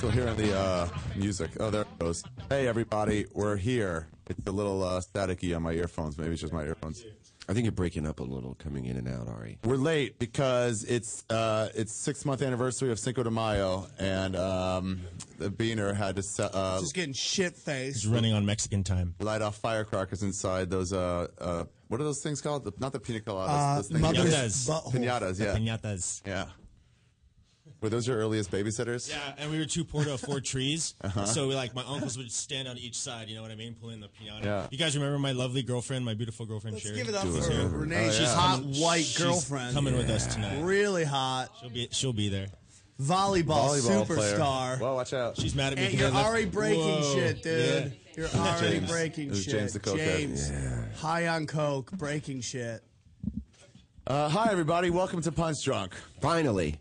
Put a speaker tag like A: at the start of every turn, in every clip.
A: So here in the uh, music. Oh, there it goes. Hey, everybody, we're here. It's a little uh, staticky on my earphones. Maybe it's just my earphones.
B: I think you're breaking up a little, coming in and out, Ari.
A: We're late because it's uh, it's six month anniversary of Cinco de Mayo, and um, the Beaner had to se- uh,
C: Just getting shit
D: He's
C: faced.
D: running on Mexican time.
A: light off firecrackers inside those. Uh, uh, what are those things called? The, not the pina coladas. those things
D: mother's
C: Uh, mother's Oh,
D: butthole.
A: pinatas. Yeah,
D: Piñatas.
A: yeah. Were those your earliest babysitters?
D: Yeah, and we were two Porto four trees. So we, like my uncles would stand on each side, you know what I mean, pulling the piano.
A: Yeah.
D: You guys remember my lovely girlfriend, my beautiful girlfriend
C: Let's
D: Sherry?
C: give it up
D: She's
C: for
D: here.
C: Renee. She's
A: Oh, yeah.
C: hot white
D: She's
C: girlfriend.
D: coming with us tonight.
C: Really hot.
D: She'll be she'll be there.
C: Volleyball,
A: Volleyball player.
C: superstar.
A: Well, watch out.
D: She's mad at me.
C: and
D: 'cause
C: you're
D: I left-
C: already breaking
D: Whoa.
C: shit, dude.
D: Yeah.
C: You're already
A: James.
C: breaking
A: It was
C: shit.
A: James the cokehead.
C: James. High on coke, breaking shit.
A: Uh, hi, everybody. Welcome to Punch Drunk.
B: Finally.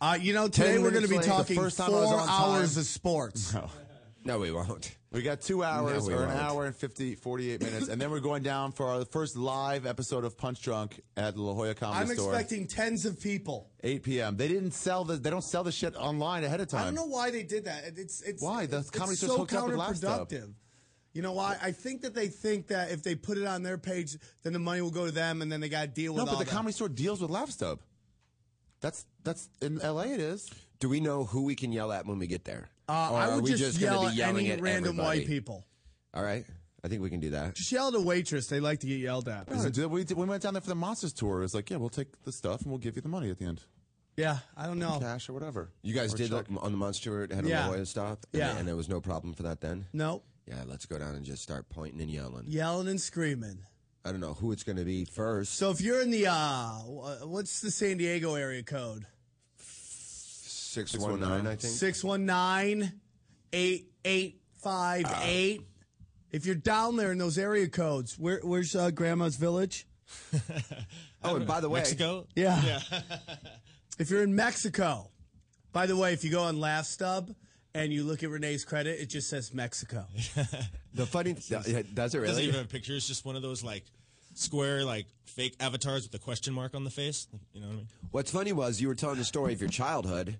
C: Uh, you know, today
A: Ten
C: we're going to
A: minutes
C: be
A: late, the
C: talking
A: first time I was
C: four
A: on time.
C: hours of sports.
B: No, we won't.
A: We got two hours
B: No, we
A: or an
B: won't.
A: hour and 50, 48 minutes, and then we're going down for our first live episode of Punch Drunk at the La Jolla Comedy
C: I'm
A: Store.
C: expecting tens of people.
A: 8 p.m. They didn't sell the. They don't sell the shit online ahead of time.
C: I don't know why they did that. It- It's it's
A: Why? The
C: it's,
A: Comedy
C: it's
A: Store's
C: so
A: hooked up with Laptop.
C: counterproductive. You know why? I think that they think that if they put it on their page, then the money will go to them, and then they got to deal with
A: No, but
C: all
A: the
C: that.
A: Comedy Store deals with Laugh Stub. That's that's in L.A. It is.
B: Do we know who we can yell at when we get there?
C: Uh,
B: Or
C: I
B: are
C: would
B: we
C: just,
B: just
C: yell
B: gonna
C: at
B: be yelling
C: any
B: at
C: random
B: everybody?
C: white people.
B: All right. I think we can do that.
C: Just yell at a waitress. They like to get yelled at.
A: No, dude, we, did- we went down there for the Monsters tour. It was like, yeah, we'll take the stuff and we'll give you the money at the end,
C: Yeah, I don't know.
A: cash or whatever.
B: You guys
A: Or
B: did
A: check.
B: that on the Monster had a
C: Yeah.
B: La Jolla stop? And,
C: Yeah.
B: and there was no problem for that then?
C: No,
B: Yeah, let's go down and just start pointing and yelling.
C: yelling and screaming.
B: I don't know who it's going to be first.
C: So if you're in the uh, wh- what's the San Diego area code?
B: 619, I think.
C: 619 8858. If you're down there in those area codes, where, where's uh, Grandma's Village?
B: Oh, and by the way,
D: Mexico?
C: Yeah. if you're in Mexico, by the way, if you go on Laugh Stub and you look at Renee's credit, it just says Mexico.
B: the funny thing does it
D: Doesn't
B: really?
D: even have a picture, it's just one of those like square like fake avatars with a question mark on the face. You know what I mean?
B: What's funny was you were telling the story of your childhood.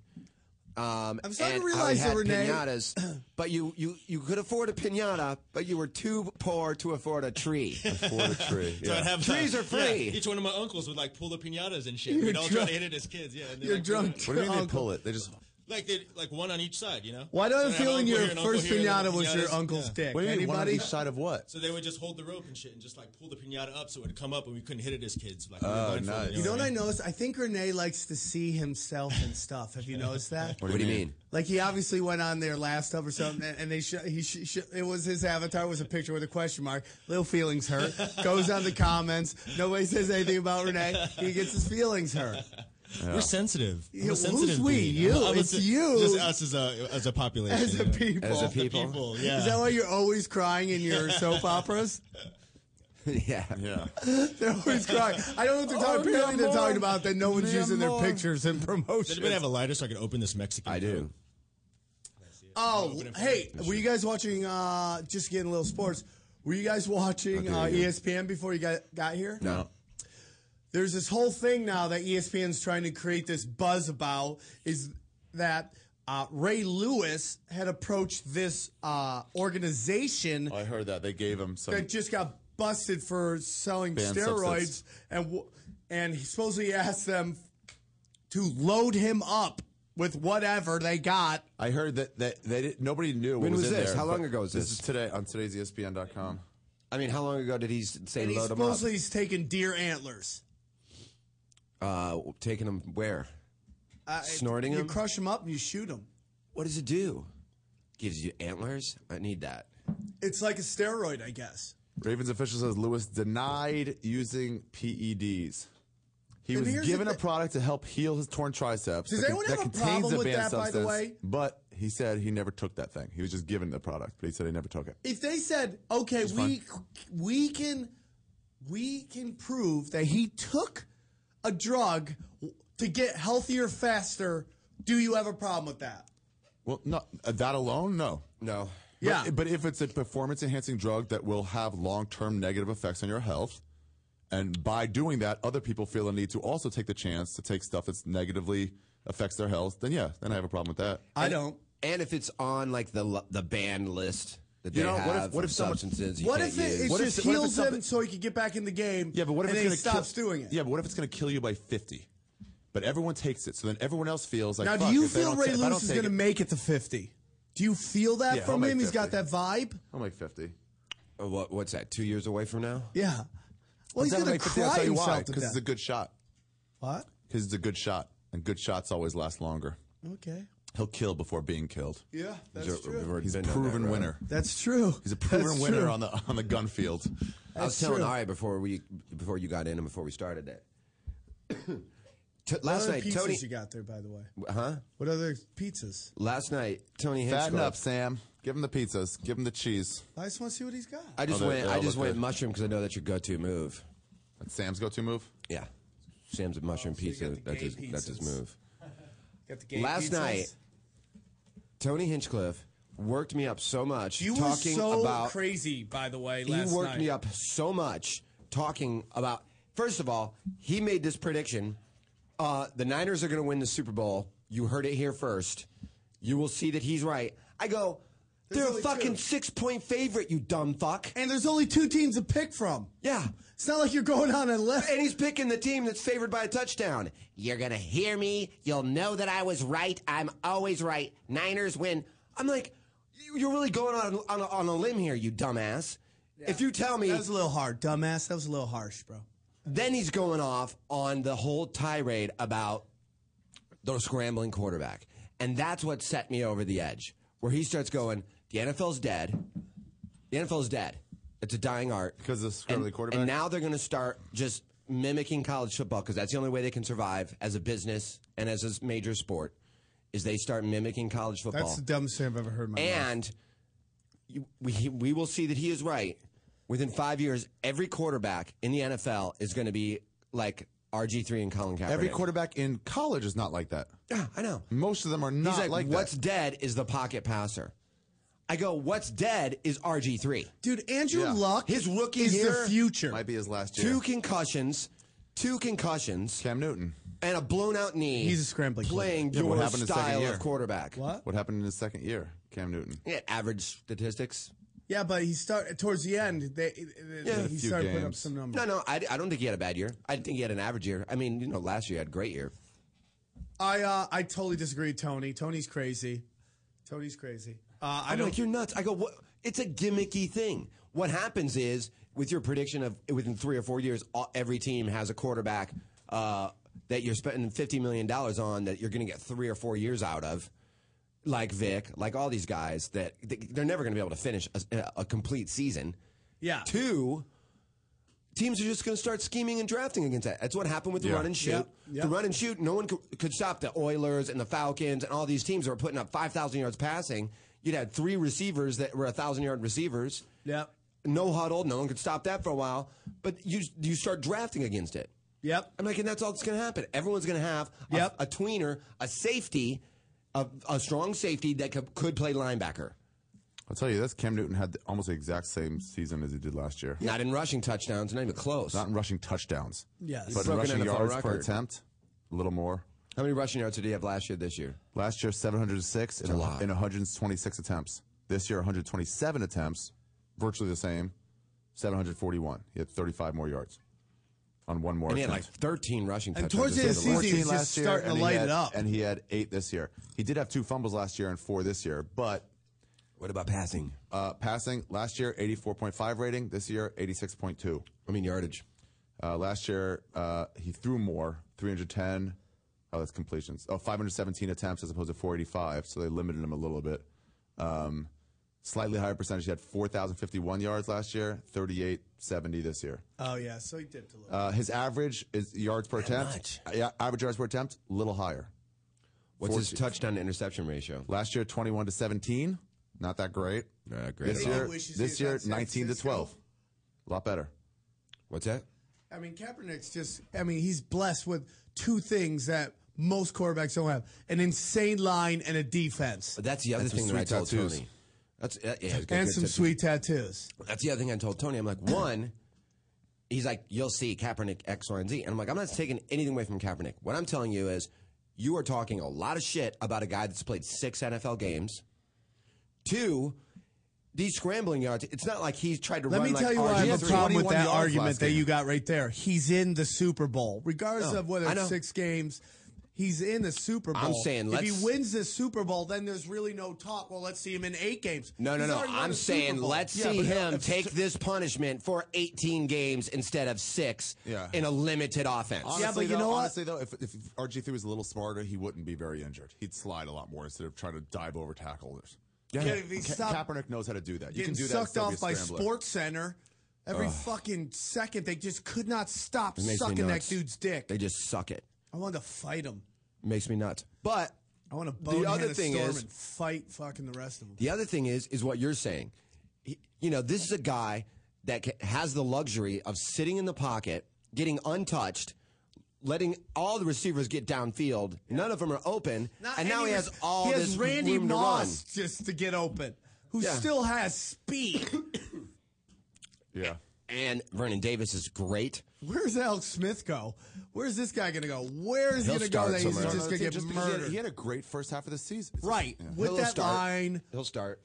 B: Um,
C: I'm
B: and
C: starting to realize
B: how
C: that
B: you
C: Renee-
B: had pinatas, but you, you you could afford a pinata, but you were too poor to afford a tree.
A: for the tree.
D: So
A: yeah.
D: I'd have
B: Trees
D: uh,
B: are free.
D: yeah, each one of my uncles would like pull the pinatas and shit.
C: You're
D: We'd all try
C: drunk.
D: to hit it as kids. Yeah, and they're
C: You're
D: like,
C: drunk.
A: What do you mean they
C: Uncle.
A: pull it? They just.
D: Like they like one on each side, you know.
C: Why do I have a
D: So I'd have
C: feeling
D: uncle
C: your
D: here, an uncle
C: first
D: here, and then
C: pinata
D: the
C: was your
D: pinatas-
C: uncle's
D: yeah.
C: dick?
A: What do you mean? One on
C: Anybody?
A: each side of what?
D: So they would just hold the rope and shit, and just like pull the pinata up so it would come up, and we couldn't hit it as kids. Like, we were
A: Oh,
D: blindfolded,
A: nice.
C: You know what
D: mean?
C: I noticed? I think Renee likes to see himself and stuff. Have you noticed that?
B: what do you mean?
C: Like he obviously went on their last stuff or something, and, and they sh- he sh- sh- it was his avatar was a picture with a question mark. Little feelings hurt. Goes on the comments. Nobody says anything about Renee. He gets his feelings hurt.
D: We're sensitive. I'm a
C: who's
D: sensitive
C: we?
D: breed.
C: You.
D: I'm a-
C: It's you.
D: Just us as a as a population.
C: As a
D: you know?
C: people.
B: As a
D: The
B: people.
D: people, Yeah.
C: Is that why you're always crying in your soap operas?
B: yeah.
A: Yeah.
C: They're always crying. I don't know what they're talking.
A: Oh,
C: Apparently, they're
A: Namor.
C: talking about that no one's using their
A: Namor.
C: pictures in
D: Does
C: promotion.
D: anybody have a lighter so I can open this Mexican?
B: I do.
C: Oh, hey, were you guys watching? Uh, just getting a little sports. Were you guys watching uh, ESPN before you got got here?
B: No.
C: There's this whole thing now that E ESPN's trying to create this buzz about is that uh, Ray Lewis had approached this uh, organization
A: I heard that. They gave him some.
C: that just got busted for selling
A: Banned
C: steroids,
A: substance.
C: and w- and he supposedly asked them to load him up with whatever they got.
A: I heard that, that they didn't, nobody knew what
B: When
A: was,
B: was
A: in
B: this?
A: there,
B: How long
A: but
B: ago was
A: this? is
B: this?
A: today on today's E ESPN.com.
B: I mean, how long ago did he s- say
C: And he
B: load him up?
C: supposedly he's taking deer antlers.
B: Uh, taking him where?
C: Uh,
B: Snorting
C: you
B: him?
C: crush him up and you shoot him.
B: What does it do? Gives you antlers? I need that.
C: It's like a steroid, I guess.
A: Ravens official says Lewis denied using PEDs. He
C: And
A: was
C: here's
A: given
C: the
A: a
C: thi-
A: product to help heal his torn triceps.
C: Does
A: that
C: anyone have a
A: contains
C: problem
A: the
C: with
A: banned
C: that, by the
A: substance,
C: way?
A: But he said he never took that thing. He was just given the product, but he said he never took it.
C: If they said, "Okay, we we can we can prove that he took a drug to get healthier faster," do you have a problem with that?
A: Well, no, uh, that alone, no.
B: No.
A: But-
C: Yeah.
A: But, if it's a performance enhancing drug that will have long term negative effects on your health, and by doing that, other people feel a need to also take the chance to take stuff that's negatively affects their health, then yeah, then I have a problem with that.
C: I don't.
B: and if it's on like the lo- the ban list that they
A: You know,
B: have
A: what if- what
B: of
A: if someone-
B: substances, you
C: What
B: can't
C: if it,
B: use.
C: it
A: What if
C: just
A: it- what if
C: heals
A: it's
C: him
A: something-
C: so he can get back in the game?
A: Yeah, but what if
C: and
A: it's
C: then
A: gonna
C: he stops
A: kill-
C: doing it?
A: Yeah, but what if it's going to kill you by fifty? But everyone takes it, so then everyone else feels like.
C: Now,
A: fuck,
C: do you
A: if they
C: feel
A: don't
C: Ray
A: ta- if I don't
C: Lewis is
A: take
C: going
A: it-
C: to make it to 50? Do you feel that
A: Yeah, I'll
C: from
A: make
C: him? He's got
A: 50.
C: that vibe?
A: I'm like fifty.
B: Uh, what, what's that? Two years away from now?
C: Yeah. Well, he's
A: If I
C: going to
A: make 50, I'll
C: cry
A: tell you
C: himself
A: why.
C: to
A: Because it's
C: death.
A: a good shot.
C: what?
A: Because it's a good shot, and good shots always last longer.
C: Okay.
A: He'll kill before being killed.
C: Yeah,
B: He's
C: that's
B: a-
C: true.
B: already
A: He's a
B: been down
A: proven
B: that road.
A: winner.
C: That's true.
A: He's a proven
C: That's
A: winner
C: true.
A: on the on the gun field.
B: I was
C: That's
B: telling
C: true.
B: Ari before we before you got in and before we started that. T-
C: What
B: last
C: other
B: night,
C: pizzas
B: Tony.
C: you got there, by the way?
B: Huh?
C: What other pizzas?
B: Last night, Tony
A: Fatten
B: Hitchcock.
A: up, Sam. Give him the pizzas. Give him the cheese.
C: I just want to see what he's got.
B: I just
A: Oh, they-
B: went.
A: they
B: I
A: all
B: just
A: look
B: went
A: good.
B: mushroom because I know that's your go-to move.
A: That's Sam's go-to move.
B: Yeah, Sam's a mushroom
C: Oh, you
B: pizza.
C: got the
B: That's
C: gay
B: his, that's his
C: pizzas.
B: move.
C: got the game
B: last night, Tony Hinchcliffe worked me up so much
E: You were
B: talking
E: so
B: about
E: crazy, by the way.
B: he
E: Last
B: worked
E: night.
B: me up so much talking about first of all he made this prediction uh, the niners are going to win the super bowl you heard it here first you will see that he's right i go they're a
C: only
B: fucking
C: two.
B: six point favorite you dumb fuck
C: And there's only two teams to pick from.
B: yeah
C: It's not like you're going on a list.
B: and he's picking the team that's favored by a touchdown you're going to hear me you'll know that i was right i'm always right niners win i'm like you- you're really going on, on, a, on a limb here you dumbass if you tell me
C: That was a little hard, dumbass. That was a little harsh, bro.
B: then he's going off on the whole tirade about the scrambling quarterback. And that's what set me over the edge, where he starts going, the NFL's dead. The NFL's dead. It's a dying art.
A: Because of the
B: and,
A: scrambling quarterback?
B: And now they're going to start just mimicking college football because that's the only way they can survive as a business and as a major sport is they start mimicking college football.
C: That's the dumbest thing I've ever heard in my life.
B: And you, we, he- we will see that he is right. Within five years, every quarterback in the NFL is going to be like RG3 and Colin Kaepernick.
A: Every quarterback in college is not like that.
B: Yeah, I know.
A: Most of them are not
B: He's like,
A: like
B: what's
A: that.
B: dead is the pocket passer. I go, what's dead is RG3.
C: Dude, Andrew
A: Yeah.
C: Luck,
B: His rookie
C: is
B: year
C: the future.
A: Might be his last year.
B: Two concussions, two concussions,
A: Cam Newton.
B: and a blown out knee.
C: He's a scrambling
B: Playing
A: Yeah, but what
B: your
A: happened his second
B: style
A: year?
B: of quarterback.
C: What?
A: What happened in his second year? Cam Newton.
B: Yeah, average statistics.
C: Yeah, but he start towards the end. They,
B: Yeah.
C: he
A: Few
C: started putting up
A: games.
C: some numbers.
B: No, no, I, I don't think he had a bad year. I think he had an average year. I mean, you know, last year he had a great year.
C: I uh, I totally disagree, with Tony. Tony's crazy. Tony's crazy. Uh, I
B: I'm
C: don't.
B: like, you're nuts. I go, what? It's a gimmicky thing. What happens is, with your prediction of within three or four years, all, every team has a quarterback uh, that you're spending $50 million on that you're going to get three or four years out of, like Vic, like all these guys, that they- they're never going to be able to finish a, a complete season.
C: yeah.
B: Two, teams are just going to start scheming and drafting against that. That's what happened with the
A: Yeah.
B: run and shoot.
C: Yep, yep.
B: The run and shoot, no one could, could stop the Oilers and the Falcons and all these teams that were putting up 5,000 yards passing. You'd had three receivers that were 1,000 yard receivers.
C: Yep.
B: No huddle. No one could stop that for a while. But you, you start drafting against it.
C: Yep.
B: I'm like, and that's all that's going to happen. Everyone's going to have a,
C: Yep.
B: a tweener, a safety, a, a strong safety that could, could play linebacker.
A: I'll tell you this: Cam Newton had the, almost the exact same season as he did last year.
B: Not in rushing touchdowns, not even close.
A: Not in rushing touchdowns.
C: Yes. He's
A: but in
B: broken
A: rushing
B: NFL
A: yards per
B: record.
A: attempt, a little more.
B: How many rushing yards did he have last year, this year?
A: Last year, 706 in,
B: a lot.
A: in 126 attempts. This year, 127 attempts, virtually the same. 741. He had 35 more yards on one more
B: And he had
A: attempt.
B: like 13 rushing
C: And
B: touchdowns.
C: towards the end of the
B: That's a lot.
C: season, he's
A: 14
C: just
A: last year,
C: starting to
A: and he
C: light
A: had-
C: it up.
A: And he had eight this year. He did have two fumbles last year and four this year, but
B: What about passing?
A: uh, passing last year 84.5 rating, this year 86.2.
B: I mean yardage.
A: Uh, last year uh, he threw more, 310. Oh, that's completions. Oh, 517 attempts as opposed to 485, so they limited him a little bit. Um, slightly higher percentage. He had 4,051 yards last year, 3870 this year.
C: Oh yeah. So he dipped a little.
A: Uh, his average is yards per attempt. Yeah, average yards per attempt, a little higher.
B: What's his touchdown to interception ratio?
A: Last year, 21 to 17. Not that great.
B: Not great
A: This
B: at all.
A: year,
C: wishes he
A: this
C: was
A: year,
C: at San
A: 19 to
C: Francisco.
A: 12. A lot better.
B: What's that?
C: I mean, Kaepernick's just. I mean, he's blessed with two things that most quarterbacks don't have: an insane line and a defense,
B: But that's the other
A: some
B: thing that I
A: sweet
B: told
A: tattoos.
B: Tony. That's uh, yeah, it's good-
C: and
B: good
C: some
B: tattoos.
C: sweet tattoos.
B: That's the other thing I told Tony. I'm like, one, he's like, you'll see Kaepernick X, Y, and Z, and I'm like, I'm not taking anything away from Kaepernick. What I'm telling you is, you are talking a lot of shit about a guy that's played six NFL games. Two, these scrambling yards. It's not like he's tried to
C: Let
B: run.
C: me
B: like
C: tell you
B: RG3.
C: why I have a problem with
B: 21
C: that
B: yards
C: argument
B: last
C: that
B: game.
C: you got right there. He's in the Super Bowl, regardless
B: No,
C: of whether
B: I
C: it's
B: know.
C: six games. He's in the Super Bowl.
B: I'm saying
C: if
B: let's-
C: he wins this Super Bowl, then there's really no talk. Well, let's see him in eight games.
B: No, no,
C: He's
B: no.
C: already won
B: I'm
C: a Super
B: saying
C: Bowl.
B: let's
C: Yeah,
B: see
C: but-
B: him
C: if-
B: take this punishment for 18 games instead of six
A: Yeah.
B: in a limited offense.
A: Honestly,
C: Yeah, but you
A: though,
C: know what?
A: Honestly, though, if, if RG3 was a little smarter, he wouldn't be very injured. He'd slide a lot more instead of trying to dive over tackles.
C: Yeah, if he stopped
A: Kaepernick knows how to do that. You can
C: Getting
A: do that. and
C: sucked
A: still be
C: off
A: a
C: by
A: scrambler.
C: Sports Center every fucking second. They just could not stop
B: makes me
C: sucking that
B: nuts.
C: dude's dick.
B: They just suck it.
C: I wanted to fight him.
B: Makes me nuts. But
C: I want to bone
B: other
C: Hannah
B: thing
C: Storm
B: is-
C: and fight fucking the rest of them.
B: the other thing is, is what you're saying. He- You know, this is a guy that ca- has the luxury of sitting in the pocket, getting untouched, letting all the receivers get downfield. None of them are open, and now he has all
C: he has
B: this
C: Randy
B: room
C: Moss just to get open, who
B: Yeah.
C: still has speed.
A: Yeah.
B: to run. And Vernon Davis is great.
C: Where's Alex Smith go? Where's this guy gonna go? Where is
B: He'll
C: he gonna
B: start
C: go? That he's
B: somewhere.
C: just
A: No,
C: gonna
A: no,
C: get
A: just because he,
C: murdered.
A: had, he had a great first half of the season. It's-
C: right
A: Yeah.
C: with
B: He'll
C: that
B: start.
C: line.
B: He'll start.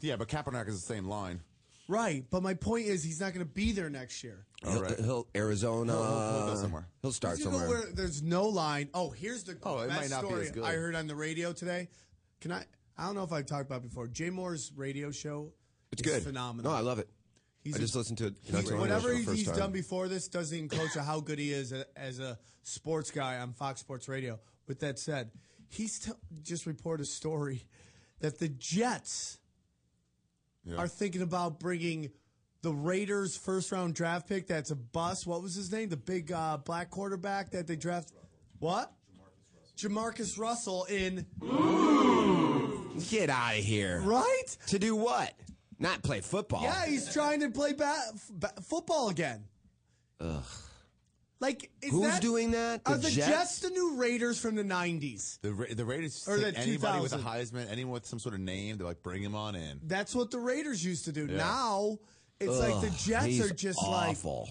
A: Yeah, but Kaepernick is the same line.
C: Right, but my point is he's not gonna be there next year.
B: He'll,
A: right.
B: he'll Arizona.
A: He'll- he'll- he'll go somewhere.
B: He'll start
C: He's gonna go
B: somewhere.
C: where there's no line. Oh, here's the
A: Oh, it
C: best
A: might not be
C: story
A: as good.
C: I heard on the radio today. Can I? I don't know if I've talked about it before. Jay Moore's radio show. It's is Phenomenal.
B: No, I love it.
C: He's
B: I
C: a-
B: just listened to it.
C: He-
B: not too long
C: whatever
B: ago,
C: he's,
B: for the
C: he's
B: first
C: done
B: time.
C: before this doesn't even close to how good he is a, as a sports guy on Fox Sports Radio. With that said, he's t- just reported a story that the Jets
A: Yeah.
C: are thinking about bringing the Raiders' first round draft pick. That's a bust. What was his name? The big uh, black quarterback that they draft. What? Jamarcus Russell in
B: Get out of here.
C: right?
B: To do what? Not play football.
C: Yeah, he's trying to play ba- f- ba- football again. Like, is
B: Who's
C: that,
B: doing that? The
C: are the
B: Jets?
C: Jets? the new Raiders from the '90s?
A: The, Ra- the Raiders
C: Or
A: take
C: the
A: anybody with a
C: 2000.
A: Heisman, anyone with some sort of name, they're like, bring him on in.
C: That's what the Raiders used to do.
A: Yeah.
C: Now it's like the
B: Ugh,
C: Jets
B: he's
C: are just like.
B: awful.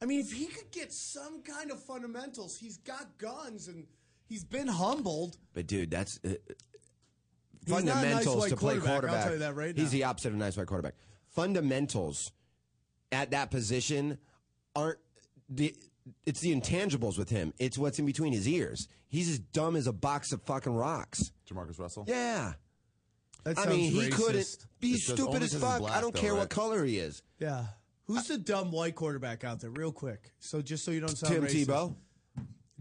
C: I mean, if he could get some kind of fundamentals, he's got guns and he's been humbled.
B: But dude, that's uh,
C: not a nice
B: fundamentals
C: white
B: to play
C: quarterback, I'll
B: quarterback.
C: tell you that right
B: He's
C: now.
B: the opposite of a nice white quarterback. Fundamentals at that position aren't the. It's the intangibles with him. It's what's in between his ears. He's as dumb as a box of fucking rocks.
A: Jamarcus Russell?
B: Yeah.
C: That
B: I
C: sounds
B: mean, he
C: racist.
B: couldn't. He's
A: It's just
B: stupid
A: only
B: as
A: 'cause he's
B: fuck. I
A: black,
B: don't
A: though,
B: care what
A: right?
B: color he is.
C: Yeah. Who's the dumb white quarterback out there? Real quick. So just so you don't sound
B: Tim
C: racist.
B: Tebow.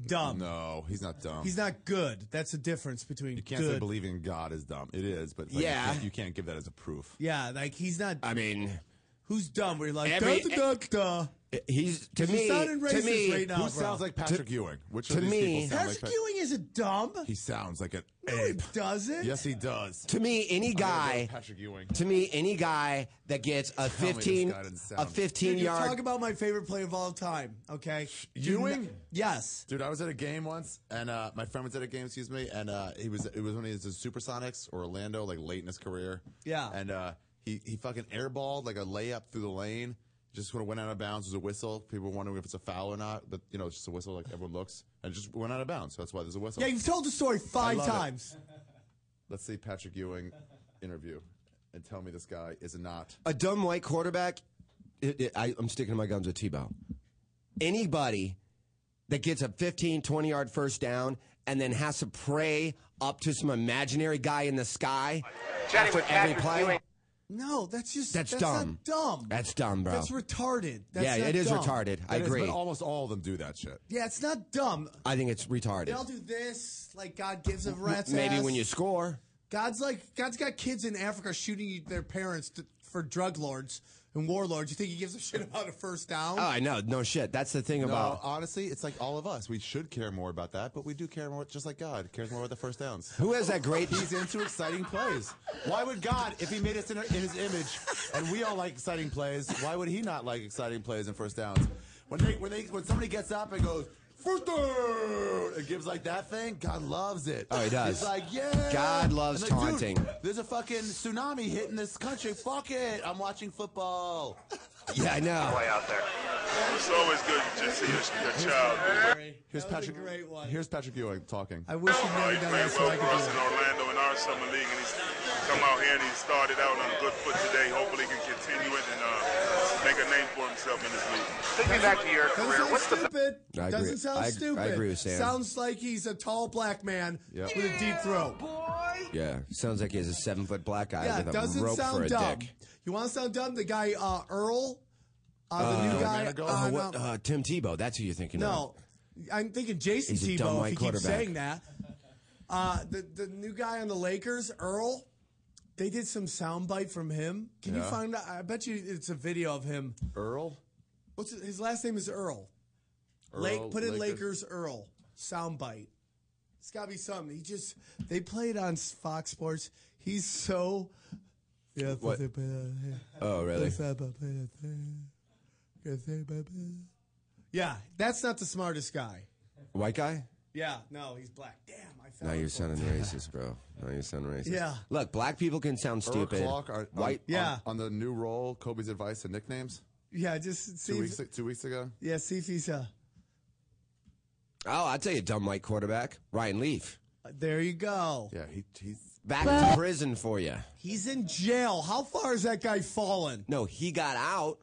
C: Dumb.
A: No, he's not dumb.
C: He's not good. That's the difference between
A: you can't
C: good.
A: say believing in God is dumb. It is, but like,
B: Yeah.
A: you, can't, you can't give that as a proof.
C: yeah, like he's not.
B: I mean,
C: who's dumb? Where you're like,
B: Every-
C: duh, duh, duh, duh.
B: he's to
C: You're
B: me.
C: sounding
B: To
C: racist
B: me,
C: right now.
A: Who
C: bro.
A: sounds like Patrick Ewing? Which
B: to
A: of these people
B: me-
A: sound
C: Patrick
A: like Pat-
C: Ewing isn't dumb.
A: He sounds like an
C: No, he
A: ape.
C: doesn't.
A: Yes, he does.
B: To me, any
A: I'm gonna go
B: guy.
A: with Patrick Ewing.
B: To me, any guy that gets a
A: Tell me this
B: fifteen,
A: guy didn't sound-
B: a fifteen
C: Dude, you
B: yard.
C: talk about my favorite play of all time. Okay, Do
A: Ewing?
C: not- yes.
A: Dude, I was at a game once, and uh, my friend was at a game, excuse me, and uh, he was it was when he was in Supersonics or Orlando, like late in his career.
C: Yeah.
A: and uh, he he fucking airballed like a layup through the lane, just sort of went out of bounds. There's a whistle. People were wondering if it's a foul or not, but you know, it's just a whistle. Like everyone looks, and it just went out of bounds. So that's why there's a whistle.
C: Yeah, you've told the story five
A: love it.
C: times.
A: Let's see Patrick Ewing interview and tell me this guy is not.
B: a dumb white quarterback. It, it, I, I'm sticking to my guns with Tebow. Anybody that gets a 15, 20 yard first down and then has to pray up to some imaginary guy in the sky
F: Chatting
B: after
F: with
B: every
F: Patrick
B: play.
F: Ewing.
C: No, that's just
B: That's
C: not
B: dumb.
C: dumb.
B: That's dumb, bro.
C: That's retarded. That's
B: yeah,
C: not
B: it is
C: dumb.
B: retarded. I
A: That is,
B: agree.
A: but almost all of them do that shit.
C: Yeah, it's not dumb.
B: I think it's retarded.
C: They all do this. Like God gives a rat's
B: Maybe
C: ass.
B: when you score.
C: God's like God's got kids in Africa shooting their parents to, for drug lords and warlords. You think he gives a shit about a first down?
B: Oh, I know. No shit. That's the thing
A: No,
B: about.
A: Uh, honestly, it's like all of us. We should care more about that, but we do care more, just like God cares more about the first downs.
B: Who has that great?
A: He's into exciting plays. Why would God, if He made us in, in His image, and we all like exciting plays, why would He not like exciting plays and first downs? When they, when they, when somebody gets up and goes first down and gives like that thing, God loves it.
B: Oh, he does.
A: He's like, yeah.
B: God loves
A: And like,
B: taunting.
A: "Dude, there's a fucking tsunami hitting this country. Fuck it. I'm watching football.
B: Yeah, I know.
G: play out there.
H: It's always good to just see your, your child.
I: Here's
C: That was a
I: Patrick.
C: great one.
I: Here's Patrick Ewing talking.
C: I wish you'd
H: Oh,
C: never
H: he
C: done
H: played
C: that so
H: well
C: I
H: for us in
C: could
H: Orlando in our summer league, and he's come out here and he started out on a good foot today. Hopefully, he can continue it and uh, make a name for himself in this league.
G: Thinking back to your
C: do
G: career,
C: that. Doesn't
G: what's the
C: sound stupid.
B: I agree. I- I
C: Doesn't sound stupid.
B: agree with Sam.
C: Sounds like he's a tall black man
I: Yep.
C: with a deep throat.
B: Yeah, sounds like he has a seven foot black guy
C: Yeah,
B: with a
C: doesn't
B: rope for
C: sound
B: a
C: dumb.
B: dick.
C: You want to sound dumb? The guy uh, Earl, uh, the new guy.
I: Manigault?
C: on,
B: Oh, what,
C: um,
B: uh, Tim Tebow. That's who you're thinking
C: no, I'm thinking Jason
B: He's a dumb
C: Tebow.
B: white
C: If he keeps
B: quarterback.
C: saying that, uh, the the new guy on the Lakers, Earl. They did some soundbite from him. Can you
I: Yeah.
C: find out? I bet you it's a video of him.
I: Earl.
C: What's his, his last name? Is Earl. Lake,
I: Earl,
C: put in
I: Lakers.
C: Lakers Earl soundbite. It's got to be something. He just they played on Fox Sports. He's so yeah.
I: What?
C: they play on here.
B: of. Oh, really?
C: They play on here. They play on here. Yeah, that's not the smartest guy.
B: White guy?
C: Yeah, no, he's black. Damn, I found.
B: Now
C: it
B: you're
C: for
B: sounding racist, bro. Now you're sounding racist.
C: Yeah.
B: Look, black people can sound
I: Earl
B: stupid.
I: Clark. Our,
B: White.
I: On,
J: Uh-huh.
C: Yeah.
I: On, the new role, Kobe's advice and nicknames.
C: him. Yeah, just see.
I: Two
C: if-
I: weeks. Two weeks ago.
C: yeah, see if he's uh,
B: Oh, I'll tell you, a dumb white quarterback, Ryan Leaf.
C: There you go.
I: Yeah. He, he's.
B: Back to prison for you.
C: He's in jail. How far is that guy fallen?
B: No, he got out.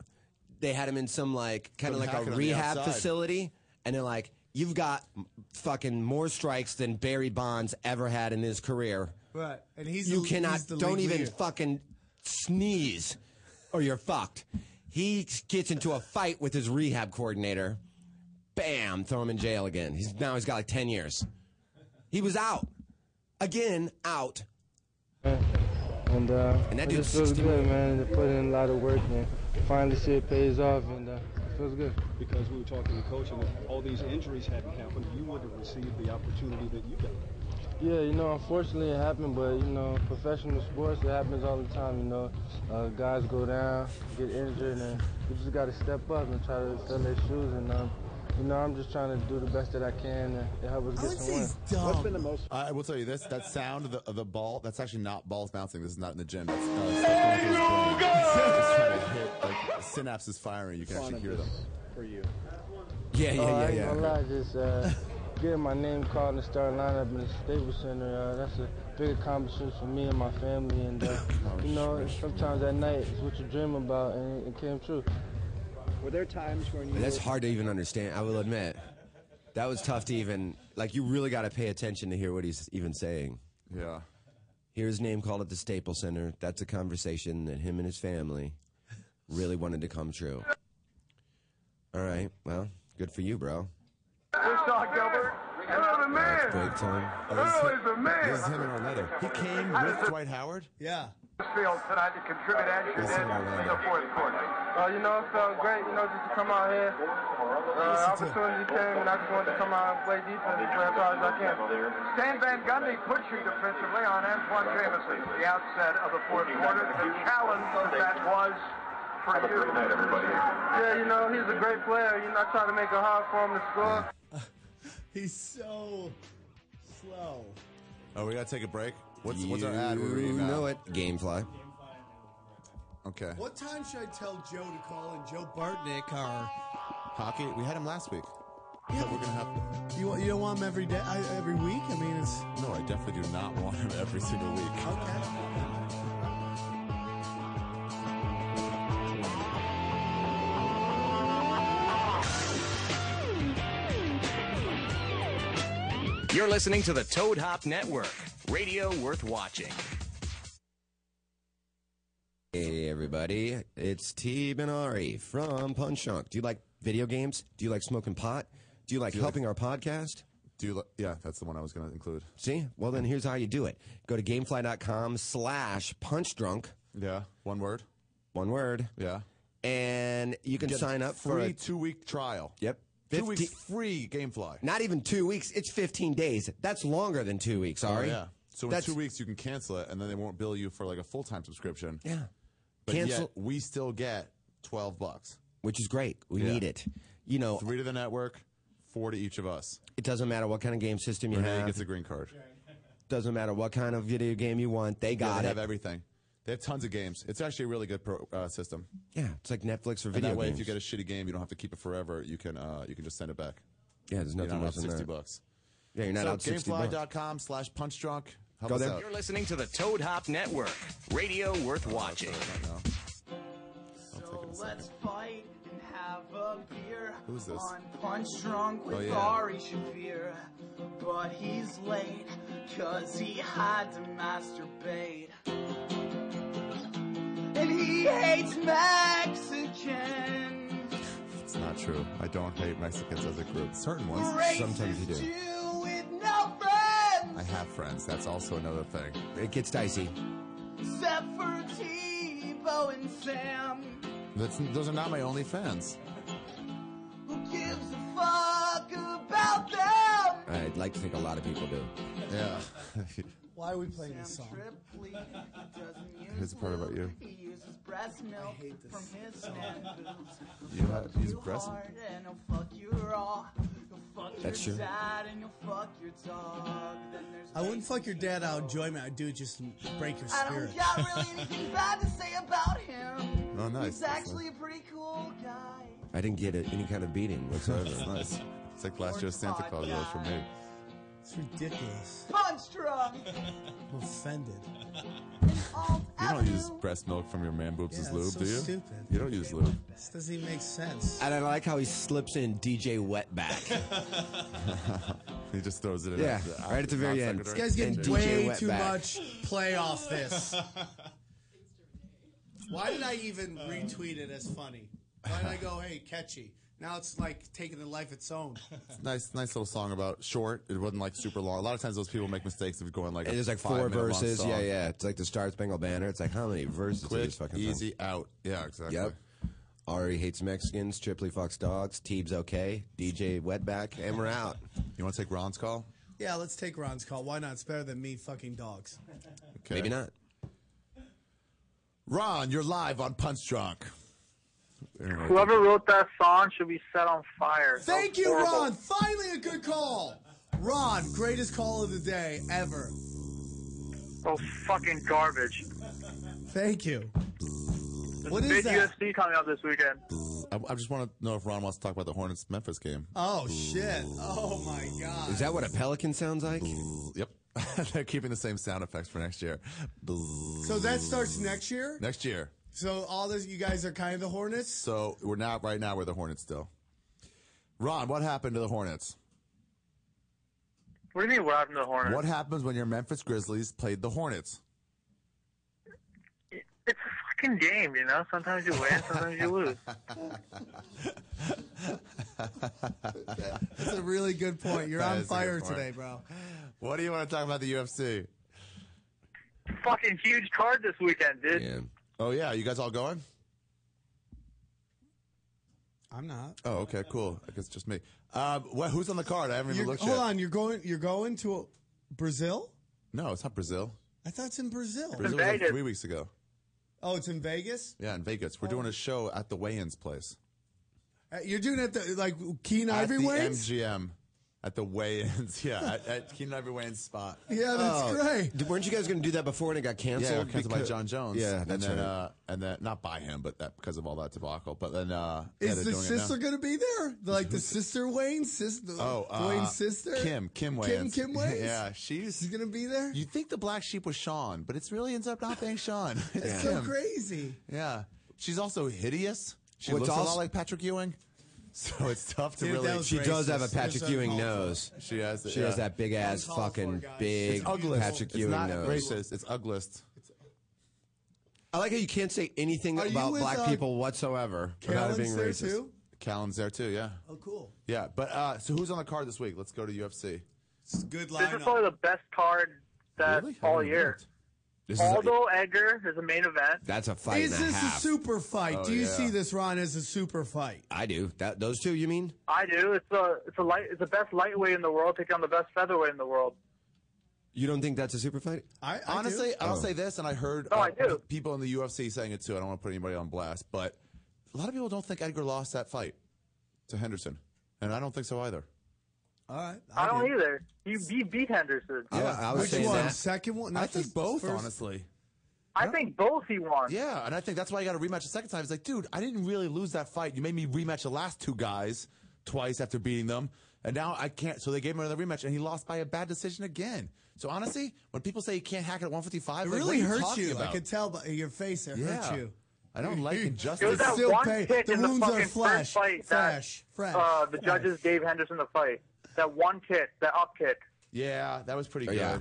B: They had him in some like kind of like
I: Put him
B: a
I: hacking on the
B: rehab
I: outside.
B: facility, and they're like, "You've got m- fucking more strikes than Barry Bonds ever had in his career.
C: Right, and he's
B: You
C: the- he's
B: cannot.
C: the
B: Don't
C: league
B: even
C: leader.
B: fucking sneeze, or you're fucked." He gets into a fight with his rehab coordinator. Bam, throw him in jail again. He's now he's got like ten years. He was out again, out.
K: And, uh,
B: And that
K: it
B: dude
K: just feels
B: 60
K: good, man. To put in a lot of work and finally see it pays off, and uh, it feels good.
L: because we were talking to coach, and if all these injuries hadn't happened, you would have received the opportunity that you got.
K: Yeah, you know, unfortunately it happened, but you know, professional sports it happens all the time. You know, uh, guys go down, get injured, and you just got to step up and try to fill their shoes. And um, you know, I'm just trying to do the best that I can and and help us
C: I
K: get
C: would say
K: somewhere.
C: he's dumb.
I: I will tell you this. That sound of the, of the ball. That's actually not balls bouncing. This is not in the gym. That's. Uh, stuff going through his brain. It's trying to hit, like, synapses firing. You can actually hear them.
L: For you.
B: Yeah, yeah,
K: I
B: yeah,
K: ain't
B: yeah.
K: gonna lie, just uh, getting my name called in the starting lineup in the Staples Center, uh, that's a big accomplishment for me and my family. And, uh, you
B: Oh,
K: know, sometimes at night it's what you dream about, and it, it came true.
L: Were there times when you
B: And that's
L: were-
B: hard to even understand. I will admit, that was tough to even like. You really got to pay attention to hear what he's even saying.
I: Yeah.
B: Hear his name called at the Staples Center. That's a conversation that him and his family really wanted to come true. All right, well, good for you, bro.
G: Earl the man.
B: Break time.
G: Earl is a
I: This is
G: man.
I: him in Orlando. He came with Dwight Howard.
C: Yeah.
G: Field tonight to contribute as you did
I: Listen to
G: in the
I: Orlando.
G: fourth quarter.
K: Uh, you know, it felt great, you know, just to come out here. Uh,
C: Listen to-
K: opportunity came, and I just wanted to come out and play defense and play as hard as I can.
G: Stan Van Gundy put you defensively on Antoine Jameson at the outset of the fourth quarter. The challenge that was for you. Have a great night, everybody.
K: Yeah, you know, he's a great player. You know, I try to make it hard for him to score.
C: He's so slow.
I: Oh, we gotta take a break. What's what's our
B: You
I: ad? We're reading now.
B: know it, Gamefly.
I: Okay.
C: What time should I tell Joe to call in Joe Bartnick or
I: Hockey. We had him last week. Yeah, we're gonna have.
C: you want- you don't want him every day I, every week? I mean, it's
I: No, I definitely do not want him every single week.
C: okay.
M: You're listening to the Toad Hop Network, radio worth watching.
B: Hey everybody, it's T Benari from Punchunk. Do you like video games? Do you like smoking pot? Do you like helping our podcast?
I: Do you? Li- yeah, that's the one I was gonna include.
B: See? Well, then here's how you do it. Go to gamefly.com slash punchdrunk,
I: Yeah, one word.
B: one word,
I: Yeah.
B: and you can
I: Get a
B: sign up for
I: free
B: a,
I: two week trial.
B: Yep.
I: Two
B: 15
I: weeks free GameFly.
B: not even two weeks. It's 15 days. That's longer than two weeks, Ari.
I: Oh, yeah. So in
B: That's-
I: two weeks you can cancel it, and then they won't bill you for like a full time subscription.
B: Yeah.
I: But
B: Cancel,
I: yet we still get twelve bucks.
B: which is great. We
I: Yeah.
B: need it. You know,
I: Three to the network, four to each of us.
B: it doesn't matter what kind of game system you
I: Renee
B: have.
I: gets a green card.
B: doesn't matter what kind of video game you want. They
I: Yeah,
B: got
I: they
B: it.
I: have everything. They have tons of games. It's actually a really good pro, uh, system.
B: Yeah, it's like Netflix for
I: And
B: video
I: that way,
B: games.
I: if you get a shitty game, you don't have to keep it forever. You can uh, you can just send it back.
B: yeah, there's
I: You're
B: nothing
I: not out
B: worse than
I: sixty
B: that.
I: bucks.
B: Yeah, you're not
I: so
B: out sixty bucks.
I: gamefly.com slash punch drunk. Help
B: Go
I: us
B: there.
I: out.
M: You're listening to the Toad Hop Network, radio worth watching.
I: No.
G: So let's fight and have a beer.
I: Who's this?
G: On Punch Drunk with
I: Oh, yeah.
G: Ari Shafir. But he's late, cause he had to masturbate. And he hates Mexicans.
I: It's not true. I don't hate Mexicans as a group. Certain ones.
B: Sometimes you
G: Racist
B: do.
G: Jew with no friends.
I: I have friends. That's also another thing.
B: It gets dicey.
G: Except for Tebow and Sam.
I: That's, those are not my only fans.
G: Who gives a fuck about them?
B: I'd like to think a lot of people do.
I: Yeah.
C: Why are we playing this song?
G: Tripley doesn't use
I: Here's the part about
G: milk.
I: you.
G: He uses breast milk from his snack foods.
I: you have,
G: He'll
I: he's
G: fuck
I: breast.
G: you hard and he'll fuck you raw. He'll fuck
B: That's
G: your
B: true.
G: dad and he'll fuck your dog. Then there's
C: I wouldn't fuck your dad out of enjoyment. I'd do it just to break your
G: I
C: spirit.
G: don't got really anything bad to say about him.
I: Oh, nice.
G: He's
I: That's
G: actually a pretty cool guy.
B: I didn't get a, any kind of beating
I: That's
B: whatsoever.
I: nice. It's like last year's Santa Claus was for me.
C: It's ridiculous.
G: Punch drunk.
C: I'm offended.
I: You don't use breast milk from your man boobs
C: Yeah,
I: as lube,
C: it's so
I: do you?
C: stupid.
I: You don't use lube.
C: This doesn't even make sense.
B: And I like how he slips in DJ Wetback.
I: He just throws it in.
B: Yeah, right at the very end.
C: You guys
B: And
C: get
B: DJ
C: way
B: Wetback.
C: too much play off this. Why did I even retweet it as funny? Why did I go, hey, catchy? Now it's like taking the life its own.
I: Nice, nice little song about short. It wasn't like super long. A lot of times those people make mistakes of going like.
B: It
I: a
B: is like four
I: five-minute long
B: verses.
I: song.
B: Yeah, yeah. It's like the Star Spangled Banner. It's like how many verses to
I: Quick,
B: this fucking song?
I: easy out. Yeah, exactly.
B: Yep. Ari hates Mexicans. Tripley fucks dogs. Teeb's okay. DJ Wetback, and we're out.
I: You want to take Ron's call?
C: Yeah, let's take Ron's call. Why not? It's better than me fucking dogs.
I: Okay.
B: Maybe not.
I: Ron, you're live on Punch Drunk.
G: Whoever wrote that song should be set on fire.
C: Thank you, Ron. Finally, a good call. Ron, greatest call of the day ever.
G: So Oh, fucking garbage.
C: Thank you. What
G: Big
C: is that?
G: UFC coming up this weekend.
I: I, I just want to know if Ron wants to talk about the Hornets Memphis game.
C: Oh shit! Oh my god!
B: Is that what a pelican sounds like?
I: Yep. They're keeping the same sound effects for next year.
C: so that starts next year.
I: Next year.
C: So all this, you guys are kind of the Hornets.
I: So we're not right now. We're the Hornets still. Ron, what happened to the Hornets?
G: What do you mean? What happened to the Hornets?
I: What happens when your Memphis Grizzlies played the Hornets?
G: It's a fucking game, you know. Sometimes you win, sometimes you lose.
C: That's a really good point. You're
I: That
C: on
I: is a good
C: fire
I: point.
C: today, bro.
I: What do you want to talk about the UFC?
G: fucking huge card this weekend, dude.
B: Yeah.
I: Oh yeah, you guys all going?
C: I'm not.
I: Oh okay, cool. I guess it's just me. Um, wh- who's on the card? I haven't even
C: You're,
I: looked
C: hold
I: yet.
C: on. You're going. You're going to Brazil.
I: No, it's not Brazil.
C: I thought it's in Brazil.
I: Brazil was like
G: Vegas.
I: three weeks ago.
C: Oh, it's in Vegas.
I: Yeah, in Vegas. We're doing a show at the Wayans place.
C: Uh, You're doing it the, like Keen
I: At
C: Ivory
I: the
C: Wings.
I: MGM. At the Wayans. Yeah, at, at Keenan Ivory Wayans spot.
C: Yeah, that's
I: Oh.
C: great.
B: D- Weren't you guys going to do that before and it got
I: Yeah,
B: canceled?
I: it got canceled by
B: Because-
I: John Jones.
B: Yeah,
I: and
B: that's
I: then,
B: right.
I: Uh, and then not by him, but that because of all that debacle. But then uh, yeah,
C: Is
I: they're
C: the
I: doing it now.
C: sister going to be there? Like the sister Wayne sister?
I: Oh, uh,
C: Wayne's sister?
I: Kim, Kim Wayans.
C: Kim, Kim Wayans?
I: yeah, she's
C: She's going to be there?
I: You think the black sheep was Sean, but it's really ends up not being Sean. It's
C: That's so
I: Kim.
C: crazy.
I: Yeah, she's also hideous. She
B: What's
I: looks a lot
B: also-
I: like Patrick Ewing, so it's tough to
C: Dude, that
I: really.
C: was
I: She,
B: she does have a
C: Racist.
B: Patrick
C: It's
B: Ewing
C: uncalled for.
B: nose.
I: she has.
B: She
I: yeah.
B: has that big ass
C: Uncalled for,
B: fucking
C: guys.
B: big
C: It's uglest.
B: Patrick
I: It's
B: Ewing
I: not
B: nose.
I: racist. It's uglist.
B: I like how you can't say anything
C: Are you
B: about
C: with,
B: black
C: uh,
B: people whatsoever without it
C: Callan's
B: being
C: there
B: racist.
C: too?
I: Callan's there too. Yeah,
C: Oh, cool.
I: yeah. But uh, so who's on the card this week? Let's go to UFC.
C: It's a good
G: This is probably
C: lineup.
G: the best card that
I: Really? I
G: all
I: haven't
G: year.
I: looked. This is
G: Aldo Edgar is the main event.
B: That's a fight
C: Is
B: and a
C: this a
B: half.
C: super fight? Do you
I: Oh, yeah.
C: see this, Ron, as a super fight?
B: I do. That those two, you mean?
G: I do. It's a it's a light it's the best lightweight in the world taking on the best featherweight in the world.
B: You don't think that's a super fight?
C: I, I
I: Honestly,
C: do.
I: I'll say this, and I heard
G: No, Oh, I do.
I: people in the UFC saying it too. I don't want to put anybody on blast, but a lot of people don't think Edgar lost that fight to Henderson, and I don't think so either.
C: all right.
G: I, don't either. You beat beat Henderson.
B: I, I was
C: Which
B: saying
C: one?
B: that.
C: Second one? Not
I: I think
C: the
I: both,
C: first-
I: honestly. I
J: I think both he won.
I: Yeah, and I think that's why I got a rematch the second time. It's like, dude, I didn't really lose that fight. You made me rematch the last two guys twice after beating them, and now I can't. So they gave him another rematch, and he lost by a bad decision again. So honestly, when people say you can't hack it at 155,
C: It
I: like, what
C: really
I: are you
C: hurt
I: talking
C: you. I
I: About?
C: could tell by your face. It
I: yeah.
C: hurt you.
I: I don't like
J: It was
I: injustice.
J: that
C: still
J: one
C: pay-
J: pitch
C: the
J: in
C: wounds
J: the
C: are
J: fucking
C: flesh,
J: first fight
C: fresh,
J: that
C: fresh,
J: uh, the
C: fresh.
J: judges gave Henderson the fight. That one kick, that up kick.
I: Yeah, that was
C: Oh,
I: pretty good.
B: Yeah.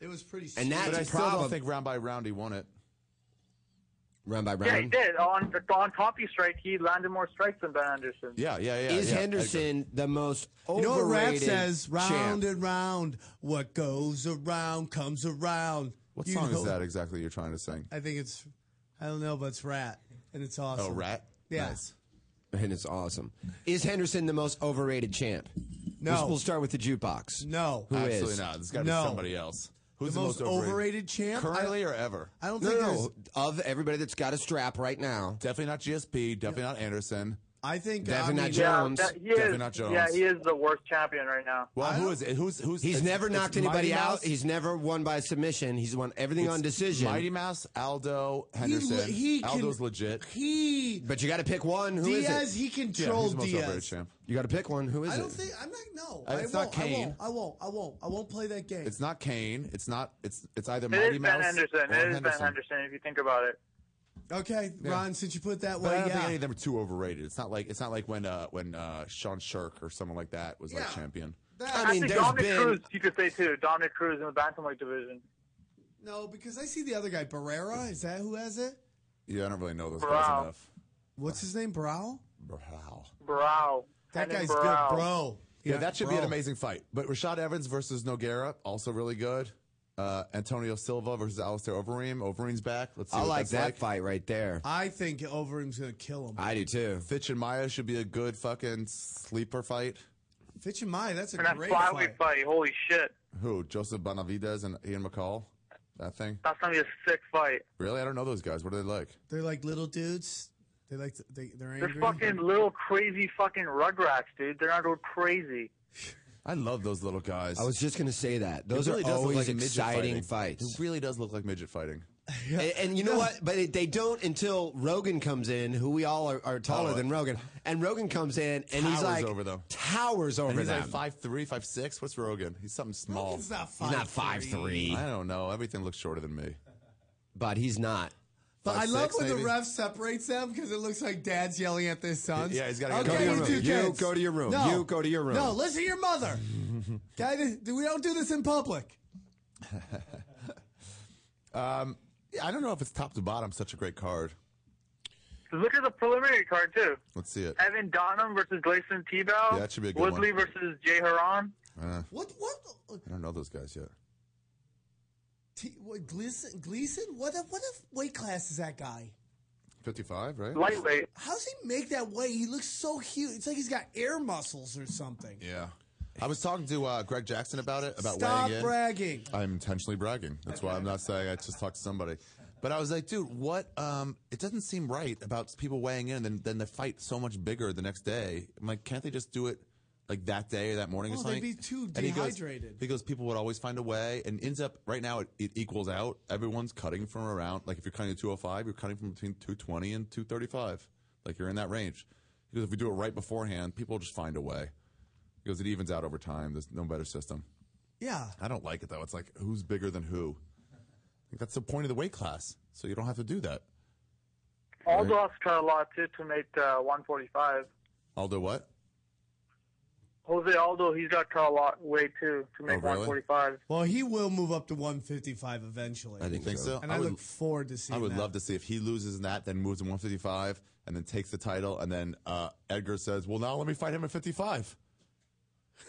C: It was pretty.
B: And that's
I: but I still
B: probably-
I: don't think round by round he won it.
B: round by
J: Yeah, he
B: round.
J: did. On on copy strike, he landed more strikes than Ben Anderson.
I: Yeah, yeah, yeah.
B: is
I: yeah, I agree.
B: Henderson the most
C: You know what rap
B: overrated
C: says? Round
B: champ?
C: and round. What goes around comes around.
I: What
C: You
I: song
C: know-
I: is that exactly you're trying to sing?
C: I think it's, I don't know, but it's Rat. And it's awesome.
I: Oh, Rat.
C: Yeah.
I: Nice.
B: And it's awesome. Is Henderson the most overrated champ?
C: No.
B: We'll- We'll start with the jukebox.
C: No.
B: Who
I: Absolutely
B: is?
I: not. There's got to
C: No.
I: be somebody else. Who's
C: the most overrated, champ?
I: Currently
C: I,
I: or ever?
C: I don't
B: No,
C: think
B: no,
C: there's.
B: Of everybody that's got a strap right now,
I: Definitely not GSP. Definitely not Anderson.
C: I think. I
B: Devin
C: mean,
B: not
J: Yeah,
B: Jones.
J: that, he
I: Definitely
J: is,
I: not Jones.
J: Yeah, he is the worst champion right now.
I: Well, who is it? Who's who's?
B: He's
I: it's-
B: never
I: it's
B: knocked anybody
I: Mighty
B: out.
I: Mouse,
B: He's never won by submission. He's won everything
I: it's
B: on decision.
I: Mighty Mouse, Aldo,
C: He,
I: Henderson.
C: he can,
I: Aldo's legit.
C: He.
B: but you got to pick one. Who is
C: Diaz,
B: it?
C: he
I: Yeah, he's
C: controlled
I: the most overrated
C: Diaz.
I: champ.
B: You got to pick one. Who is
C: I don't
B: it?
C: think. I'm not. No.
I: Uh,
C: I
I: it's
C: won't,
I: not Kane.
C: I won't. I won't. I won't. I won't play that game.
I: It's not Kane. It's not. It's it's either
J: It
I: Mighty
J: is
I: Mouse
J: Ben Henderson.
I: or
J: It is Ben
I: Henderson.
J: Henderson. If you think about it,
C: okay, Ron, since you put it that
I: But I
C: way,
I: don't think
C: yeah.
I: any of them are too overrated. It's not like it's not like when uh, when uh, Sean Shirk or someone like that was like
C: Yeah.
I: champion.
C: That-
B: I mean,
J: actually,
B: there's
J: Dominic
B: been-
J: Cruz, you could say too. Dominic Cruz in the bantamweight division.
C: no, because I see the other guy, Barrera. Is that who has it?
I: Yeah, I don't really know those
J: Brow.
I: guys enough.
C: What's his name? Brow.
I: Wow.
J: Brow.
C: That
J: Henning
C: guy's
J: Brow.
C: good, bro.
I: Yeah, that should be an
C: bro.
I: amazing fight. But Rashad Evans versus Noguera, also really good. Uh, Antonio Silva versus Alistair Overeem. Overeem's back. Let's see
B: I
I: what
B: like
I: that's
B: that
I: like.
B: fight right there.
C: I think Overeem's gonna kill him.
B: I do too.
I: Fitch and Maya should be a good fucking sleeper fight.
C: Fitch and Mai, that's a
J: And that
C: great fight.
J: flyweight fight. Holy shit,
I: Who? Joseph Bonavides and Ian McCall? That thing?
J: that's gonna be a sick fight.
I: Really? I don't know those guys. What are they like?
C: They're like little dudes. They like to, they they're
J: They're
C: angry.
J: fucking little crazy fucking rugrats, dude. They're not going crazy.
I: I love those little guys.
B: I was just going to say that.
I: It
B: Those
I: really
B: are
I: does look
B: always
I: like midget
B: exciting
I: fighting.
B: fights.
I: It really does look like midget fighting.
B: And, and you know what? But it, they don't until Rogan comes in, who we all are, are taller
I: Oh.
B: than Rogan. And Rogan comes in, and he's
I: Towers
B: like
I: over them.
B: towers over
I: And he's
B: them.
I: like five three, five six. What's Rogan? He's something small.
C: Rogan's not
B: he's
C: five.
B: not five three,
I: I don't know. Everything looks shorter than me.
B: but he's not.
C: But I love
I: 5'6",,
C: when the
I: maybe.
C: ref separates them because it looks like dad's yelling at their sons.
I: Yeah, he's gotta
C: okay,
I: go to your
C: you
I: room.
C: two
B: You
C: kids.
B: go to your room.
C: No.
B: You go to your room.
C: No, listen to your mother. Guy, this- we don't do this in public.
I: Yeah, I don't know if it's top to bottom such a great card.
J: Look at the preliminary card too.
I: Let's see it.
J: Evan Donham versus Gleison Tebow.
I: Yeah, that should be a good
J: Woodley
I: one.
J: versus Jay Haran.
C: What? What?
I: I don't know those guys yet.
C: T, what Gleason? Gleason? What? What if weight class is that guy?
I: 55, right?
J: Lightweight.
C: How does he make that weight? He looks so huge. It's like he's got air muscles or something.
I: yeah. I was talking to uh, Greg Jackson about it, about
C: Stop
I: weighing in.
C: bragging.
I: I'm intentionally bragging. That's why I'm not saying I just talked to somebody. But I was like, dude, what? Um, it doesn't seem right about people weighing in and then, then they fight so much bigger the next day. I'm like, can't they just do it like that day or that morning or
C: Oh,
I: something?
C: they'd be too
I: And he goes-
C: dehydrated.
I: He goes, people would always find a way and ends up right now it, it equals out. Everyone's cutting from around, like if you're cutting at 205, you're cutting from between 220 and 235. Like you're in that range. He goes, if we do it right beforehand, people just find a way. He goes, it evens out over time. There's no better system.
C: Yeah.
I: I don't like it though. It's like who's bigger than who. I think that's the point of the weight class, so you don't have to do that.
J: Aldo has cut a lot too to make uh, 145.
I: Aldo, what?
J: Jose Aldo, he's got cut a lot way too to make
I: Oh, really?
J: 145.
C: Well, he will move up to 155 eventually.
B: I think,
I: Think so?
C: and I,
I: would,
C: look forward to seeing.
I: I would
C: that.
I: love to see if he loses in that, then moves to 155, and then takes the title, and then uh, Edgar says, "Well, now let me fight him at 55.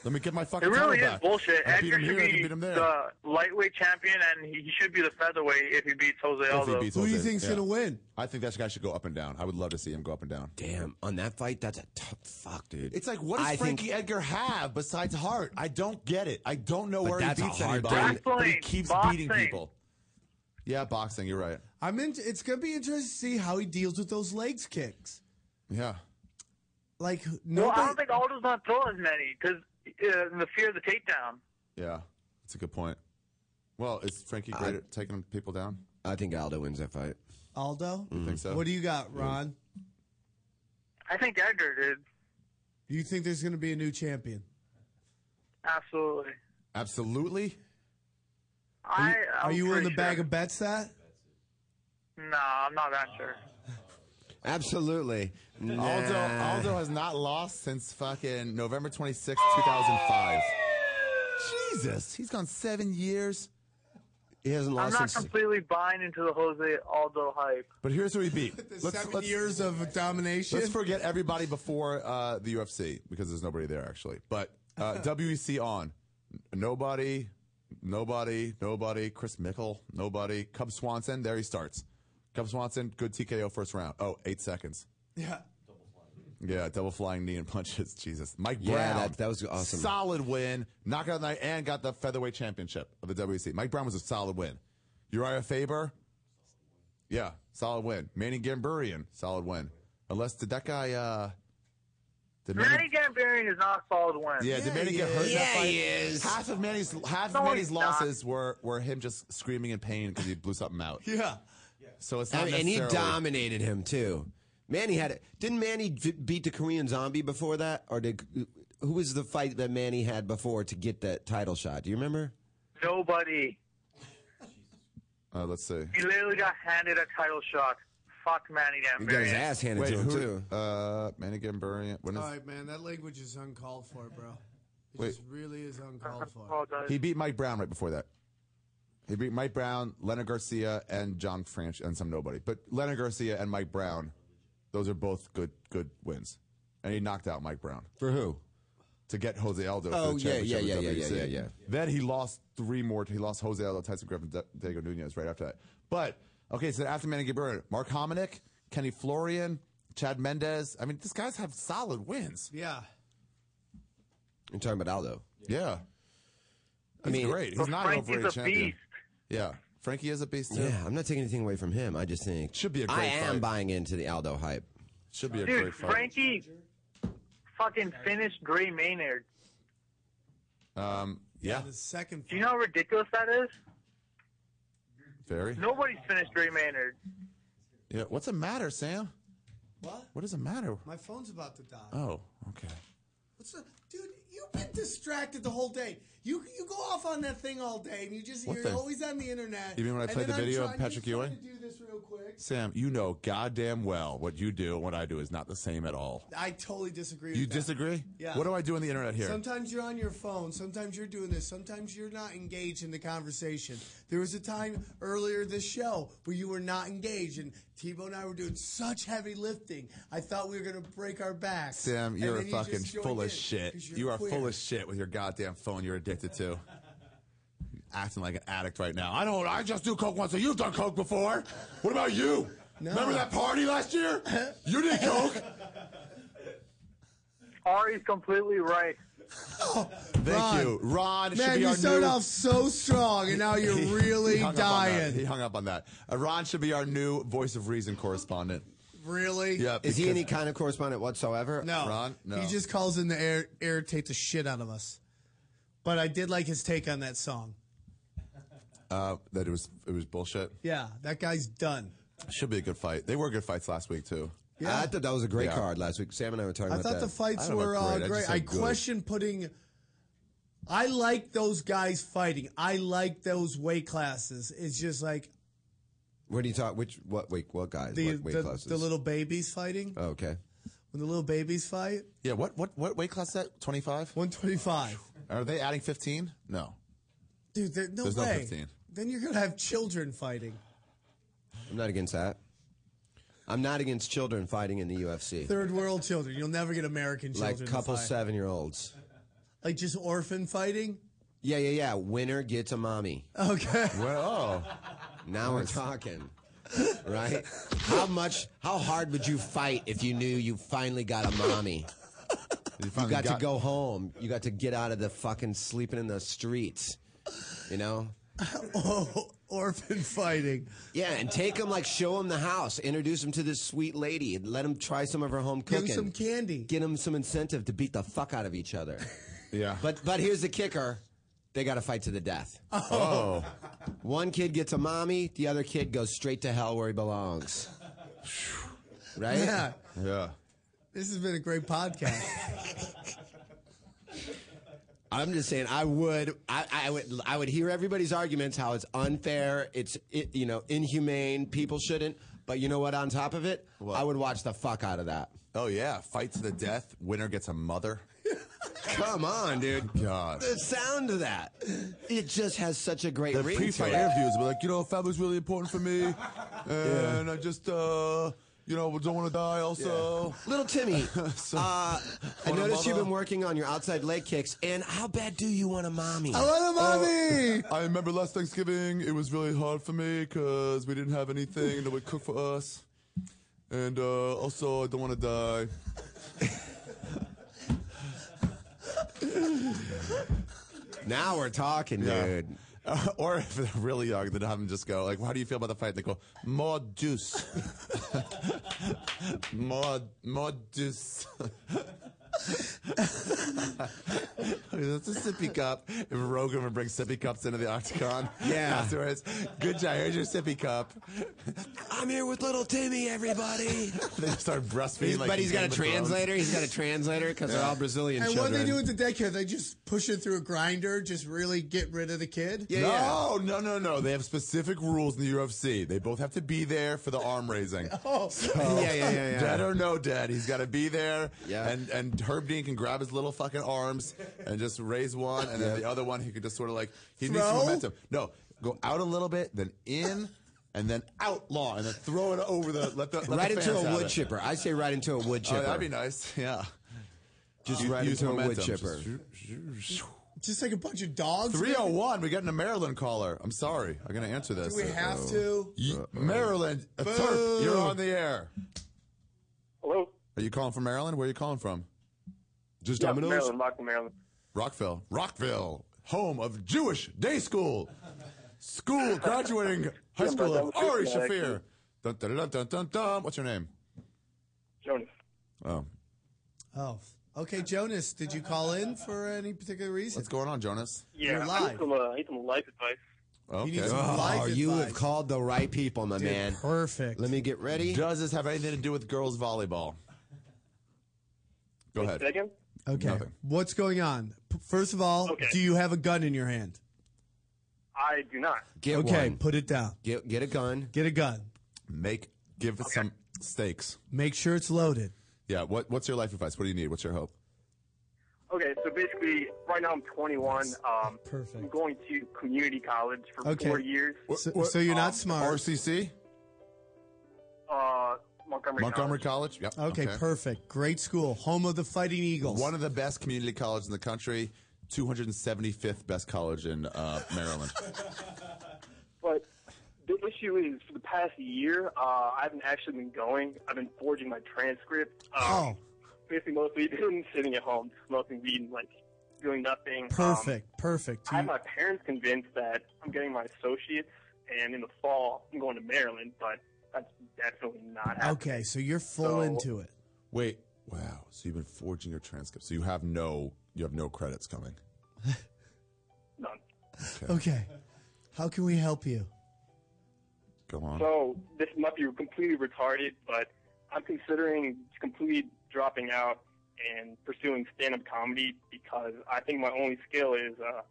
I: Let me get my
J: It
I: fucking
J: really
I: title
J: is
I: back.
J: bullshit.
I: I beat
J: Edgar
I: him here.
J: should
I: I can
J: be
I: beat him there.
J: the lightweight champion, and he he should be the featherweight if he beats Jose
I: he
J: Aldo.
I: beats
C: Who do you
I: Jose,
C: think's
I: yeah.
C: gonna win?
I: I think that guy should go up and down. I would love to see him go up and down.
B: Damn, on that fight, that's a tough fuck, dude.
I: It's like, what does
B: I think-
I: Frankie Edgar have besides heart? I don't get it. I don't know where he
B: that's a
I: beats
B: hard
I: anybody,
J: thing.
I: but he
J: Wrestling,
I: keeps beating
J: boxing.
I: people. Yeah, boxing. You're right.
C: I'm in, it's gonna be interesting to see how he deals with those legs kicks.
I: Yeah.
C: Like
J: Well, I
C: nobody,
J: don't think Aldo's not throwing as many because uh, the fear of the takedown.
I: Yeah, that's a good point. Well, is Frankie great at taking people down?
B: I think Aldo wins that fight.
C: Aldo?
B: You think so?
C: What do you got, Ron?
J: I think Edgar did.
C: Do you think there's going to be a new champion?
J: Absolutely.
I: Absolutely.
J: I, I'm
C: Are you willing to
J: pretty
C: bag
J: Oh, sure.
C: a bets that?
J: No, I'm not that sure.
B: Absolutely.
I: Aldo
B: Nah.
I: Aldo has not lost since fucking November twenty sixth, two 2005. Jesus, he's gone 7 years.
B: He hasn't
J: I'm not completely buying into the Jose Aldo hype.
I: But here's who he beat.
C: Seven years of domination.
I: Let's forget everybody before uh, the UFC because there's nobody there actually. But uh, WEC on nobody, nobody, nobody. Chris Mickle, nobody. Cub Swanson, there he starts. Cub Swanson, good TKO first round. Oh, eight seconds.
C: yeah.
I: Yeah, double flying knee and punches. Jesus, Mike
B: Yeah,
I: Brown.
B: that- that was awesome.
I: Solid win, knockout night, and got the featherweight championship of the WEC. Mike Brown was a solid win. Uriah Faber, yeah, solid win. Manny Gamburian, solid win. Unless did that guy? uh Did
J: Manny Gambarian is not a solid win.
I: Yeah, did Manny get hurt in that
B: Yeah,
I: fight?
B: he is.
I: Half of Manny's half
J: No,
I: of Manny's
J: he's not.
I: losses were were him just screaming in pain because he blew something out.
C: Yeah.
I: So it's not
B: I mean, and he
I: necessarily-
B: dominated him too. Manny had it. Didn't Manny d- beat the Korean Zombie before that, or did who was the fight that Manny had before to get that title shot? Do you remember?
J: Nobody.
I: Uh, let's see.
J: He literally got handed a title shot. Fuck Manny
B: He got his
J: Gambarian.
B: ass handed
I: Wait,
B: to him
I: who?
B: too.
I: Uh, Manny Gamburian. When is,
C: All right, man. That language is uncalled for, bro. It
I: Wait.
C: just really is uncalled for.
J: Apologize.
I: He beat Mike Brown right before that. He beat Mike Brown, Leonard Garcia, and John French, and some nobody. But Leonard Garcia and Mike Brown, those are both good good wins. And he knocked out Mike Brown
B: For who?
I: to get Jose
B: Oh,
I: Aldo. for the
B: yeah,
I: championship
B: yeah,
I: of
B: yeah, yeah,
I: WC.
B: yeah, yeah, yeah.
I: Then he lost three more. He lost Jose Aldo, Tyson Griffin, De- Diego Nunez right after that. But okay, so after Manny Gabriel, Mark Hominick, Kenny Florian, Chad Mendez. I mean, these guys have solid wins.
C: Yeah.
B: You're talking about Aldo.
I: Yeah,
B: I mean,
I: he's great. He's not an
J: Frankie's
I: overrated
J: a
I: champion.
J: beast.
I: Yeah, Frankie is a beast too.
B: Yeah, I'm not taking anything away from him. I just think
I: Should be a
B: I
I: great
B: am
I: fight.
B: buying into the Aldo hype.
I: Should be a
J: Dude,
I: great fight.
J: Frankie fucking finished Gray Maynard.
I: Um, yeah,
C: The second.
J: Do you know how ridiculous that is?
I: very.
J: Nobody's finished Gray Maynard.
I: Yeah, what's the matter, Sam?
C: What?
I: What is the matter?
C: My phone's about to die.
I: Oh, okay.
C: What's the, dude? You've been distracted the whole day. You you go off on that thing all day, and you just
I: What
C: you're
I: thing?
C: always on the internet.
I: You mean when I
C: And
I: played
C: then
I: the
C: I'm
I: video of
C: trying- I'm
I: Patrick
C: trying
I: Ewing?
C: To do this real quick.
I: Sam, you know goddamn well what you do and what I do is not the same at all.
C: I totally disagree.
I: You
C: with that.
I: disagree?
C: Yeah.
I: What do I do on the internet here?
C: Sometimes you're on your phone. Sometimes you're doing this. Sometimes you're not engaged in the conversation. There was a time earlier this show where you were not engaged, and Tebow and I were doing such heavy lifting. I thought we were going to break our backs.
I: Sam,
C: And
I: you're
C: then you
I: fucking
C: just joined
I: full
C: in
I: of shit.
C: 'cause you're
I: You are
C: queer.
I: full of shit with your goddamn phone you're addicted to. Acting like an addict right now. I don't. I just do coke once. So you've done coke before. What about you? Remember that party last year? You did coke.
J: Ari's completely right.
I: Thank
C: Ron.
I: you, Ron. should
C: Man,
I: be
C: you
I: our
C: started
I: new-
C: off so strong, and now you're really
I: He hung up on that. He
C: dying.
I: hung up on that. Uh, Ron should be our new voice of reason correspondent.
C: Really?
I: Yeah.
B: Is he
I: because-
B: any kind of correspondent whatsoever?
C: Uh, No.
I: Ron? No.
C: He just calls in to air, irritate the shit out of us. But I did like his take on that song.
I: Uh, that it was it was bullshit.
C: Yeah, that guy's done.
I: Should be a good fight. They were good fights last week too.
C: Yeah.
B: I thought that was a great
I: Yeah.
B: card last week. Sam and I were talking
C: I
B: about
C: thought
B: that.
C: the
I: I
C: fights
I: don't know
C: were
I: about
C: all
I: great,
C: great.
I: I just
C: I,
I: said good.
C: question putting. I like those guys fighting. I like those weight classes. It's just like
B: What do you talk? Which what? Wait, what guys?
C: the
B: what weight
C: the,
B: classes?
C: the little babies fighting.
B: Oh, okay.
C: When the little babies fight,
I: Yeah. What what what weight class is that? Twenty five.
C: one twenty five.
I: Are they adding fifteen? No.
C: Dude, there, no
I: There's no
C: way.
I: 15.
C: Then you're gonna have children fighting.
B: I'm not against that. I'm not against children fighting in the UFC.
C: Third world children. You'll never get American children.
B: like
C: to
B: couple
C: fight.
B: seven year olds.
C: Like just orphan fighting.
B: Yeah, yeah, yeah. Winner gets a mommy.
C: Oh. Okay.
I: Well, oh,
B: Now we're talking. Right? How much, how hard would you fight if you knew you finally got a mommy? You
I: finally
B: got, to go home. You got to get out of the fucking sleeping in the streets. You know?
C: Oh, orphan fighting.
B: Yeah, and take them, like, show them the house. Introduce them to this sweet lady. And let them try some of her home
C: Give
B: cooking.
C: 'em some candy.
B: Get them some incentive to beat the fuck out of each other.
I: Yeah.
B: But but here's the kicker. They got to fight to the death.
C: Uh.
I: Oh.
B: One kid gets a mommy, the other kid goes straight to hell where he belongs. Right?
C: Yeah.
I: Yeah.
C: This has been a great podcast.
B: I'm just saying, I would, I, I would, I would hear everybody's arguments how it's unfair, it's it, you know inhumane, people shouldn't. But you know what? On top of it, I would watch the fuck out of that.
I: Oh yeah, fight to the death. Winner gets a mother.
B: Come on, dude.
I: God.
B: The sound of that, it just has such a great
I: The
B: ring
I: pre-fight
B: to it.
I: interviews were like, you know, family's really important for me, and I just, uh, you know, don't want to die. Also,
B: Little Timmy,
I: So-
B: uh, I
I: Want a
B: noticed you've
I: mama?
B: been working on your outside leg kicks, and how bad do you want a mommy?
C: I want a mommy.
I: Uh, I remember last Thanksgiving, it was really hard for me because we didn't have anything that would cook for us, and uh, also I don't want to die.
B: now we're talking, dude.
I: Uh, or if they're really young, then have them just go like, "How do you feel about the fight?" They go, "More juice, more, more juice." I mean, That's a sippy cup. If Rogan would bring sippy cups into the octagon,
B: Yeah.
I: Afterwards, good job. Here's your sippy cup.
B: I'm here with little Timmy, everybody.
I: They just start breastfeeding. like
B: but he's got
I: Game
B: a
I: of Thrones.
B: translator. He's got a translator because they're all Brazilian
C: And what
B: children.
C: they do with the daycare, they just push it through a grinder, just really get rid of the kid.
B: Yeah,
I: no, no, no, no. They have specific rules in the UFC. They both have to be there for the arm raising.
C: Oh,
B: yeah, yeah, yeah, yeah.
I: Dead or no dead, he's got to be there.
B: Yeah.
I: And and Herb Dean can grab his little fucking arms and just raise one, and then the other one he could just sort of like he needs some
C: Throw?
I: momentum. No, go out a little bit, then in, and then outlaw, and then throw it over the let the let the
B: right into
I: fans
B: a
I: have
B: wood
I: it.
B: chipper. I say right into a wood
I: Oh,
B: chipper.
I: that'd be nice. Yeah.
B: Just
I: U-
B: right
I: use
B: into a wood
I: momentum.
B: chipper.
C: just like a bunch of dogs.
I: 301. We're getting a Maryland caller. I'm sorry. I'm going to answer this.
C: Do we have to?
I: Ye- Maryland. A Terp, you're on the air.
J: Hello?
I: Are you calling from Maryland? Where are you calling from? Just
J: Yeah,
I: Domino's?
J: Maryland, Rockland, Maryland.
I: Rockville. Rockville, home of Jewish day school. School graduating high
J: Yeah,
I: school
J: but
I: of
J: that was
I: Ari
J: Christian,
I: Shafir.
J: actually.
I: Dun, dun, dun, dun, dun, dun. What's your name?
J: Jonas.
I: Oh.
C: Oh, okay, Jonas. Did you call in for any particular reason?
I: What's going on, Jonas?
J: Yeah,
C: You're
J: I need
C: live.
J: some, uh, I need some life advice.
I: Okay.
C: need some
I: Oh.
C: life
B: Oh, you
C: advice.
B: have called the right people, my
C: Dude,
B: man.
C: Perfect.
B: Let me get ready.
I: Does this have anything to do with girls volleyball? Go
J: Wait,
I: ahead.
J: say again?
C: Okay.
I: Nothing.
C: What's going on? P- First of all,
J: Okay.
C: do you have a gun in your hand?
J: I do not.
B: Get
C: Okay,
B: one.
C: put it down.
B: Get, get a gun.
C: Get a gun.
I: Make give us some stakes.
C: Make sure it's loaded.
I: Yeah. What What's your life advice? What do you need? What's your hope?
J: Okay, so basically, right now I'm 21. Um,
C: Perfect.
J: I'm going to community college for
C: Okay.
J: four years.
C: So, so you're
I: um,
C: not smart.
I: RCC
J: Uh, Montgomery.
I: Montgomery
J: College.
I: College. Yep.
C: Okay, perfect. Great school. Home of the Fighting Eagles.
I: One of the best community colleges in the country. 275th best college in uh, Maryland.
J: But the issue is, for the past year, uh, I haven't actually been going. I've been forging my transcript. Um,
C: oh,
J: Basically, mostly been sitting at home, smoking weed, and like doing nothing. Um,
C: perfect. perfect.
J: I
C: You-
J: have my parents convinced that I'm getting my associates, and in the fall I'm going to Maryland, but that's definitely not happening.
C: okay, so you're full
J: So-
C: into it.
I: Wait. Wow. So you've been forging your transcripts. So you have no you have no credits coming.
J: None.
C: Okay. How can we help you?
I: Go on.
J: So this might be completely retarded, but I'm considering completely dropping out and pursuing stand-up comedy because I think my only skill is uh,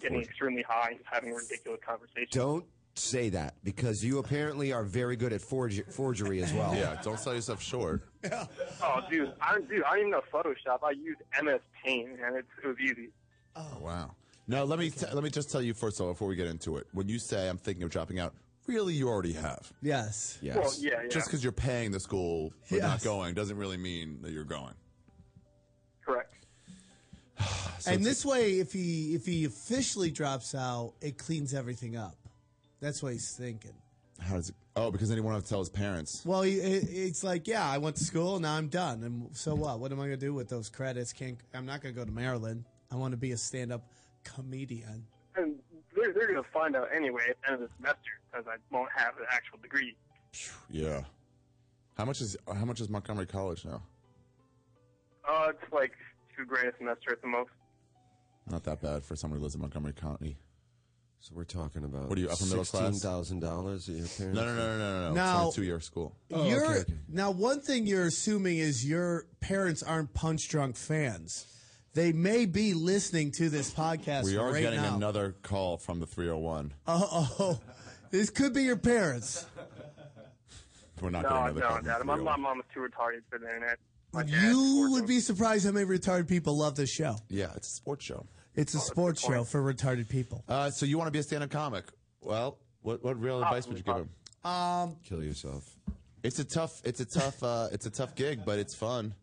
J: getting extremely high and having ridiculous conversations.
B: Don't say that because you apparently are very good at forge- forgery as well.
I: Yeah. Don't sell yourself short.
J: Oh, dude, I dude, I don't even know Photoshop. I used MS Paint, and it, it was easy.
I: Oh, wow. No, let me t- let me just tell you first of all before we get into it. When you say I'm thinking of dropping out, really you already have.
C: Yes.
B: Yes.
J: Well, yeah, yeah,
I: Just because you're paying the school but not
C: Yes.
I: going doesn't really mean that you're going.
J: correct.
C: and this way, if he if he officially drops out, it cleans everything up. That's what he's thinking.
I: How does it? Oh, because then he won't have to tell his parents.
C: Well, he, it, it's like, yeah, I went to school, now I'm done, and so what? What am I going to do with those credits? Can't I'm not going to go to Maryland. I want to be a stand up comedian.
J: And they're, they're going to find out anyway at the end of the semester because I won't have an actual degree.
I: Yeah. How much is how much is Montgomery College now?
J: Uh, it's like two grand a semester at the most.
I: Not that bad for someone who lives in Montgomery County.
B: So we're talking about
I: what are you upper middle class?
B: $16,000 that your parents.
I: No, no, no, no, no,
C: Now- Oh,
I: no. it's only a two-year school.
C: you're now one thing you're assuming is your parents aren't punch drunk fans. They may be listening to this podcast.
I: we are
C: right
I: getting
C: now.
I: another call from the 301.
C: Oh, oh, this could be your parents.
I: We're not
J: no,
I: getting another
J: no,
I: call. from the
J: Dad. My,
I: 301.
J: my mom is too retarded for the internet.
C: You would be surprised how many retarded people love this show.
I: Yeah, it's a sports show.
C: It's
J: Oh,
C: a sports show for retarded people.
I: Uh, so you want to be a stand-up comic? Well, what what
J: Oh,
I: real advice would you
J: uh,
I: give him?
C: Um,
I: Kill yourself. It's a tough. It's a tough. Uh, it's a tough gig, but it's fun.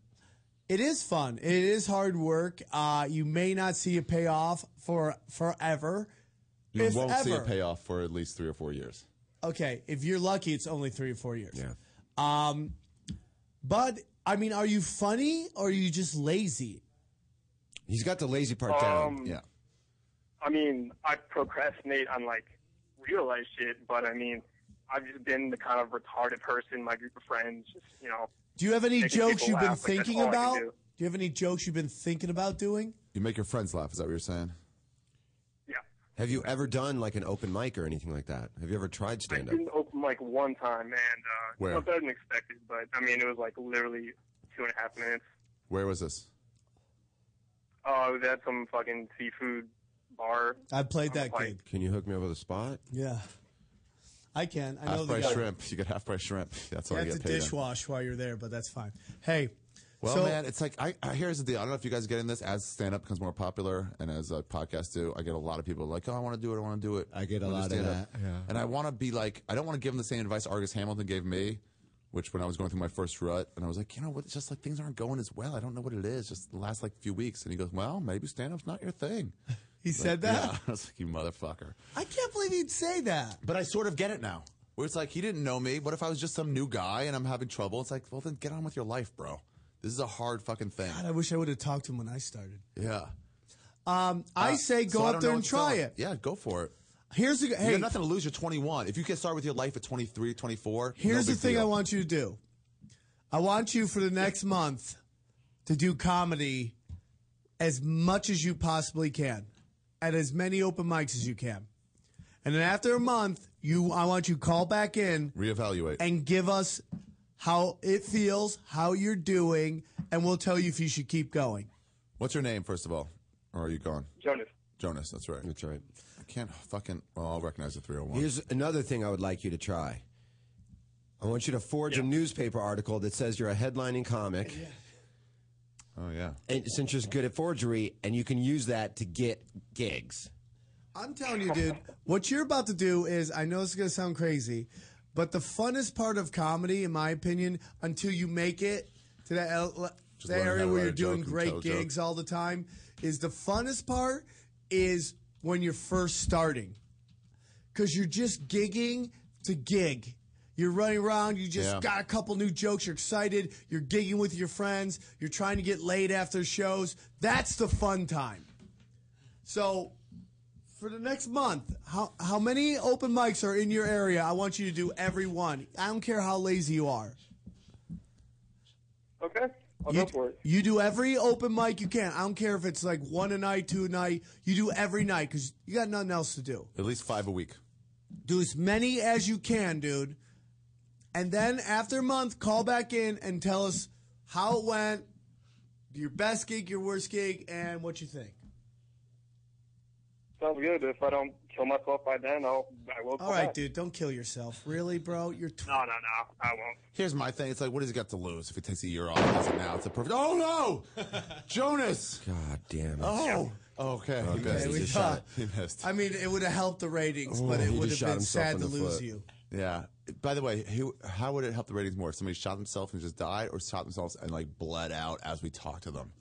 C: It is fun. It is hard work. Uh, you may not see it pay off for forever.
I: You
C: if
I: won't
C: ever.
I: see a payoff for at least three or four years.
C: Okay, if you're lucky, it's only three or four years. Yeah. Um, but I mean, are you funny or are you just lazy?
B: He's got the lazy
J: part down. Um, Yeah. I mean, I procrastinate on like real life shit, but I mean, I've just been the kind of retarded person. in My group of friends, just you know.
C: Do you have any
J: making
C: jokes
J: people
C: you've been
J: laugh, like, that's
C: thinking
J: all I can
C: about?
J: do.
C: Do you have any jokes you've been thinking about doing?
I: You make your friends laugh. Is that what you're saying?
B: Have you ever done like an open mic or anything like that? Have you ever tried
J: I
B: stand up?
J: didn't open like one time, and uh,
B: Where?
J: it was better than expected. But I mean, it was like literally two and a half minutes.
I: Where was this?
J: Oh, I was at some fucking seafood bar.
C: I played that
J: Like,
C: gig.
B: Can you hook me up with a spot?
C: Yeah. I can. I know
I: half
C: the
I: price
C: guy.
I: shrimp. You get half price shrimp. That's all
C: You
I: you
C: have
I: get
C: to
I: paid. in.
C: dishwash while you're there, but that's fine. Hey.
I: Well,
C: so,
I: man, it's like I, I here's the deal. I don't know if you guys are getting this as stand up becomes more popular and as uh, podcasts do. I get a lot of people like, oh, I want to do it. I want to do it. I get
N: a lot of that, yeah.
I: And I want to be like, I don't want to give them the same advice Argus Hamilton gave me, which when I was going through my first rut, and I was like, you know what? It's just like things aren't going as well. I don't know what it is. Just the last like few weeks, and he goes, well, maybe stand up's not your thing.
C: He
I: Like,
C: said that?
I: Yeah. I was like, you motherfucker.
C: I can't believe he'd say that.
I: But I sort of get it now. Where it's like he didn't know me. What if I was just some new guy and I'm having trouble? It's like, well, then get on with your life, bro. This is a hard fucking thing.
C: God, I wish I would have talked to him when I started.
I: Yeah.
C: Um, I
I: Uh,
C: say
I: so
C: go
I: I
C: up
I: don't
C: there
I: know
C: and
I: what to tell
C: try
I: them.
C: it.
I: Yeah, go for it.
C: Here's the
I: you
C: hey.
I: got nothing to lose. You're 21. If you can start with your life at 23, 24,
C: Here's
I: no
C: the
I: big
C: thing
I: deal.
C: I want you to do. I want you for the next month to do comedy as much as you possibly can at as many open mics as you can. And then after a month, you I want you to call back in
I: reevaluate.
C: and give us how it feels, how you're doing, and we'll tell you if you should keep going.
I: What's your name, first of all? Or are you gone?
J: Jonas.
I: Jonas. That's right.
B: That's right.
I: I can't fucking. Well, I'll recognize the 301.
B: Here's another thing I would like you to try. I want you to forge a newspaper article that says you're a headlining comic.
I: Oh yeah.
B: And since you're good at forgery, and you can use that to get gigs.
C: I'm telling you, dude, what you're about to do is I know this is going to sound crazy, but the funnest part of comedy, in my opinion, until you make it to that, el-
I: Just
C: that
I: learn how
C: area
I: to
C: where
I: write
C: you're
I: a
C: doing
I: joke and tell
C: great
I: a joke.
C: gigs all the time, is the funnest part is when you're first starting. Because you're just gigging to gig. You're running around, you just
I: Yeah.
C: got a couple new jokes, you're excited, you're gigging with your friends, you're trying to get laid after shows. That's the fun time. So for the next month, how how many open mics are in your area? I want you to do every one. I don't care how lazy you are.
J: Okay, I'll
C: you,
J: go for it.
C: You do every open mic you can. I don't care if it's like one a night, two a night. You do every night because you got nothing else to do.
I: At least five a week.
C: Do as many as you can, dude. And then after a month, call back in and tell us how it went, your best gig, your worst gig, and what you think.
J: Sounds good. If I don't kill myself by then, I'll I will.
C: All right, dude, don't kill yourself. Really, bro? You're tw-
J: No, no, no, I won't.
I: Here's my thing. It's like, what has he got to lose if he takes a year off? Does it now it's a perfect. Oh no, Jonas.
B: God damn it.
I: Oh. Okay. He
B: Okay,
I: missed.
B: we
I: He just
C: thought-
I: shot it. He missed.
C: I mean, it would have helped the ratings, but
I: Ooh,
C: it
I: he
C: would
I: just
C: have
I: shot
C: been
I: himself
C: sad
I: in
C: to
I: the
C: lose
I: foot.
C: you.
I: Yeah. By the way, who, how would it help the ratings more if somebody shot themselves and just died, or shot themselves and like bled out as we talk to them?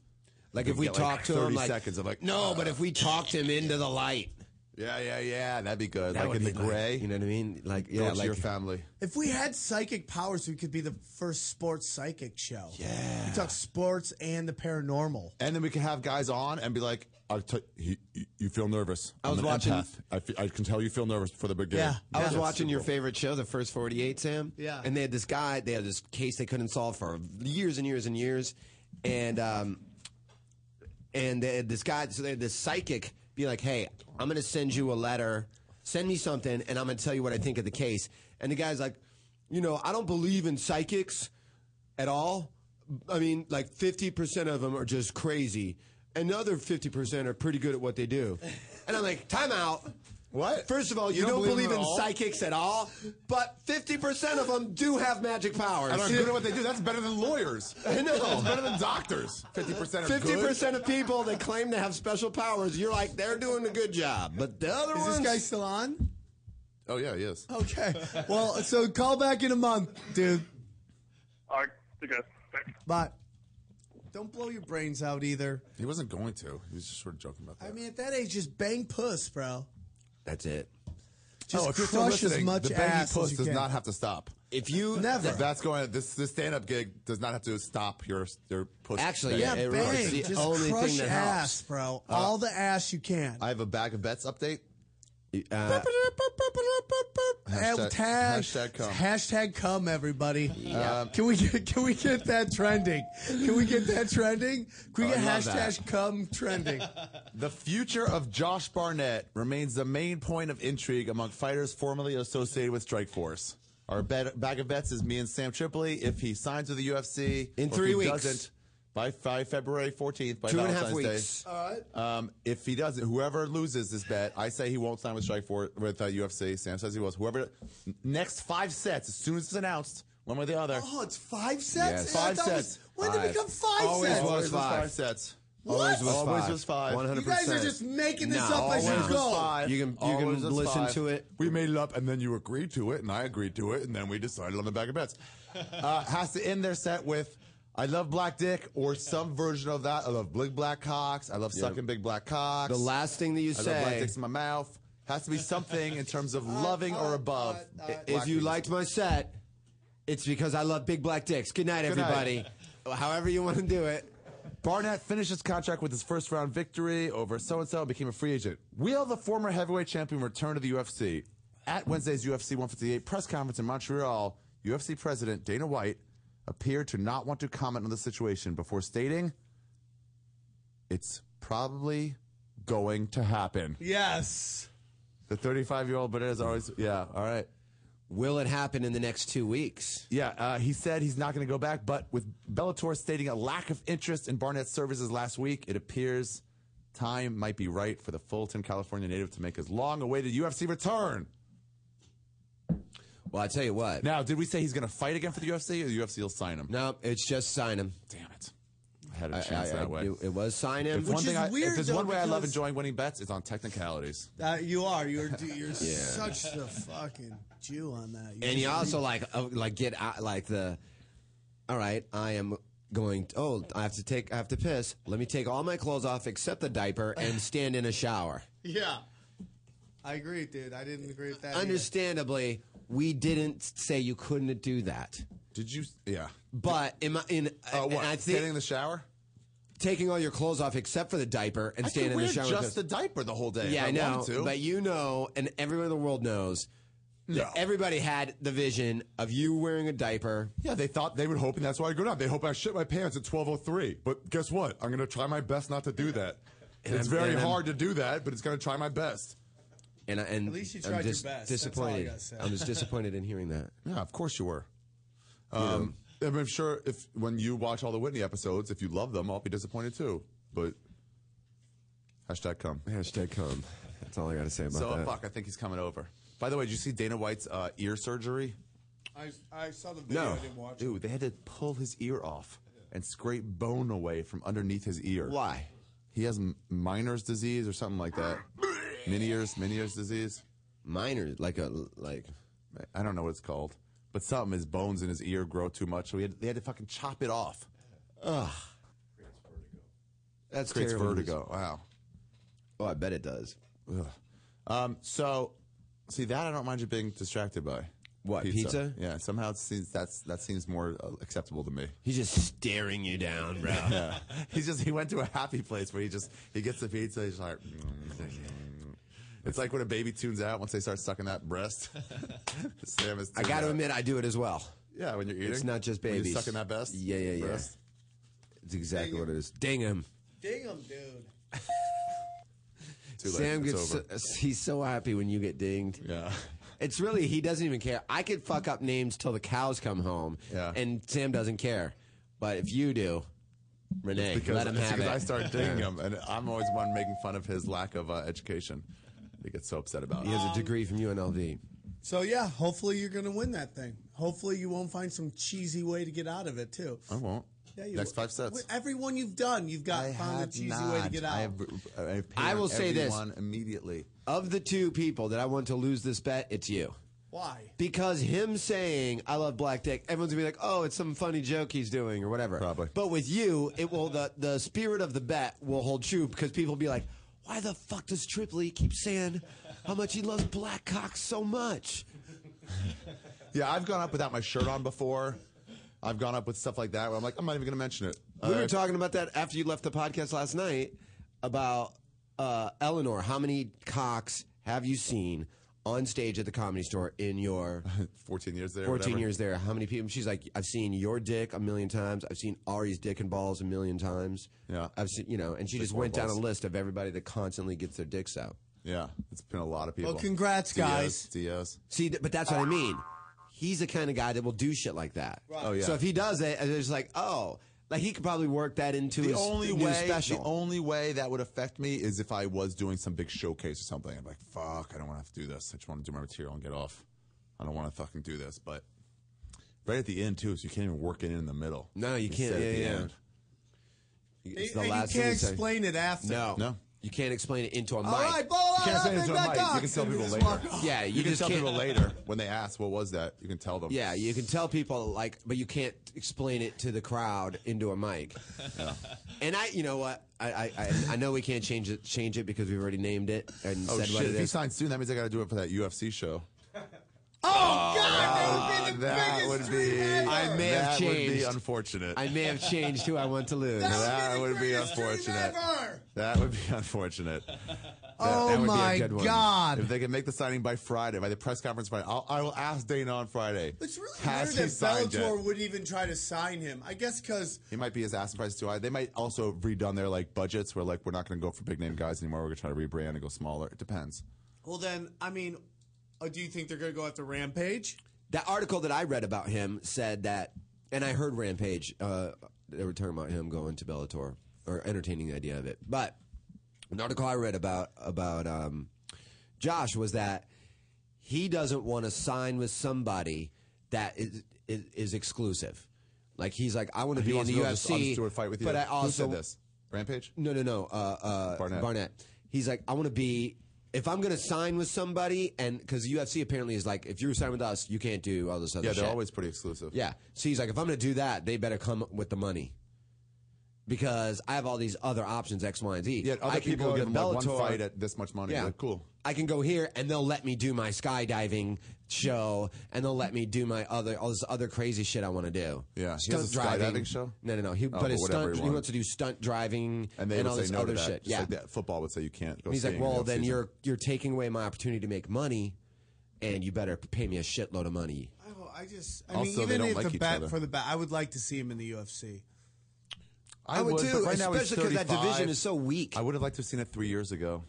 B: Like if
I: We'd
B: we
I: get,
B: talk to
I: 30
B: him, like
I: seconds of like
B: no,
I: uh,
B: but if we talked him into the light,
I: yeah, yeah, yeah, that'd be good.
B: That
I: like
B: would
I: in the
B: be like-
I: gray,
B: you know what I mean? Like
I: go
B: yeah,
I: to
B: like
I: your family.
C: If we had psychic powers, we could be the first sports psychic show. Yeah. We talk sports and the paranormal.
I: And then we can have guys on and be like, I t- he, he- "You feel nervous."
B: I
I: I'm
B: was
I: an
B: watching-
I: Empath. I, fe- I can tell you feel nervous before the big game.
B: Yeah. I was
I: That's
B: watching your
I: cool.
B: favorite show, The First 48, Sam.
I: Yeah.
B: And they had this guy, they had this case they couldn't solve for years and years and years. And um, and they had this guy, so they had this psychic be like, "Hey, I'm going to send you a letter. Send me something, and I'm going to tell you what I think of the case." And the guy's like, "You know, I don't believe in psychics at all. I mean, like 50% of them are just crazy. Another 50% are pretty good at what they do." And I'm like, "Time out." What? First of all, you, don't, believe,
I: them
B: in
I: at all?
B: psychics at all, but 50% of them do have magic powers.
I: And are good at what they do. That's better than lawyers.
B: I know.
I: That's better than doctors. 50% are
B: Fifty
I: good.
B: percent of people that claim to have special powers, you're like they're doing a good job, but the other
C: Is
B: ones.
C: this guy still on?
I: Oh, yeah, he is.
C: Okay. Well, so call back in a month, dude.
J: All right, okay.
C: But don't blow your brains out either.
I: He wasn't going to. He was just sort of joking about that.
C: I mean, at that age, just bang puss, bro.
B: That's it.
C: Just
I: Oh, if you're still
C: crush as
I: listening,
C: much
I: the baggy
C: ass
I: puss
C: as you
I: does
C: can.
I: not have to stop.
B: If you
C: Never.
I: If that's going. This this stand up gig does not have to stop your your puss.
B: Actually,
I: banging.
B: yeah, it really-
C: Bang,
B: It's the
C: just
B: only
C: crush
B: thing that
C: ass, bro. All the ass you can.
I: Uh, I have a bag of bets update.
B: Uh,
I: Hashtag-
C: hashtag, hashtag
I: hashtag
C: come.
I: cum.
C: Hashtag cum, everybody. Uh, can we get can we get that trending? Can we get that trending? Can we
I: Oh,
C: get
I: I love
C: hashtag
I: that.
C: cum trending?
I: The future of Josh Barnett remains the main point of intrigue among fighters formerly associated with Strikeforce. Our bet, bag of bets is me and Sam Tripoli. If he signs with the UFC
B: In
I: or if
B: three
I: he
B: weeks.
I: doesn't by, by February 14th, by
B: Two and a half weeks.
I: Valentine's Day. Um, if he doesn't, whoever loses this bet, I say he won't sign with Strikeforce with uh, UFC. Sam says he will. Whoever next five sets, as soon as it's announced, one way or the other.
C: Oh, it's five sets.
I: Yes.
C: I
I: Five
C: thought it was-
I: sets.
C: when did it
I: Five.
C: become five
B: Always
C: sets?
B: was.
I: always was
B: five.
I: five sets.
C: What?
B: Always was
I: Always
B: five.
I: was five.
B: One hundred
C: You guys
B: percent.
C: are just making this
B: No,
C: up as
B: always
C: you
B: was
C: go.
I: five.
B: You can- you
I: Always
B: can
I: was
B: listen
I: five.
B: to it.
I: We made it up, and then you agreed to it, and I agreed to it, and then we decided on the bag of bets. Uh, has to end their set with "I love black dick" or some version of that. I love big black cocks. I love sucking big black cocks.
B: The last thing that you
I: I love black
B: say,
I: dicks in my mouth. Has to be something in terms of loving or above.
C: uh,
B: if you liked my set, it's because I love big black dicks. Good night,
I: Good night.
B: everybody. However you want to do it.
I: Barnett finished his contract with his first round victory over so and so and became a free agent. Will the former heavyweight champion return to the UFC? At Wednesday's UFC 158 press conference in Montreal, UFC president Dana White appeared to not want to comment on the situation before stating, It's probably going to happen.
C: Yes.
I: The 35 year old Barnett is always, yeah, all right.
B: Will it happen in the next two weeks?
I: Yeah, uh, he said he's not going to go back, but with Bellator stating a lack of interest in Barnett's services last week, it appears time might be right for the Fulton, California native to make his long awaited UFC return.
B: Well, I tell you what.
I: Now, did we say he's going to fight again for the UFC or the UFC will sign him?
B: No, it's just sign him.
I: Damn it. I had
B: I-
I: a chance
B: I- I-
I: that way.
B: It, it was sign him.
I: If one
C: Which
I: thing
C: is
I: I-
C: weird,
I: if there's
C: though,
I: one way I love
C: because-
I: enjoying winning bets, it's on technicalities.
C: Uh, you are. You're you're such the fucking Jew on that. You're
B: and you
C: just-
B: also like uh, like get out, like the all right i am going oh i have to take i have to piss let me take all my clothes off except the diaper and stand in a shower
C: Yeah. I agree, dude. I didn't agree with that. either.
B: understandably we didn't say you couldn't do that
I: Did you? Yeah.
B: but in my, in
I: Uh,
B: and
I: what?
B: i
I: standing in
B: think
I: the shower?
B: taking all your clothes off except for the diaper and
I: I
B: stand
I: could
B: in the
I: wear
B: shower
I: just the
B: with
I: diaper the whole day.
B: yeah
I: if
B: i know
I: wanted to.
B: but you know and everyone in the world knows that
I: No.
B: everybody had the vision of you wearing a diaper
I: Yeah, they thought they would hoping that's why I go down. They hope I shit my pants at twelve oh three. But guess what? I'm gonna try my best not to do that.
B: And
I: it's
B: I'm-
I: very
B: and I'm-
I: hard to do that, but it's gonna try my best.
B: and I, and
C: At least you
B: I'm
C: tried your
B: dis-
C: best. That's all I
B: disappointed.
C: gotta say.
B: I was disappointed in hearing that.
I: Yeah, of course you were. Um, I mean, I'm sure if when you watch all the Whitney episodes, if you love them, I'll be disappointed too. But hashtag come.
B: Hashtag come. That's all I got to say about
I: So fuck, I think he's coming over. By the way, did you see Dana White's uh, ear surgery?
C: I, I saw the video.
B: No.
C: I didn't watch it.
I: Dude, they had to pull his ear off and scrape bone away from underneath his ear.
B: Why?
I: He has m- Miner's disease or something like that. Meniere's Meniere's disease.
B: Minor, like a like.
I: I don't know what it's called, but something his bones in his ear grow too much, so he had, they had to fucking chop it off.
B: That's
I: Creates
B: terrible news.
I: vertigo. Wow.
B: Oh, I bet it does.
I: Ugh. Um, so, see that I don't mind you being distracted by.
B: What, pizza?
I: Yeah. Somehow it seems that's that seems more uh, acceptable to me.
B: He's just staring you down, bro.
I: He's just he went to a happy place where he just he gets the pizza. He's like, it's like when a baby tunes out once they start sucking that breast. Sam is.
B: I got to
I: tuned out.
B: admit, I do when it's eating.
I: Yeah, when you're eating,
B: It's not just
I: When you're
B: babies.
I: sucking that best.
B: Yeah, yeah, yeah.
I: breast.
B: It's exactly what it is. Dang him.
N: Ding him, dude.
I: Too late.
B: Sam
I: It's
B: gets so,
I: over.
B: he's so happy when you get dinged.
I: Yeah.
B: It's really he doesn't even care. I could fuck up names till the cows come home.
I: Yeah.
B: And Sam doesn't care. But if you do, Renee,
I: It's because,
B: let him
I: it's
B: have
I: because
B: it.
I: I start dinging him, and I'm always the one making fun of his lack of uh, education. He gets so upset about.
B: He has a degree from UNLV.
C: So yeah, hopefully you're going to win that thing. Hopefully you won't find some cheesy way to get out of it too.
I: I won't.
C: Yeah, you
I: Next
C: will.
I: five sets.
C: With every one you've done, you've got found a cheesy way to get out.
I: I, have, I, have paid
B: I will
I: on
B: say this.
I: everyone immediately.
B: Of the two people that I want to lose this bet, it's you.
C: Why?
B: Because him saying I love black dick, everyone's gonna be like, "Oh, it's some funny joke he's doing or whatever." Probably. But with you, it will the the spirit of the bet will hold true because people will be like, "Why the fuck does Tripoli keep saying how much he loves black cock so much?"
I: Yeah, I've gone up without my shirt on before. I've gone up with stuff like that where I'm like, I'm not even going to mention it.
B: We
I: Uh,
B: were talking about that after you left the podcast last night about uh, Eleanor. How many cocks have you seen on stage at the comedy store in your
I: 14 years there?
B: 14
I: whatever.
B: years there? How many people? She's like, I've seen your dick a million times. I've seen Ari's dick and balls a million times. Yeah. I've seen, you know, and she
I: There's
B: just
I: more
B: went down
I: balls.
B: a list of everybody that constantly gets their dicks out.
I: Yeah, it's been a lot of people.
B: Well, congrats,
I: Dios,
B: guys.
I: Dios.
B: See, th- but that's what I mean. He's the kind of guy that will do shit like that.
I: Right. Oh, yeah.
B: So if he does it, and it's like, oh, like he could probably work that into
I: The
B: his
I: only
B: new
I: way,
B: special.
I: the only way that would affect me is if I was doing some big showcase or something. I'm like, fuck, I don't want to have to do this. I just want to do my material and get off. I don't want to fucking do this. But right at the end too, so you can't even work it in the middle.
B: No, you can't.
I: sit at
B: Yeah,
I: the
B: yeah.
I: end.
C: And- and you can't explain it after.
B: No, no, you can't explain it into a mic.
C: All right, ball
I: You can't
C: out,
I: say it's
C: big
I: on
C: back
I: mic. You
C: dogs.
I: can tell
C: And
I: people
C: just
I: later.
C: walk off.
B: Yeah,
I: you,
B: you
I: can
B: just
I: tell
B: can't-
I: people later when they ask, "What was that?" You can tell them.
B: Yeah, you can tell people like, but you can't explain it to the crowd into a mic. And I, you know what, I, I, I, I know we can't change it, change it because we've already named it and
I: Oh
B: said what
I: shit!
B: it
I: If he
B: is.
I: signs soon, that means I got to do it for that UFC show.
C: Oh, God,
I: Uh, that would be.
B: I may have
I: that Would be
B: changed.
I: unfortunate.
B: I may have changed who I want to lose.
I: That would be unfortunate. That would be unfortunate. That-
B: Oh
I: that would be a
C: my
I: good one.
C: God.
I: If they can make the signing by Friday, by the press conference Friday, I'll, I will ask Dana on Friday.
C: It's really
I: Has
C: weird
I: he
C: that
I: signed yet?
C: Bellator would even try to sign him. I guess because
I: He might be his asking price too high. They might also have redone their like budgets where like we're not going to go for big name guys anymore. We're going to try to rebrand and go smaller. It depends.
C: Well, then, I mean, uh, do you think they're going to go after Rampage?
B: That article that I read about him said that, and I heard Rampage. Uh, they were talking about him going to Bellator or entertaining the idea of it. But an article I read about about um, Josh was that he doesn't want to sign with somebody that is is, is exclusive. Like he's like, I want to be
I: He
B: in
I: wants
B: the
I: to go, I'll just- I'll
B: UFC,
I: just do a fight with you.
B: but I
I: Who
B: also
I: said this? Rampage?
B: No, no, no. Uh, uh,
I: Barnett.
B: Barnett. He's like, I want to be. If I'm going to sign with somebody, and because the UFC apparently is like, if you sign with us, you can't do all this other
I: Yeah,
B: shit.
I: they're always pretty exclusive.
B: Yeah. So he's like, if I'm going to do that, they better come with the money. Because I have all these other options, X, Y, and Z.
I: Yet other
B: I can
I: people
B: go
I: give
B: to
I: them like one
B: Bellator.
I: fight at this much money.
B: Yeah.
I: Like, cool.
B: I can go here and they'll let me do my skydiving show and they'll let me do my other all this other crazy shit I want to do.
I: Yeah, he
B: Stunt
I: has a
B: driving.
I: skydiving show?
B: No, no, no. He,
I: Oh,
B: but
I: but
B: his
I: whatever
B: stunt,
I: he
B: he,
I: wanted.
B: wants to do stunt driving
I: And they
B: all
I: would
B: this
I: say no
B: other
I: to that.
B: shit.
I: Just
B: yeah.
I: like that football would say you can't. Go
B: And he's
I: skiing
B: like,
I: in the
B: well, then
I: offseason."
B: you're you're taking away my opportunity to make money, and you better pay me a shitload of money.
C: Oh, I just, I
I: Also,
C: mean,
I: they
C: even
I: don't
C: if
I: like
C: the
I: each
C: bat
I: other.
C: for the bat, I would like to see him in the UFC.
I: I,
B: I would
I: would
B: too,
I: but right now he's
B: especially 'cause that
I: 35.
B: division is so weak.
I: I would have liked to have seen it three years ago.